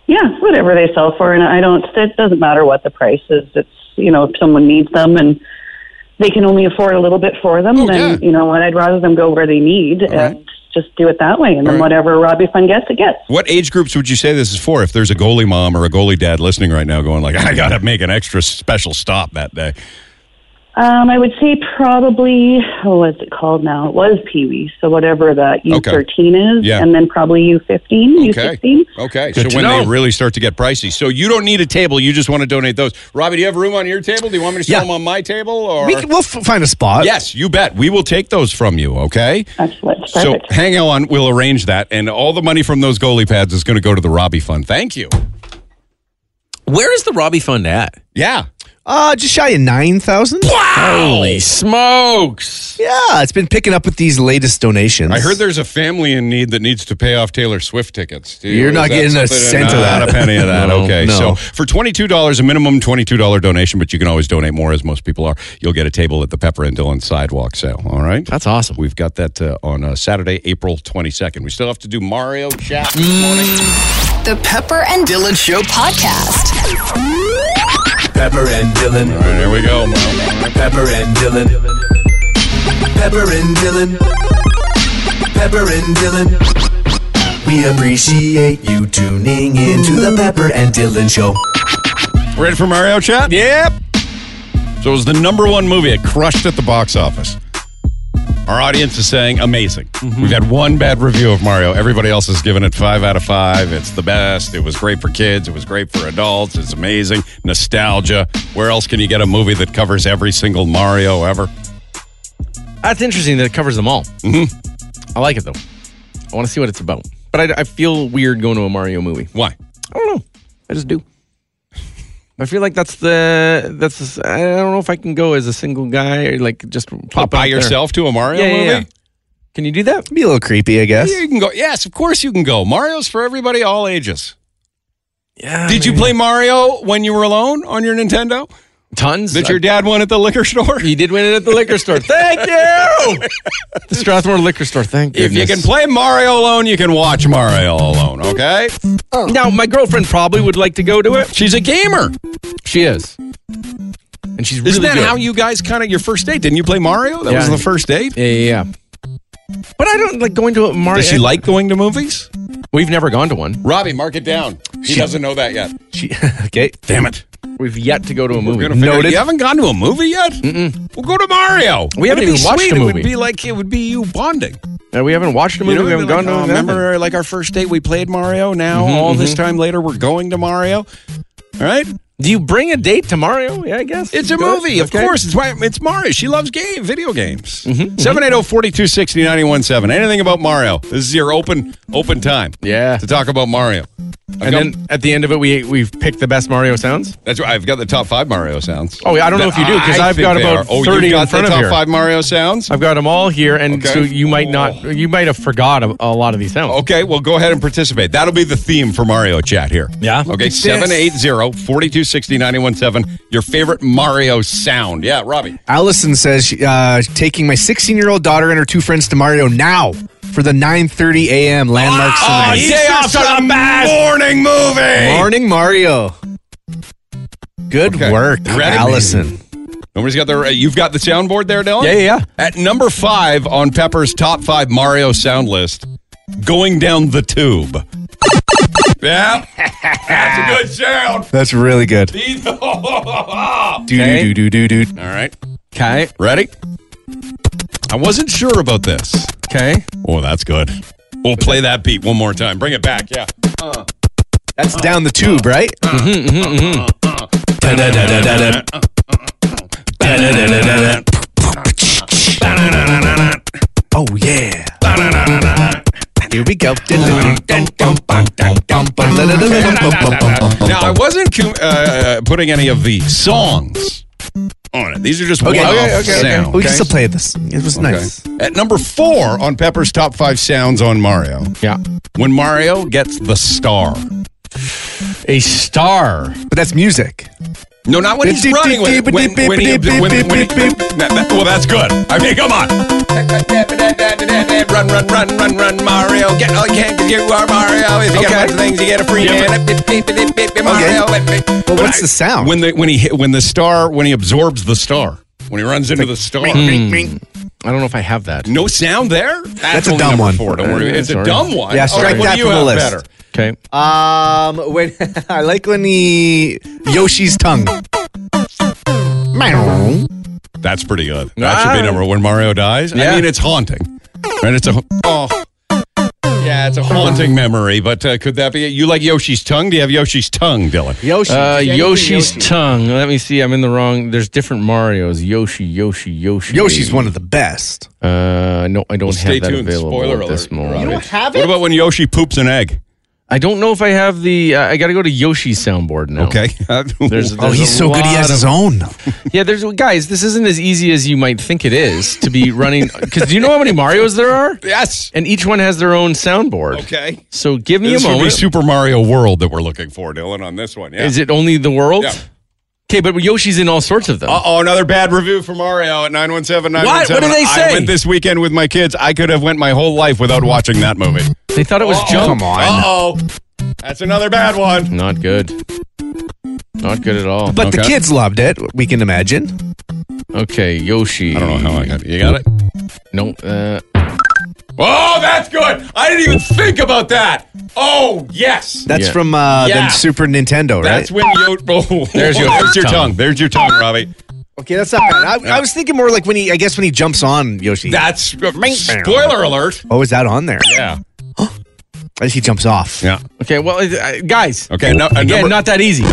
[SPEAKER 18] Yeah, whatever they sell for, and I don't. It doesn't matter what the price is. It's you know, if someone needs them and they can only afford a little bit for them, then you know what? I'd rather them go where they need and just do it that way. And then whatever Robbie Fund gets, it gets.
[SPEAKER 2] What age groups would you say this is for? If there's a goalie mom or a goalie dad listening right now, going like, I got to make an extra special stop that day.
[SPEAKER 18] Um, I would say probably oh, what's it called now? It was Pee Wee, so whatever the U thirteen is,
[SPEAKER 2] Yeah.
[SPEAKER 18] and then probably U fifteen, U
[SPEAKER 2] Okay.
[SPEAKER 18] sixteen.
[SPEAKER 2] Okay,
[SPEAKER 15] Good
[SPEAKER 2] so
[SPEAKER 15] to
[SPEAKER 2] when
[SPEAKER 15] know.
[SPEAKER 2] they really start to get pricey, so you don't need a table. You just want to donate those. Robbie, do you have room on your table? Do you want me to sell
[SPEAKER 4] Yeah.
[SPEAKER 2] them on my table? Or
[SPEAKER 4] We can, we'll f- find a spot.
[SPEAKER 2] Yes, you bet. We will take those from you, okay?
[SPEAKER 18] Excellent.
[SPEAKER 2] So hang on, we'll arrange that. And all the money from those goalie pads is going to go to the Robbie Fund. Thank you.
[SPEAKER 15] Where is the Robbie Fund at?
[SPEAKER 2] Yeah.
[SPEAKER 4] Uh, just shy of 9,000.
[SPEAKER 15] Holy smokes.
[SPEAKER 4] Yeah, it's been picking up with these latest donations.
[SPEAKER 2] I heard there's a family in need that needs to pay off Taylor Swift tickets. Do you-
[SPEAKER 4] You're
[SPEAKER 2] is
[SPEAKER 4] not
[SPEAKER 2] that
[SPEAKER 4] getting a
[SPEAKER 2] something-
[SPEAKER 4] cent of
[SPEAKER 2] Not
[SPEAKER 4] that.
[SPEAKER 2] a penny of that.
[SPEAKER 4] No,
[SPEAKER 2] okay. So
[SPEAKER 4] no.
[SPEAKER 2] for $22, a minimum $22 donation, but you can always donate more, as most people are. You'll get a table at the Pepper and Dylan sidewalk sale. All right.
[SPEAKER 15] That's awesome.
[SPEAKER 2] We've got that uh, on uh, Saturday, April 22nd. We still have to do Mario Chat.
[SPEAKER 11] The Pepper and Dylan Show podcast.
[SPEAKER 6] Pepper and Dylan. All right,
[SPEAKER 2] here we go.
[SPEAKER 6] Pepper and Dylan. Pepper and Dylan. Pepper and Dylan. We appreciate you tuning in to the Pepper and Dylan show.
[SPEAKER 2] Ready for Mario Chat? Yep. So it was the number one movie. It crushed at the box office. Our audience is saying amazing.
[SPEAKER 15] Mm-hmm.
[SPEAKER 2] We've had one bad review of Mario. Everybody else has given it five out of five. It's the best. It was great for kids. It was great for adults. It's amazing. Nostalgia. Where else can you get a movie that covers every single Mario ever?
[SPEAKER 15] That's interesting that it covers them all.
[SPEAKER 2] Mm-hmm.
[SPEAKER 15] I like it though. I want to see what it's about. But I, I feel weird going to a Mario movie.
[SPEAKER 2] Why?
[SPEAKER 15] I don't know. I just do. I feel like that's the that's the, I don't know if I can go as a single guy or like just pop
[SPEAKER 2] Oh, by
[SPEAKER 15] out there.
[SPEAKER 2] yourself to a Mario
[SPEAKER 15] Yeah, yeah,
[SPEAKER 2] movie?
[SPEAKER 15] yeah. Can you do that?
[SPEAKER 4] Be a little creepy, I guess.
[SPEAKER 2] Yeah, you can go. Yes, of course you can go. Mario's for everybody, all ages. Yeah. Did you play Mario when you were alone on your Nintendo?
[SPEAKER 15] Tons.
[SPEAKER 2] That your dad won at the liquor store?
[SPEAKER 15] He did win it at the liquor store. Thank you. the Strathmore liquor store. Thank you.
[SPEAKER 2] If you can play Mario alone, you can watch Mario alone, okay?
[SPEAKER 15] Now, my girlfriend probably would like to go to it.
[SPEAKER 2] She's a gamer.
[SPEAKER 15] She is. And she's really
[SPEAKER 2] Isn't that
[SPEAKER 15] good.
[SPEAKER 2] how you guys kind of your first date? Didn't you play Mario? That
[SPEAKER 15] Yeah.
[SPEAKER 2] was the first date.
[SPEAKER 15] Yeah, yeah, yeah. But I don't like going to a Mario.
[SPEAKER 2] Does she like going to movies?
[SPEAKER 15] We've never gone to one.
[SPEAKER 2] Robbie, mark it down. He
[SPEAKER 15] She-
[SPEAKER 2] doesn't know that yet.
[SPEAKER 4] She, okay.
[SPEAKER 2] Damn it.
[SPEAKER 15] We've yet to go to a movie.
[SPEAKER 2] We're gonna figure-
[SPEAKER 4] Noted.
[SPEAKER 2] You haven't gone to a movie yet?
[SPEAKER 3] Mm.
[SPEAKER 2] Mm-mm. We'll go to Mario.
[SPEAKER 15] We haven't
[SPEAKER 2] It'd be
[SPEAKER 15] even watched
[SPEAKER 2] sweet.
[SPEAKER 15] a
[SPEAKER 2] It
[SPEAKER 15] movie.
[SPEAKER 2] would be like it would be you bonding.
[SPEAKER 15] Uh, we haven't watched a movie. we
[SPEAKER 2] You know,
[SPEAKER 15] haven't
[SPEAKER 2] it'd
[SPEAKER 15] gone
[SPEAKER 2] be like,
[SPEAKER 15] to
[SPEAKER 2] "Oh,
[SPEAKER 15] a
[SPEAKER 2] remember like our first date we played Mario. Now
[SPEAKER 3] Mm-hmm,
[SPEAKER 2] all this time later we're going to Mario. All right.
[SPEAKER 15] Do you bring a date to Mario? Yeah, I guess.
[SPEAKER 2] It's a
[SPEAKER 15] You do it?
[SPEAKER 2] movie, of
[SPEAKER 15] Okay.
[SPEAKER 2] course. It's why it's Mario. She loves game video games.
[SPEAKER 3] Mm-hmm,
[SPEAKER 2] oh, 780-4260-917. Anything about Mario? This is your open open time.
[SPEAKER 15] Yeah.
[SPEAKER 2] To talk about Mario.
[SPEAKER 3] And then at the end of it, we we've picked the best Mario sounds.
[SPEAKER 2] That's right. I've got the top five Mario sounds.
[SPEAKER 3] Oh, I don't know
[SPEAKER 2] That
[SPEAKER 3] if you do because
[SPEAKER 2] I
[SPEAKER 3] I've
[SPEAKER 2] think
[SPEAKER 3] got
[SPEAKER 2] they
[SPEAKER 3] about
[SPEAKER 2] are. Oh, you've
[SPEAKER 3] thirty
[SPEAKER 2] got
[SPEAKER 3] in
[SPEAKER 2] the
[SPEAKER 3] front
[SPEAKER 2] top
[SPEAKER 3] of here.
[SPEAKER 2] five Mario sounds.
[SPEAKER 3] I've got them all here, and
[SPEAKER 2] Okay. Oh.
[SPEAKER 3] so you might not, you might have forgot a, a lot of these sounds.
[SPEAKER 2] Okay, well, go ahead and participate. That'll be the theme for Mario Chat here.
[SPEAKER 3] Yeah. Look
[SPEAKER 2] Okay,
[SPEAKER 3] at this.
[SPEAKER 2] 780 4260 917. Your favorite Mario sound. Yeah, Robbie.
[SPEAKER 4] Allison says uh, taking my 16 year old daughter and her two friends to Mario now for the 9:30 a.m. landmark
[SPEAKER 2] Oh,
[SPEAKER 4] tonight.
[SPEAKER 2] day off to the morning movie.
[SPEAKER 4] Morning Mario. Good work,
[SPEAKER 2] Ready?
[SPEAKER 4] Allison.
[SPEAKER 2] Nobody's got their. uh, You've got the soundboard there, Dylan?
[SPEAKER 4] Yeah, yeah,
[SPEAKER 2] At number five on Pepper's top five Mario sound list, going down the tube. yeah. That's a good sound.
[SPEAKER 4] That's really good.
[SPEAKER 2] Okay.
[SPEAKER 4] Do do do do do.
[SPEAKER 2] All right.
[SPEAKER 3] Okay.
[SPEAKER 2] Ready? I wasn't sure about this.
[SPEAKER 3] Okay.
[SPEAKER 2] Oh, that's good. We'll play that beat one more time. Bring it back. Yeah.
[SPEAKER 4] That's down the tube, right? Mm-hmm, mm-hmm, Oh yeah. Here we go.
[SPEAKER 2] Now, I wasn't com- uh, putting any of the songs on it. These are just
[SPEAKER 4] Okay,
[SPEAKER 2] one-off
[SPEAKER 4] okay, okay, okay.
[SPEAKER 2] sounds.
[SPEAKER 4] We can still play this. It was nice.
[SPEAKER 2] At number four on Pepper's top five sounds on Mario.
[SPEAKER 3] Yeah.
[SPEAKER 2] When Mario gets the star.
[SPEAKER 3] A star.
[SPEAKER 4] But that's music.
[SPEAKER 2] No, not when he's running with it. When, when he, when, when, when he, that- that- well, that's good. I mean, come on. Run, run, run, run, run, Mario. Get all you can 'cause you are Mario. If you get a bunch of things, you get a free man. Mario.
[SPEAKER 4] Well, what's the sound?
[SPEAKER 2] When the when he hit- when the star when he absorbs the star when he runs into the star.
[SPEAKER 3] Hmm. I don't know if I have that.
[SPEAKER 2] No sound there. That's,
[SPEAKER 4] a
[SPEAKER 2] only
[SPEAKER 4] dumb
[SPEAKER 2] number
[SPEAKER 4] one.
[SPEAKER 2] Four. Don't worry.
[SPEAKER 4] Uh,
[SPEAKER 2] It's a
[SPEAKER 4] sorry.
[SPEAKER 2] dumb one.
[SPEAKER 4] Yeah,
[SPEAKER 2] All
[SPEAKER 4] strike
[SPEAKER 2] what
[SPEAKER 4] that
[SPEAKER 2] do you
[SPEAKER 4] from the
[SPEAKER 2] have
[SPEAKER 4] list.
[SPEAKER 2] Better?
[SPEAKER 3] Okay.
[SPEAKER 4] Um, when I like when he Yoshi's tongue.
[SPEAKER 2] That's pretty good. That should be number one. when Mario dies. I
[SPEAKER 3] Yeah.
[SPEAKER 2] mean, it's haunting, right? It's a oh, yeah, it's a haunting memory. But uh, could that be it? You like Yoshi's tongue? Do you have Yoshi's tongue, Dylan?
[SPEAKER 4] Yoshi.
[SPEAKER 3] Uh, Yoshi's tongue. Let me see. I'm in the wrong. There's different Mario's. Yoshi, Yoshi, Yoshi.
[SPEAKER 4] Yoshi's one of the best.
[SPEAKER 3] Uh, no, I don't
[SPEAKER 2] Well, stay
[SPEAKER 3] have that
[SPEAKER 2] tuned.
[SPEAKER 3] available
[SPEAKER 2] Spoiler
[SPEAKER 3] at this
[SPEAKER 2] alert.
[SPEAKER 3] moment.
[SPEAKER 2] You don't What about when Yoshi poops an egg?
[SPEAKER 3] I don't know if I have the. Uh, I got to go to Yoshi's soundboard now.
[SPEAKER 2] Okay.
[SPEAKER 3] There's,
[SPEAKER 4] Oh,
[SPEAKER 3] there's
[SPEAKER 4] he's
[SPEAKER 3] a
[SPEAKER 4] so good. He
[SPEAKER 3] lot
[SPEAKER 4] has his
[SPEAKER 3] of-
[SPEAKER 4] own.
[SPEAKER 3] Yeah, there's guys. This isn't as easy as you might think it is to be running. Because do you know how many Mario's there are?
[SPEAKER 2] yes.
[SPEAKER 3] And each one has their own soundboard.
[SPEAKER 2] Okay.
[SPEAKER 3] So give me
[SPEAKER 2] This
[SPEAKER 3] a
[SPEAKER 2] would be
[SPEAKER 3] moment.
[SPEAKER 2] Super Mario World that we're looking for, Dylan, on this one. Yeah.
[SPEAKER 3] Is it only the world?
[SPEAKER 2] Yeah.
[SPEAKER 3] Okay, but Yoshi's in all sorts of them.
[SPEAKER 2] Uh oh, another bad review for Mario at 917
[SPEAKER 3] What? What do they
[SPEAKER 2] I
[SPEAKER 3] say?
[SPEAKER 2] went this weekend with my kids. I could have went my whole life without watching that movie.
[SPEAKER 3] they thought it was junk.
[SPEAKER 4] Come on.
[SPEAKER 2] Uh oh. That's another bad one.
[SPEAKER 3] Not good. Not good at all.
[SPEAKER 4] But the
[SPEAKER 2] Okay.
[SPEAKER 4] kids loved it. We can imagine.
[SPEAKER 3] okay, Yoshi.
[SPEAKER 2] I don't know how I got it. You got it?
[SPEAKER 3] No. Uh,
[SPEAKER 2] Oh, that's good. I didn't even think about that. Oh, yes.
[SPEAKER 4] That's
[SPEAKER 3] Yeah.
[SPEAKER 4] from uh,
[SPEAKER 2] Yeah.
[SPEAKER 4] the Super Nintendo,
[SPEAKER 2] That's
[SPEAKER 4] right?
[SPEAKER 2] when you. Oh,
[SPEAKER 3] There's your
[SPEAKER 2] there's your
[SPEAKER 3] tongue.
[SPEAKER 2] tongue. There's your tongue, Robbie.
[SPEAKER 4] Okay, that's not bad. I, I was thinking more like when he, I guess when he jumps on Yoshi.
[SPEAKER 2] That's uh, spoiler alert.
[SPEAKER 4] oh, is that on there?
[SPEAKER 2] Yeah.
[SPEAKER 4] As he jumps off.
[SPEAKER 2] Yeah.
[SPEAKER 3] okay, well, uh, guys.
[SPEAKER 2] Okay. No, uh,
[SPEAKER 3] Again,
[SPEAKER 2] number,
[SPEAKER 3] not that easy.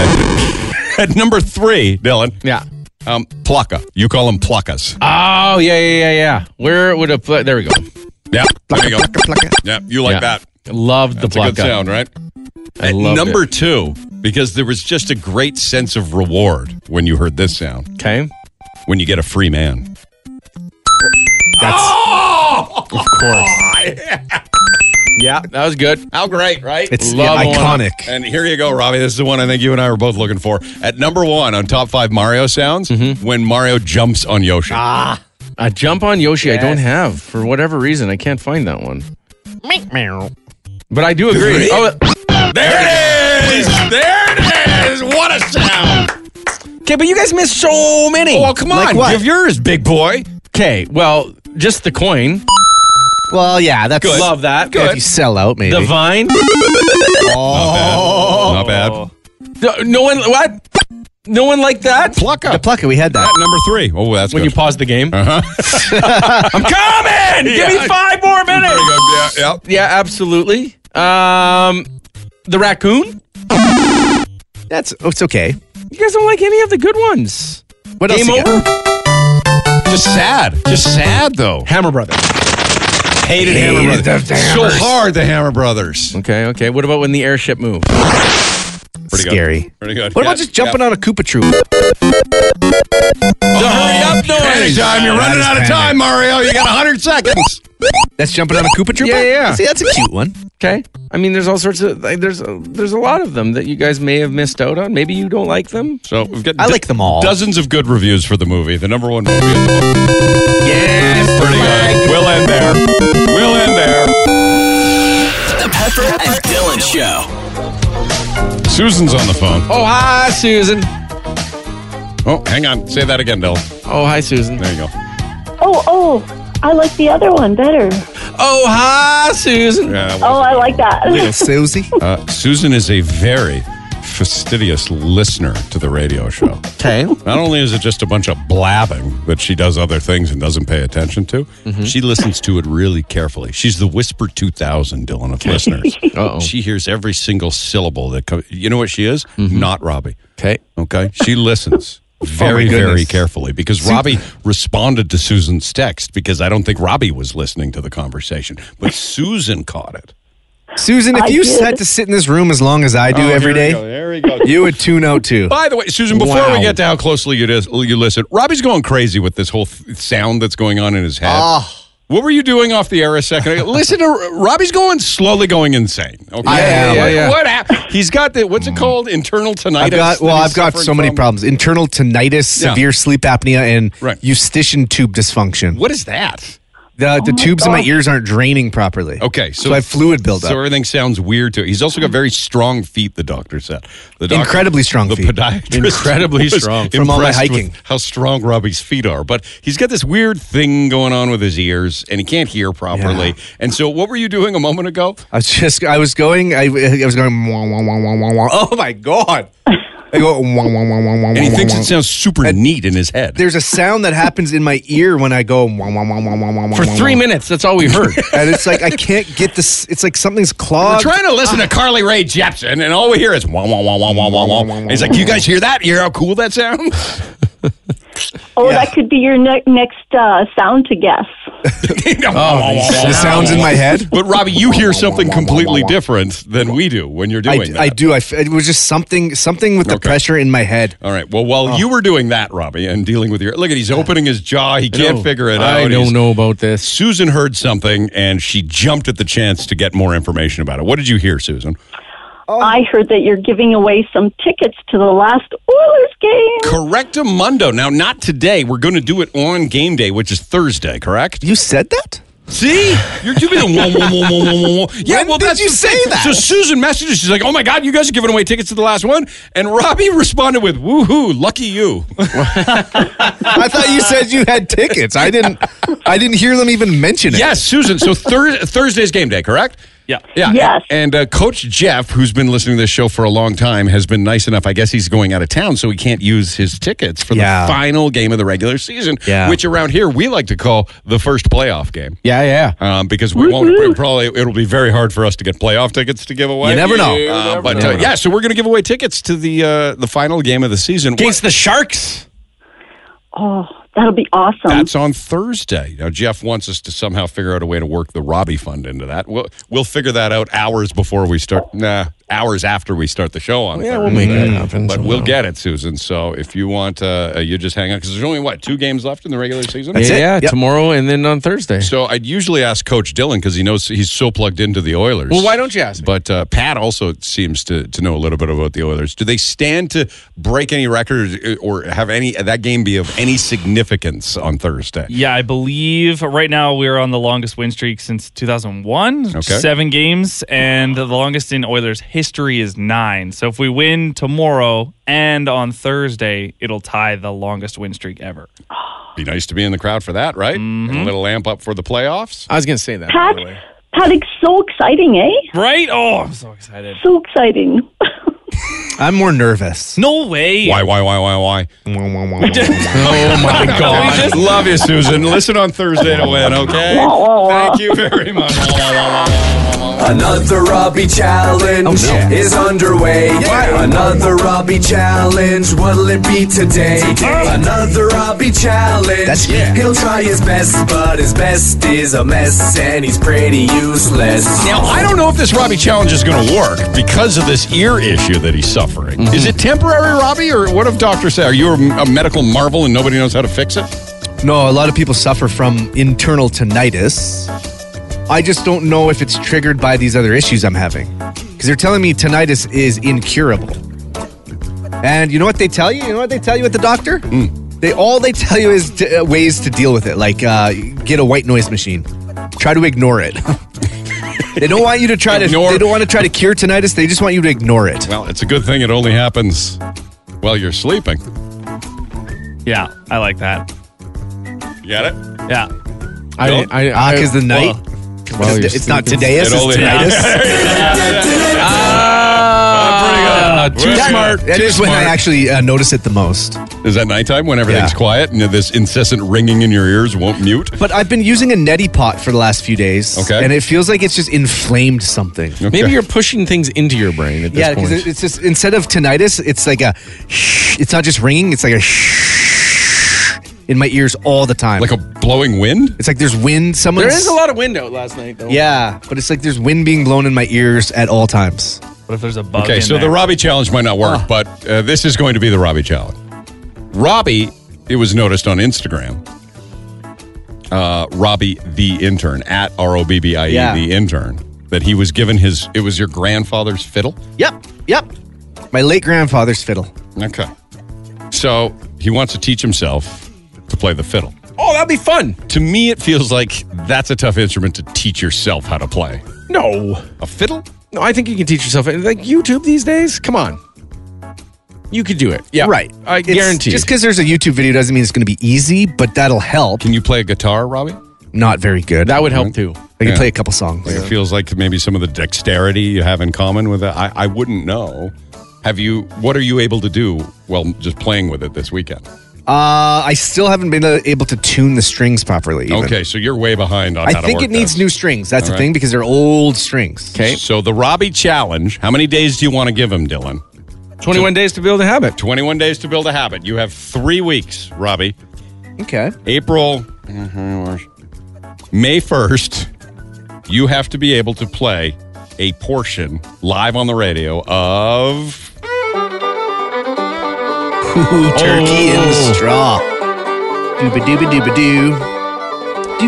[SPEAKER 2] at number three, Dylan.
[SPEAKER 3] yeah.
[SPEAKER 2] Um, Plaka. You call them Plakas.
[SPEAKER 3] Oh, yeah, yeah, yeah, yeah. Where would a pl- there we go?
[SPEAKER 2] Yeah. There you go.
[SPEAKER 4] Pluck it.
[SPEAKER 2] Yeah. You like
[SPEAKER 3] Yeah.
[SPEAKER 2] that.
[SPEAKER 3] Loved the
[SPEAKER 2] That's a good
[SPEAKER 3] block up.
[SPEAKER 2] sound, right?
[SPEAKER 3] I
[SPEAKER 2] At
[SPEAKER 3] loved
[SPEAKER 2] number
[SPEAKER 3] it.
[SPEAKER 2] two, because there was just a great sense of reward when you heard this sound.
[SPEAKER 3] Okay,
[SPEAKER 2] When you get a free man.
[SPEAKER 4] That's
[SPEAKER 2] Oh,
[SPEAKER 4] of course.
[SPEAKER 3] yeah, that was good.
[SPEAKER 2] how great, right?
[SPEAKER 4] It's
[SPEAKER 3] Love
[SPEAKER 4] yeah,
[SPEAKER 3] one.
[SPEAKER 4] iconic.
[SPEAKER 2] And here you go, Robbie. This is the one I think you and I were both looking for. At number one on top five Mario sounds, when Mario jumps on Yoshi.
[SPEAKER 3] A jump on Yoshi, I don't have for whatever reason. I can't find that one. But I do agree. Oh,
[SPEAKER 2] There it is! There it is! What a sound!
[SPEAKER 3] okay, but you guys missed so many.
[SPEAKER 2] Oh, come on.
[SPEAKER 4] Like what?
[SPEAKER 2] Give yours, big boy.
[SPEAKER 3] Okay, well, just the coin.
[SPEAKER 4] Well, yeah, that's
[SPEAKER 2] Good.
[SPEAKER 3] Love that.
[SPEAKER 2] Good.
[SPEAKER 4] If you sell out, maybe.
[SPEAKER 3] The vine. Oh.
[SPEAKER 2] Not bad. Not bad.
[SPEAKER 3] No- No one. What? No one liked that.
[SPEAKER 2] Pluck
[SPEAKER 4] The
[SPEAKER 2] up.
[SPEAKER 4] plucker, we had that.
[SPEAKER 2] At number three. Oh, that's
[SPEAKER 3] When you
[SPEAKER 2] good.
[SPEAKER 3] pause the game.
[SPEAKER 2] uh-huh.
[SPEAKER 3] I'm coming. Give
[SPEAKER 2] Yeah.
[SPEAKER 3] me five more
[SPEAKER 2] Pretty
[SPEAKER 3] minutes.
[SPEAKER 2] good. Yeah, yeah.
[SPEAKER 3] Yeah, absolutely. Um, the raccoon.
[SPEAKER 4] That's oh, it's okay.
[SPEAKER 3] You guys don't like any of the good ones.
[SPEAKER 4] What else?
[SPEAKER 3] Game
[SPEAKER 4] you got?
[SPEAKER 3] over.
[SPEAKER 2] Just sad. Just sad though.
[SPEAKER 3] Hammer Brothers.
[SPEAKER 2] Hated, Hammer Brothers. So hard, the Hammer Brothers.
[SPEAKER 15] Okay, okay. What about when the airship moved?
[SPEAKER 2] Pretty
[SPEAKER 4] Scary.
[SPEAKER 2] Good. Pretty good.
[SPEAKER 4] What about just jumping on a Koopa Troop?
[SPEAKER 2] The hurry up noise. Anytime you're running out of time, Mario. You got 100 seconds.
[SPEAKER 4] That's jumping on a Koopa Trooper?
[SPEAKER 15] Yeah, yeah, yeah.
[SPEAKER 4] See, that's a cute one.
[SPEAKER 15] Okay. I mean, there's all sorts of like, there's a, there's a lot of them that you guys may have missed out on. Maybe you don't like them.
[SPEAKER 2] So we've got
[SPEAKER 4] I like them all.
[SPEAKER 2] dozens of good reviews for the movie. The number one movie of the month. Yes, pretty good. We'll end there. We'll end there.
[SPEAKER 1] The Pepper and Dylan Show.
[SPEAKER 2] Susan's on the phone.
[SPEAKER 15] Oh, hi, Susan.
[SPEAKER 2] Oh, hang on. Say that again, Bill.
[SPEAKER 15] Oh, hi, Susan.
[SPEAKER 2] There you go.
[SPEAKER 19] Oh, oh, I like the other one better.
[SPEAKER 15] Oh, hi, Susan.
[SPEAKER 2] Yeah, well,
[SPEAKER 19] Oh, I like that.
[SPEAKER 4] Susie.
[SPEAKER 2] uh, Susan is a very fastidious listener to the radio show.
[SPEAKER 15] Okay.
[SPEAKER 2] Not only is it just a bunch of blabbing that she does other things and doesn't pay attention to,
[SPEAKER 15] Mm-hmm.
[SPEAKER 2] she listens to it really carefully. She's the Whisper 2000, Dylan, of listeners.
[SPEAKER 15] Uh-oh.
[SPEAKER 2] She hears every single syllable that comes. You know what she is?
[SPEAKER 4] Mm-hmm.
[SPEAKER 2] Not Robbie.
[SPEAKER 15] Okay.
[SPEAKER 2] Okay. She listens.
[SPEAKER 4] Oh,
[SPEAKER 2] Very,
[SPEAKER 15] goodness.
[SPEAKER 2] very carefully because Robbie responded to Susan's text because I don't think Robbie was listening to the conversation, but Susan caught it.
[SPEAKER 4] Susan, if
[SPEAKER 19] I
[SPEAKER 4] you
[SPEAKER 19] did.
[SPEAKER 4] had to sit in this room as long as I do every day,
[SPEAKER 2] There Oh, we go.
[SPEAKER 4] you would tune out Oh, too.
[SPEAKER 2] By the way, Susan, before
[SPEAKER 4] Wow.
[SPEAKER 2] we get to how closely you, dis- you listen, Robbie's going crazy with this whole th- sound that's going on in his head.
[SPEAKER 4] Ah.
[SPEAKER 2] What were you doing off the air a second ago? listen to Robbie's going slowly going insane. Okay.
[SPEAKER 4] Yeah, yeah,
[SPEAKER 2] Like,
[SPEAKER 4] yeah.
[SPEAKER 2] What hap- He's got the, what's it called? Internal tinnitus.
[SPEAKER 4] I've got
[SPEAKER 2] that
[SPEAKER 4] well,
[SPEAKER 2] he's
[SPEAKER 4] I've got
[SPEAKER 2] suffering
[SPEAKER 4] so many
[SPEAKER 2] from.
[SPEAKER 4] problems: internal tinnitus,
[SPEAKER 2] Yeah.
[SPEAKER 4] severe sleep apnea, and
[SPEAKER 2] Right.
[SPEAKER 4] eustachian tube dysfunction.
[SPEAKER 2] What is that?
[SPEAKER 4] The
[SPEAKER 19] Oh my
[SPEAKER 4] the tubes in my
[SPEAKER 19] God.
[SPEAKER 4] ears aren't draining properly.
[SPEAKER 2] Okay. So,
[SPEAKER 4] so, I have fluid buildup.
[SPEAKER 2] So everything sounds weird to it. He's also got very strong feet, the doctor said. The doctor,
[SPEAKER 4] Incredibly strong
[SPEAKER 2] the
[SPEAKER 4] feet.
[SPEAKER 2] podiatrist
[SPEAKER 15] Incredibly
[SPEAKER 2] was
[SPEAKER 15] strong.
[SPEAKER 4] From all my
[SPEAKER 2] impressed with
[SPEAKER 4] hiking.
[SPEAKER 2] how strong Robbie's feet are. But he's got this weird thing going on with his ears and he can't hear properly. And so what were you doing a moment ago?
[SPEAKER 4] I was just I was going I, I was going wah, wah, wah, wah, wah, wah. oh my god I go wah, wah, wah, wah, wah,
[SPEAKER 2] And he
[SPEAKER 4] wah,
[SPEAKER 2] thinks
[SPEAKER 4] wah.
[SPEAKER 2] it sounds super neat in his head.
[SPEAKER 4] there's a sound that happens in my ear when I go wah, wah, wah, wah, wah, wah, wah,
[SPEAKER 15] For
[SPEAKER 4] wah,
[SPEAKER 15] three
[SPEAKER 4] wah.
[SPEAKER 15] minutes, that's all we heard.
[SPEAKER 4] and it's like I can't get this it's like something's
[SPEAKER 2] We're
[SPEAKER 4] clogged
[SPEAKER 2] trying to listen to Carly Rae Jepsen, and all we hear is wah wah wah wah wah wah wah. And He's like, "You guys hear that? You hear how cool that sounds?"
[SPEAKER 19] Oh, that could be your ne- next uh, sound to guess.
[SPEAKER 4] the Oh, sounds in my head
[SPEAKER 2] But Robbie, you hear something completely different than we do when you're
[SPEAKER 4] I,
[SPEAKER 2] doing that.
[SPEAKER 4] I do I f- it was just something something with the
[SPEAKER 2] Okay.
[SPEAKER 4] pressure in my head Oh.
[SPEAKER 2] All right. Well, while you were doing that, Robbie, and dealing with your look at he's opening his jaw. He can't figure it out.
[SPEAKER 15] I
[SPEAKER 2] He's-
[SPEAKER 15] don't know about this.
[SPEAKER 2] Susan heard something and she jumped at the chance to get more information about it. What did you hear, Susan?
[SPEAKER 19] I heard that you're giving away some tickets to the last Oilers game.
[SPEAKER 2] Correctamundo. Now, not today. We're going to do it on game day, which is Thursday. Correct?
[SPEAKER 4] you said that
[SPEAKER 2] See, you're doing the whoa, whoa, whoa, whoa, whoa, whoa. Yeah.
[SPEAKER 4] When
[SPEAKER 2] well,
[SPEAKER 4] did
[SPEAKER 2] that's
[SPEAKER 4] you
[SPEAKER 2] the
[SPEAKER 4] say
[SPEAKER 2] thing.
[SPEAKER 4] that?
[SPEAKER 2] So Susan messages. She's like, "Oh my God, you guys are giving away tickets to the last one," and Robbie responded with, "Woohoo! Lucky you."
[SPEAKER 4] I thought you said you had tickets I didn't I didn't hear them even mention it
[SPEAKER 2] Yes, Susan. So thir- Thursday's game day, correct?
[SPEAKER 9] Yeah.
[SPEAKER 2] Yeah.
[SPEAKER 19] Yes.
[SPEAKER 2] And uh, Coach Jeff, who's been listening to this show for a long time, has been nice enough. I guess he's going out of town, so he can't use his tickets for
[SPEAKER 4] Yeah.
[SPEAKER 2] the final game of the regular season,
[SPEAKER 4] Yeah.
[SPEAKER 2] which around here we like to call the first playoff game.
[SPEAKER 4] yeah yeah
[SPEAKER 2] Um, because we won't we probably it'll be very hard for us to get playoff tickets to give away.
[SPEAKER 4] You never know. You
[SPEAKER 2] Uh,
[SPEAKER 4] never
[SPEAKER 2] but
[SPEAKER 4] know.
[SPEAKER 2] uh, yeah, so we're going to give away tickets to the uh, the final game of the season.
[SPEAKER 15] Against the Sharks.
[SPEAKER 19] Oh, that'll be awesome.
[SPEAKER 2] That's on Thursday. Now, Jeff wants us to somehow figure out a way to work the Robbie Fund into that. We'll, we'll figure that out hours before we start. Nah, hours after we start the show on. Yeah, we'll make it happen. But we'll get it, Susan. So if you want, uh, you just hang on because there's only what two games left in the regular season.
[SPEAKER 4] That's it.
[SPEAKER 15] yeah,
[SPEAKER 4] Yep.
[SPEAKER 15] tomorrow and then on Thursday.
[SPEAKER 2] So I'd usually ask Coach Dylan because he knows he's so plugged into the Oilers.
[SPEAKER 15] Well, why don't you ask me?
[SPEAKER 2] But uh, Pat also seems to, to know a little bit about the Oilers. Do they stand to break any records uh, or have any that game be of any significance on Thursday?
[SPEAKER 9] Yeah, I believe right now we're on the longest win streak since 2001.
[SPEAKER 2] Okay.
[SPEAKER 9] Seven games, and the longest in Oilers history is nine. So if we win tomorrow and on Thursday, it'll tie the longest win streak ever.
[SPEAKER 2] Be nice to be in the crowd for that, right? And a little lamp up for the playoffs.
[SPEAKER 15] Mm-hmm. I was going to say that. by
[SPEAKER 19] Pat,
[SPEAKER 15] the way.
[SPEAKER 19] Pat, it's so exciting, eh?
[SPEAKER 9] Right? Oh, I'm so excited.
[SPEAKER 19] So exciting.
[SPEAKER 4] I'm more nervous
[SPEAKER 9] No way.
[SPEAKER 2] Why, why, why, why, why?
[SPEAKER 4] oh my
[SPEAKER 2] God, love you, Susan. Listen on Thursday to win, okay? Thank you very much.
[SPEAKER 6] Another Robbie challenge
[SPEAKER 1] Oh, no.
[SPEAKER 6] is underway.
[SPEAKER 1] Yeah.
[SPEAKER 6] Another Robbie challenge. What'll it be today? Another Robbie challenge.
[SPEAKER 1] That's-
[SPEAKER 6] He'll try his best, but his best is a mess, and he's pretty useless.
[SPEAKER 2] Now, I don't know if this Robbie challenge is going to work because of this ear issue that he's suffering.
[SPEAKER 15] Mm-hmm.
[SPEAKER 2] Is it temporary, Robbie, or what if doctors say, are you a, a medical marvel and nobody knows how to fix it?
[SPEAKER 4] No, a lot of people suffer from internal tinnitus. I just don't know if it's triggered by these other issues I'm having. Because they're telling me tinnitus is incurable. And you know what they tell you? You know what they tell you at the doctor?
[SPEAKER 15] Hmm.
[SPEAKER 4] They all they tell you is t- uh, ways to deal with it, like uh, get a white noise machine. Try to ignore it. they don't want you to try
[SPEAKER 2] Ignore-
[SPEAKER 4] to. They don't want to try to cure tinnitus. They just want you to ignore it.
[SPEAKER 2] Well, it's a good thing it only happens while you're sleeping.
[SPEAKER 9] Yeah, I like that.
[SPEAKER 2] You got it?
[SPEAKER 9] Yeah.
[SPEAKER 15] I-
[SPEAKER 2] Bill?
[SPEAKER 15] I-
[SPEAKER 4] Ah, because the night.
[SPEAKER 15] Well, you're
[SPEAKER 4] it's not
[SPEAKER 15] sleeping.
[SPEAKER 4] today. It's
[SPEAKER 15] It only-
[SPEAKER 4] Uh, Ah,
[SPEAKER 2] pretty good. Too smart.
[SPEAKER 4] That
[SPEAKER 2] Too
[SPEAKER 4] is when I
[SPEAKER 2] smart.
[SPEAKER 4] actually uh, notice it the most.
[SPEAKER 2] Is that nighttime when everything's
[SPEAKER 4] Yeah.
[SPEAKER 2] quiet and this incessant ringing in your ears won't mute?
[SPEAKER 4] But I've been using a neti pot for the last few days.
[SPEAKER 2] Okay.
[SPEAKER 4] And it feels like it's just inflamed something.
[SPEAKER 15] Maybe you're pushing things into your brain at this
[SPEAKER 4] Yeah,
[SPEAKER 15] point.
[SPEAKER 4] because it, it's just instead of tinnitus, it's like a. Shh, it's not just ringing. It's like a. Shh, in my ears all the time. Like
[SPEAKER 2] a blowing wind.
[SPEAKER 4] It's like there's wind. Someone's,
[SPEAKER 15] there is a lot of window last night, though.
[SPEAKER 4] Yeah, but it's like there's wind being blown in my ears at all times.
[SPEAKER 9] What if there's a
[SPEAKER 2] Okay, so the Robbie challenge might not
[SPEAKER 4] Oh.
[SPEAKER 2] work, but uh, this is going to be the Robbie challenge. Robbie, it was noticed on Instagram. Uh, Robbie the intern at R O B B I E
[SPEAKER 4] Yeah.
[SPEAKER 2] the intern that he was given his. It was your grandfather's fiddle.
[SPEAKER 4] Yep, yep. My late grandfather's fiddle.
[SPEAKER 2] Okay, so he wants to teach himself to play the fiddle.
[SPEAKER 15] Oh, that'd be fun.
[SPEAKER 2] To me, it feels like that's a tough instrument to teach yourself how to play.
[SPEAKER 15] No.
[SPEAKER 2] A fiddle?
[SPEAKER 15] No, I think you can teach yourself. Like YouTube these days, come on. You could do it. Yeah.
[SPEAKER 4] Right.
[SPEAKER 15] I
[SPEAKER 4] It's-
[SPEAKER 15] guarantee.
[SPEAKER 4] Just because there's a YouTube video doesn't mean it's going to be easy, but that'll help.
[SPEAKER 2] Can you play a guitar, Robbie?
[SPEAKER 4] Not very good.
[SPEAKER 15] That would help too.
[SPEAKER 4] I can
[SPEAKER 2] Yeah.
[SPEAKER 4] play a couple songs.
[SPEAKER 2] Like it feels like maybe some of the dexterity you have in common with it. I, I wouldn't know. Have you? What are you able to do? Well, just playing with it this weekend.
[SPEAKER 4] Uh, I still haven't been able to tune the strings properly. even.
[SPEAKER 2] Okay, so you're way behind on.
[SPEAKER 4] I
[SPEAKER 2] how to
[SPEAKER 4] think
[SPEAKER 2] work
[SPEAKER 4] it needs
[SPEAKER 2] that.
[SPEAKER 4] new strings. That's
[SPEAKER 2] All
[SPEAKER 4] the
[SPEAKER 2] right.
[SPEAKER 4] thing because they're old strings.
[SPEAKER 2] Okay, so the Robbie challenge. How many days do you want to give him, Dylan?
[SPEAKER 15] 21 days to build a habit.
[SPEAKER 2] 21 days to build a habit. You have three weeks, Robbie.
[SPEAKER 4] Okay.
[SPEAKER 2] April, May 1st, you have to be able to play a portion live on the radio of.
[SPEAKER 4] Ooh,
[SPEAKER 15] Oh.
[SPEAKER 4] turkey in the straw. Dooba dooba dooba doo.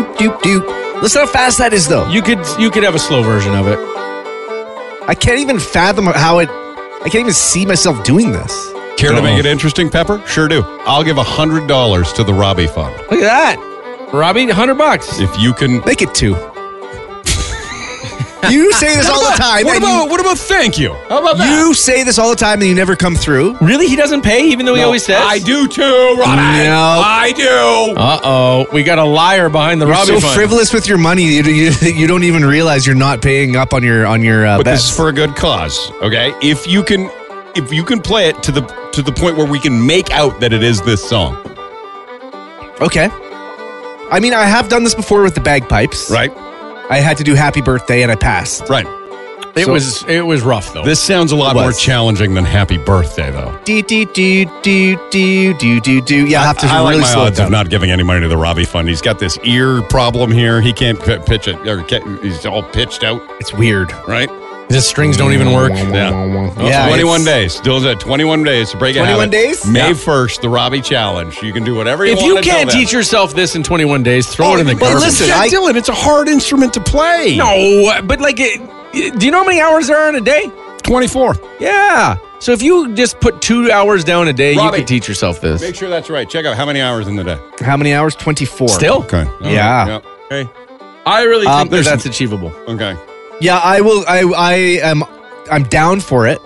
[SPEAKER 4] Doop doop doop. Listen how fast that is, though.
[SPEAKER 15] You could you could have a slow version of it.
[SPEAKER 4] I can't even fathom how it. I can't even see myself doing this.
[SPEAKER 2] Care to
[SPEAKER 15] Uh-huh.
[SPEAKER 2] make it interesting, Pepper? Sure do. I'll give $100 to the Robbie Fund.
[SPEAKER 15] Look at that. Robbie, 100 bucks.
[SPEAKER 2] If you can.
[SPEAKER 4] Make it two. You say this
[SPEAKER 2] What
[SPEAKER 4] all the
[SPEAKER 2] about-
[SPEAKER 4] time.
[SPEAKER 2] What
[SPEAKER 4] and
[SPEAKER 2] about, what about thank you? How about
[SPEAKER 4] you,
[SPEAKER 2] that?
[SPEAKER 4] you say this all the time and you never come through.
[SPEAKER 15] Really? He doesn't pay even though he
[SPEAKER 2] No,
[SPEAKER 15] always says?
[SPEAKER 2] I do too, Robbie.
[SPEAKER 4] No.
[SPEAKER 2] I do.
[SPEAKER 15] Uh oh. We got a liar behind the
[SPEAKER 4] You're
[SPEAKER 15] Robbie
[SPEAKER 4] so
[SPEAKER 15] fund.
[SPEAKER 4] frivolous with your money, you, you, you don't even realize you're not paying up on your on your uh,
[SPEAKER 2] but this
[SPEAKER 4] bets.
[SPEAKER 2] is for a good cause, okay? If you can if you can play it to the to the point where we can make out that it is this song,
[SPEAKER 4] okay. I mean, I have done this before with the bagpipes.
[SPEAKER 2] right?
[SPEAKER 4] I had to do Happy Birthday and I passed.
[SPEAKER 2] Right.
[SPEAKER 15] It
[SPEAKER 4] So-
[SPEAKER 15] was it was rough though.
[SPEAKER 2] This sounds a lot
[SPEAKER 4] It
[SPEAKER 2] more
[SPEAKER 4] was.
[SPEAKER 2] challenging than Happy Birthday though.
[SPEAKER 4] Do do do do do do do do. Yeah, I have to
[SPEAKER 2] I like
[SPEAKER 4] really
[SPEAKER 2] my
[SPEAKER 4] slow it
[SPEAKER 2] odds of
[SPEAKER 4] down.
[SPEAKER 2] not giving any money to the Robbie Fund. He's got this ear problem here. He can't p- pitch it. Or can't, he's all pitched out,
[SPEAKER 4] It's weird.
[SPEAKER 2] right?
[SPEAKER 15] the strings don't even work.
[SPEAKER 2] Yeah.
[SPEAKER 4] Yeah,
[SPEAKER 2] 21
[SPEAKER 4] it's-
[SPEAKER 2] days. Dylan's at 21 days to break it.
[SPEAKER 4] 21 days?
[SPEAKER 2] May
[SPEAKER 4] Yeah.
[SPEAKER 2] 1st, the Robbie Challenge. You can do whatever you
[SPEAKER 15] If
[SPEAKER 2] want.
[SPEAKER 15] you can't teach yourself this in 21 days, throw
[SPEAKER 2] Oh,
[SPEAKER 15] it in the
[SPEAKER 4] but
[SPEAKER 15] garbage.
[SPEAKER 4] listen,
[SPEAKER 2] Yeah,
[SPEAKER 4] I-
[SPEAKER 2] Dylan, it's a hard instrument to play.
[SPEAKER 15] No, but like, it, do you know how many hours there are in a day?
[SPEAKER 2] 24.
[SPEAKER 15] Yeah. So if you just put two hours down a day,
[SPEAKER 2] Robbie.
[SPEAKER 15] you could teach yourself
[SPEAKER 2] Make
[SPEAKER 15] this.
[SPEAKER 2] sure that's right. Check out how many hours in the day.
[SPEAKER 4] How many hours? Twenty four.
[SPEAKER 15] Still?
[SPEAKER 2] Okay.
[SPEAKER 4] Yeah.
[SPEAKER 15] Okay. I really think
[SPEAKER 4] Um,
[SPEAKER 15] that
[SPEAKER 4] there's-
[SPEAKER 15] that's achievable.
[SPEAKER 2] Okay.
[SPEAKER 4] Yeah, I will. I I am. I'm down for it.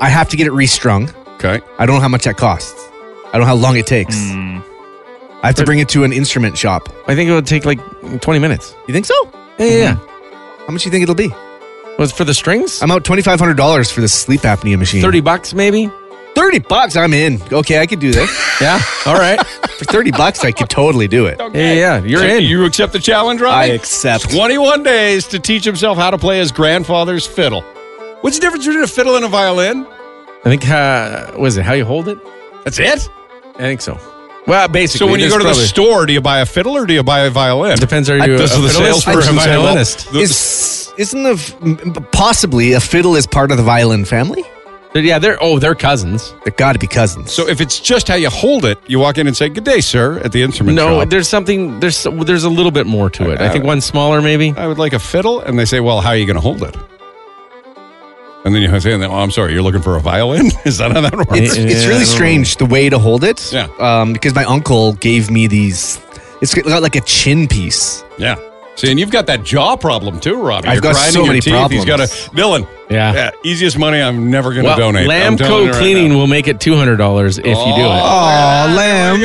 [SPEAKER 4] I have to get it restrung.
[SPEAKER 2] Okay.
[SPEAKER 4] I don't know how much that costs. I don't know how long it takes. I have to bring it to an instrument shop.
[SPEAKER 15] Hmm. I think it would take like 20 minutes.
[SPEAKER 4] You think so? Hmm.
[SPEAKER 15] Yeah, yeah, yeah.
[SPEAKER 4] How much do you think it'll be?
[SPEAKER 15] Was for the strings?
[SPEAKER 4] I'm out twenty five hundred dollars for this sleep apnea machine.
[SPEAKER 15] 30 bucks maybe?
[SPEAKER 4] Thirty bucks, I'm in. Okay, I could do this.
[SPEAKER 15] yeah. All right.
[SPEAKER 4] For thirty bucks, I could totally do it.
[SPEAKER 15] Yeah, yeah, you're
[SPEAKER 2] So
[SPEAKER 15] in.
[SPEAKER 2] You accept the challenge, Robbie?
[SPEAKER 4] I accept.
[SPEAKER 2] 21 days to teach himself how to play his grandfather's fiddle. What's the difference between a fiddle and a violin?
[SPEAKER 15] I think uh, was it how you hold it?
[SPEAKER 2] That's it.
[SPEAKER 15] I think so. Well, basically.
[SPEAKER 2] So when you
[SPEAKER 15] there's
[SPEAKER 2] go to the
[SPEAKER 15] probably-
[SPEAKER 2] store, do you buy a fiddle or do you buy a violin?
[SPEAKER 15] Depends. Are
[SPEAKER 2] I-
[SPEAKER 15] you a, a
[SPEAKER 2] Does the
[SPEAKER 15] fiddleist or a
[SPEAKER 2] salesperson say, well,
[SPEAKER 15] violinist?
[SPEAKER 2] the-
[SPEAKER 4] Is, isn't the f- m- possibly a fiddle is part of the violin family?
[SPEAKER 15] yeah, they're oh, they're cousins.
[SPEAKER 4] They're got to be cousins.
[SPEAKER 2] So if it's just how you hold it, you walk in and say, "Good day, sir," at the instrument
[SPEAKER 15] No,
[SPEAKER 2] shop.
[SPEAKER 15] there's something. There's there's a little bit more to it. I think one's smaller, maybe.
[SPEAKER 2] I would like a fiddle, and they say, "Well, how are you going to hold it?" And then you say, "Oh, I'm sorry, you're looking for a violin." Is that how that works?
[SPEAKER 4] It's, it's really strange the way to hold it.
[SPEAKER 2] Yeah.
[SPEAKER 4] Um, because my uncle gave me these. It's got like a chin piece.
[SPEAKER 2] Yeah. See, and you've got that jaw problem too, Robbie.
[SPEAKER 4] I've
[SPEAKER 2] You're
[SPEAKER 4] got
[SPEAKER 2] grinding
[SPEAKER 4] so
[SPEAKER 2] your
[SPEAKER 4] many
[SPEAKER 2] teeth. He's got a villain.
[SPEAKER 15] Yeah.
[SPEAKER 2] Easiest money I'm never going to
[SPEAKER 15] Well,
[SPEAKER 2] donate. I'm telling you
[SPEAKER 15] Lamco
[SPEAKER 2] right
[SPEAKER 15] cleaning will make it two hundred dollars if you do it.
[SPEAKER 4] Oh, lambs.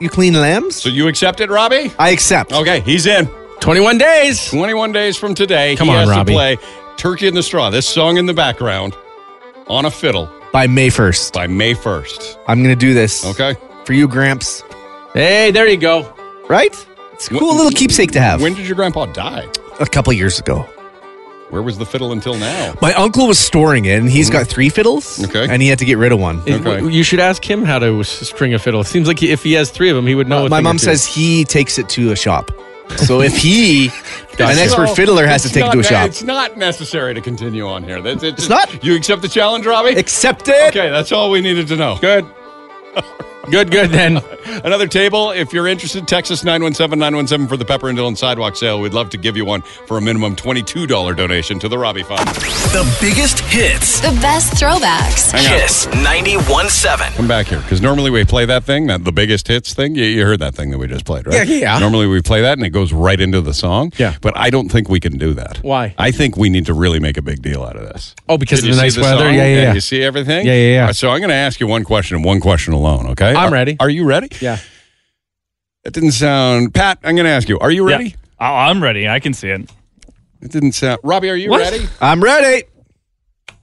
[SPEAKER 2] You
[SPEAKER 4] clean lambs?
[SPEAKER 2] So you accept it, Robbie?
[SPEAKER 4] I accept.
[SPEAKER 2] Okay, he's in.
[SPEAKER 15] 21 days.
[SPEAKER 2] 21 days from today.
[SPEAKER 15] Come
[SPEAKER 2] he
[SPEAKER 15] on,
[SPEAKER 2] has
[SPEAKER 15] Robbie.
[SPEAKER 2] to play Turkey in the Straw, this song in the background, on a fiddle
[SPEAKER 4] By May 1st.
[SPEAKER 2] by May 1st.
[SPEAKER 4] I'm going to do this.
[SPEAKER 2] Okay.
[SPEAKER 4] For you, Gramps.
[SPEAKER 15] Hey, there you go.
[SPEAKER 4] Right? It's a cool little keepsake to have.
[SPEAKER 2] When did your grandpa die?
[SPEAKER 4] a couple years ago.
[SPEAKER 2] Where was the fiddle until now?
[SPEAKER 4] My uncle was storing it, and
[SPEAKER 2] Mm-hmm.
[SPEAKER 4] he's got three fiddles. Okay. And he had to get rid of one.
[SPEAKER 15] It- You should ask him how to s- string a fiddle. It seems like he, if he has three of them, he would know. a
[SPEAKER 4] My
[SPEAKER 15] thing or
[SPEAKER 4] mom
[SPEAKER 15] two.
[SPEAKER 4] says he takes it to a shop. So if he, an
[SPEAKER 2] It's
[SPEAKER 4] expert
[SPEAKER 2] so-
[SPEAKER 4] fiddler, has to
[SPEAKER 2] it's
[SPEAKER 4] take it
[SPEAKER 2] not
[SPEAKER 4] to a
[SPEAKER 2] ne-
[SPEAKER 4] shop.
[SPEAKER 2] It's not necessary to continue on here. That's, it's,
[SPEAKER 4] It's not?
[SPEAKER 2] You accept the challenge, Robbie?
[SPEAKER 4] Accept it.
[SPEAKER 2] Okay, that's all we needed to know.
[SPEAKER 15] Good. Good, good then.
[SPEAKER 2] Another table. If you're interested, Texas 917 917 for the Pepper and Dylan Sidewalk Sale. We'd love to give you one for a minimum $22 donation to the Robbie Fund.
[SPEAKER 1] The biggest hits.
[SPEAKER 11] The best throwbacks.
[SPEAKER 2] Hang on.
[SPEAKER 1] Kiss 91.7.
[SPEAKER 2] Come back here because normally we play that thing, that the biggest hits thing. You, you heard that thing that we just played, right?
[SPEAKER 15] Yeah, yeah.
[SPEAKER 2] Normally we play that and it goes right into the song. Yeah. But I don't think we can do that.
[SPEAKER 15] Why?
[SPEAKER 2] I think we need to really make a big deal out of this.
[SPEAKER 15] Oh, because
[SPEAKER 2] Did
[SPEAKER 15] of the
[SPEAKER 2] you
[SPEAKER 15] nice
[SPEAKER 2] see
[SPEAKER 15] weather?
[SPEAKER 2] song?
[SPEAKER 15] Yeah, yeah,
[SPEAKER 2] Did
[SPEAKER 15] yeah.
[SPEAKER 2] you see everything?
[SPEAKER 15] Yeah, yeah, yeah.
[SPEAKER 2] All right, so I'm going to ask you one question and one question alone, okay?
[SPEAKER 15] I'm
[SPEAKER 2] Are-
[SPEAKER 15] ready.
[SPEAKER 2] Are you ready?
[SPEAKER 15] Yeah.
[SPEAKER 2] That didn't sound. Pat, I'm going to ask you, are you
[SPEAKER 9] Yeah.
[SPEAKER 2] ready?
[SPEAKER 9] I- I'm ready. I can see it.
[SPEAKER 2] It didn't sound. Robbie, are you
[SPEAKER 9] What?
[SPEAKER 2] ready?
[SPEAKER 4] I'm ready.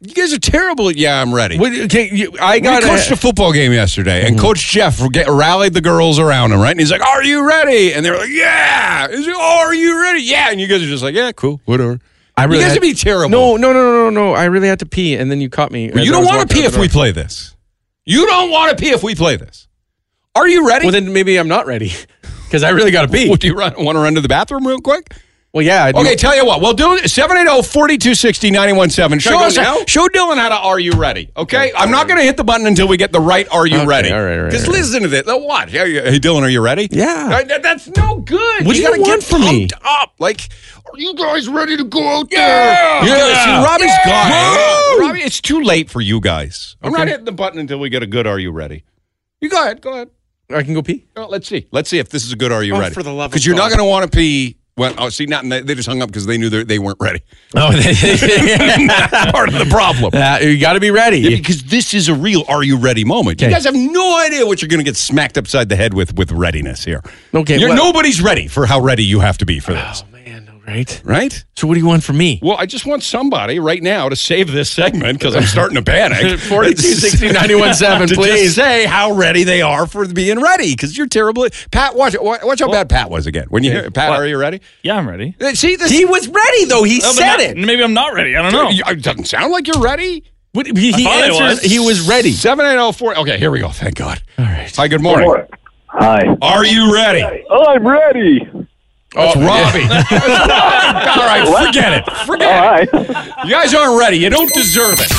[SPEAKER 2] You guys are terrible. at Yeah, I'm ready.
[SPEAKER 15] What- okay, you- I Mm-hmm. got
[SPEAKER 2] we coached
[SPEAKER 15] a-
[SPEAKER 2] a football game yesterday, and Coach Jeff get, rallied the girls around him, right? And he's like, "Are you ready?" And they're like, "Yeah." He's like, "Oh, are you ready?" Yeah. And you guys are just like, "Yeah, cool, whatever."
[SPEAKER 15] I really
[SPEAKER 2] you guys
[SPEAKER 15] had-
[SPEAKER 2] would be terrible.
[SPEAKER 15] No, no, no, no, no, no. I really had to pee, and then you caught me.
[SPEAKER 2] Well,
[SPEAKER 15] as
[SPEAKER 2] you
[SPEAKER 15] I
[SPEAKER 2] don't
[SPEAKER 15] was
[SPEAKER 2] want to
[SPEAKER 15] walking
[SPEAKER 2] pee
[SPEAKER 15] out the
[SPEAKER 2] if we
[SPEAKER 15] door.
[SPEAKER 2] play this. You don't want to pee if we play this. Are you ready?
[SPEAKER 15] Well, then maybe I'm not ready because I really got to pee.
[SPEAKER 2] Would you run, want to run to the bathroom real quick?
[SPEAKER 15] Well, yeah. I do.
[SPEAKER 2] Okay, tell you what. We'll do 780-4260-917.
[SPEAKER 15] Can
[SPEAKER 2] oh, Show
[SPEAKER 15] I go
[SPEAKER 2] us
[SPEAKER 15] now?
[SPEAKER 2] show Dylan how to are you ready. Okay? I'm not going to hit the button until we get the right are you
[SPEAKER 15] Okay,
[SPEAKER 2] ready.
[SPEAKER 15] all right, all right,
[SPEAKER 2] Just
[SPEAKER 15] all right.
[SPEAKER 2] listen to this. Now Watch. Hey, hey, Dylan, are you ready?
[SPEAKER 15] Yeah.
[SPEAKER 2] Uh, that- that's no good.
[SPEAKER 15] What do you
[SPEAKER 2] gotta
[SPEAKER 15] want
[SPEAKER 2] get
[SPEAKER 15] from me?
[SPEAKER 2] pumped up. Like, are you guys ready to go out
[SPEAKER 15] Yeah.
[SPEAKER 2] there?
[SPEAKER 15] Yeah.
[SPEAKER 2] Oh, See, Robbie's
[SPEAKER 15] Yeah.
[SPEAKER 2] gone.
[SPEAKER 15] Woo.
[SPEAKER 2] Robbie, it's too late for you guys. I'm not
[SPEAKER 15] Okay.
[SPEAKER 2] hitting the button until we get a good are you ready. You go ahead. Go ahead.
[SPEAKER 15] I can go pee.
[SPEAKER 2] Oh, let's see. Let's see if this is a good. Are you
[SPEAKER 15] Oh,
[SPEAKER 2] ready?
[SPEAKER 15] for the love of
[SPEAKER 2] Because you're not
[SPEAKER 15] God.
[SPEAKER 2] going to want to pee. Well, oh, see, not they, they just hung up because they knew they they weren't ready.
[SPEAKER 15] Oh,
[SPEAKER 2] That's part of the problem.
[SPEAKER 15] uh, you got to be ready.
[SPEAKER 2] Yeah, because this is a real "Are you ready?" moment. You
[SPEAKER 15] Okay.
[SPEAKER 2] guys have no idea what you're going to get smacked upside the head with with readiness here.
[SPEAKER 15] Okay,
[SPEAKER 2] You're-
[SPEAKER 15] well-
[SPEAKER 2] nobody's ready for how ready you have to be for this,
[SPEAKER 15] oh man, all right.
[SPEAKER 2] right?
[SPEAKER 15] So what do you want from me?
[SPEAKER 2] Well, I just want somebody right now to save this segment because I'm starting to panic.
[SPEAKER 15] 42-60-91-7,
[SPEAKER 2] To just
[SPEAKER 15] please.
[SPEAKER 2] say how ready they are for being ready because you're terrible. Pat, watch, watch watch how bad Pat was again. When you hear Pat,
[SPEAKER 9] What?
[SPEAKER 2] are you ready?
[SPEAKER 9] Yeah, I'm ready.
[SPEAKER 2] Uh, See, this,
[SPEAKER 15] He was ready though. He
[SPEAKER 9] No, but
[SPEAKER 15] said
[SPEAKER 9] not-
[SPEAKER 15] it.
[SPEAKER 9] Maybe I'm not ready. I don't know.
[SPEAKER 2] You- It doesn't sound like you're ready.
[SPEAKER 15] What, he,
[SPEAKER 9] I
[SPEAKER 15] he,
[SPEAKER 9] thought I
[SPEAKER 15] answers,
[SPEAKER 9] was.
[SPEAKER 15] he was ready.
[SPEAKER 2] Seven eight zero four. Okay, here we go. Thank God.
[SPEAKER 15] All right.
[SPEAKER 2] Hi. Good morning.
[SPEAKER 17] Hi. Oh,
[SPEAKER 2] Are you ready? Oh,
[SPEAKER 17] I'm ready.
[SPEAKER 2] That's Robbie. All right, forget it. Forget
[SPEAKER 17] All right.
[SPEAKER 2] it. You guys aren't ready. You don't deserve it.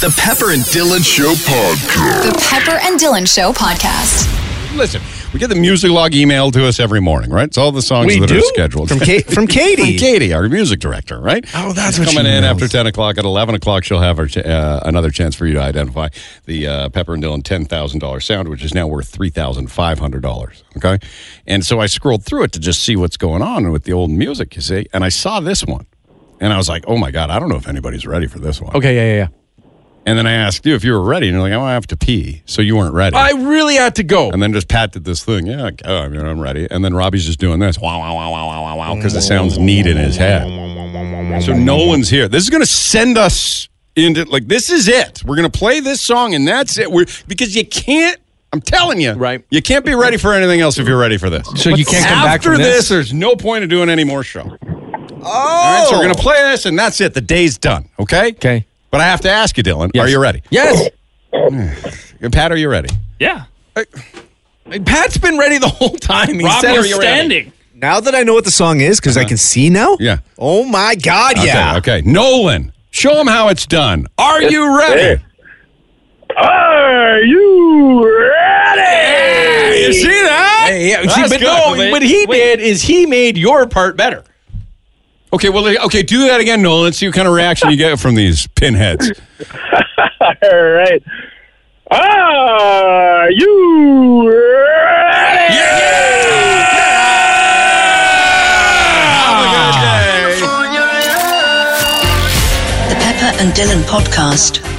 [SPEAKER 1] The Pepper and Dylan Show podcast.
[SPEAKER 11] The Pepper and Dylan Show podcast.
[SPEAKER 2] Listen, we get the music log emailed to us every morning, right? It's all the songs
[SPEAKER 4] We
[SPEAKER 2] that are
[SPEAKER 4] do?
[SPEAKER 2] scheduled
[SPEAKER 4] From Ka- from Katie.
[SPEAKER 2] From Katie, our music director, right?
[SPEAKER 15] Oh, that's
[SPEAKER 2] She's
[SPEAKER 15] what
[SPEAKER 2] coming
[SPEAKER 15] she
[SPEAKER 2] in
[SPEAKER 15] knows.
[SPEAKER 2] after ten o'clock. At eleven o'clock, she'll have her ch- uh, another chance for you to identify the uh, Pepper and Dylan ten thousand dollars sound, which is now worth three thousand five hundred dollars. Okay, and so I scrolled through it to just see what's going on with the old music, you see, and I saw this one, and I was like, oh my god, I don't know if anybody's ready for this one.
[SPEAKER 15] Okay. Yeah. Yeah. Yeah.
[SPEAKER 2] And then I asked you if you were ready, and you're like, oh, I have to pee, so you weren't ready.
[SPEAKER 15] I really had to go.
[SPEAKER 2] And then just Pat did this thing. Yeah, okay, I mean, I'm ready. And then Robbie's just doing this. Wow, wow, wow, wow, wow, wow, wow. Because it sounds neat in his head. So no one's here. This is going to send us into like this is it. We're gonna play this song and that's it. We're because you can't. I'm telling you, right? You can't be ready for anything else if you're ready for this.
[SPEAKER 3] So you can't come back
[SPEAKER 2] after
[SPEAKER 3] from this?
[SPEAKER 2] There's no point in doing any more show. All right, so we're gonna
[SPEAKER 3] Oh.
[SPEAKER 2] play this and that's it. The day's done. Okay. Okay. But I have to ask you, Dylan. Are you ready?
[SPEAKER 3] Yes.
[SPEAKER 2] Pat, are you ready?
[SPEAKER 20] Yeah.
[SPEAKER 3] Pat's been ready the whole time. He
[SPEAKER 4] Rob,
[SPEAKER 3] said,
[SPEAKER 4] you're standing. Uh-huh. Now that I know what the song is, because I can see now.
[SPEAKER 2] Yeah.
[SPEAKER 4] Oh my God!
[SPEAKER 2] Okay,
[SPEAKER 4] Yeah.
[SPEAKER 2] Okay. Nolan, show him how it's done. Are
[SPEAKER 4] Yes,
[SPEAKER 2] you ready?
[SPEAKER 5] Are you ready?
[SPEAKER 2] You see that?
[SPEAKER 3] Hey, yeah, see,
[SPEAKER 2] That's
[SPEAKER 3] but
[SPEAKER 2] good.
[SPEAKER 3] no,
[SPEAKER 2] Wait,
[SPEAKER 3] what he
[SPEAKER 2] wait.
[SPEAKER 3] did is he made your part better.
[SPEAKER 2] Okay. Well. Okay. Do that again, Nolan. Let's see what kind of reaction you get from these pinheads.
[SPEAKER 5] All right. Are you ready?
[SPEAKER 2] Oh
[SPEAKER 18] The Pepper and Dylan podcast.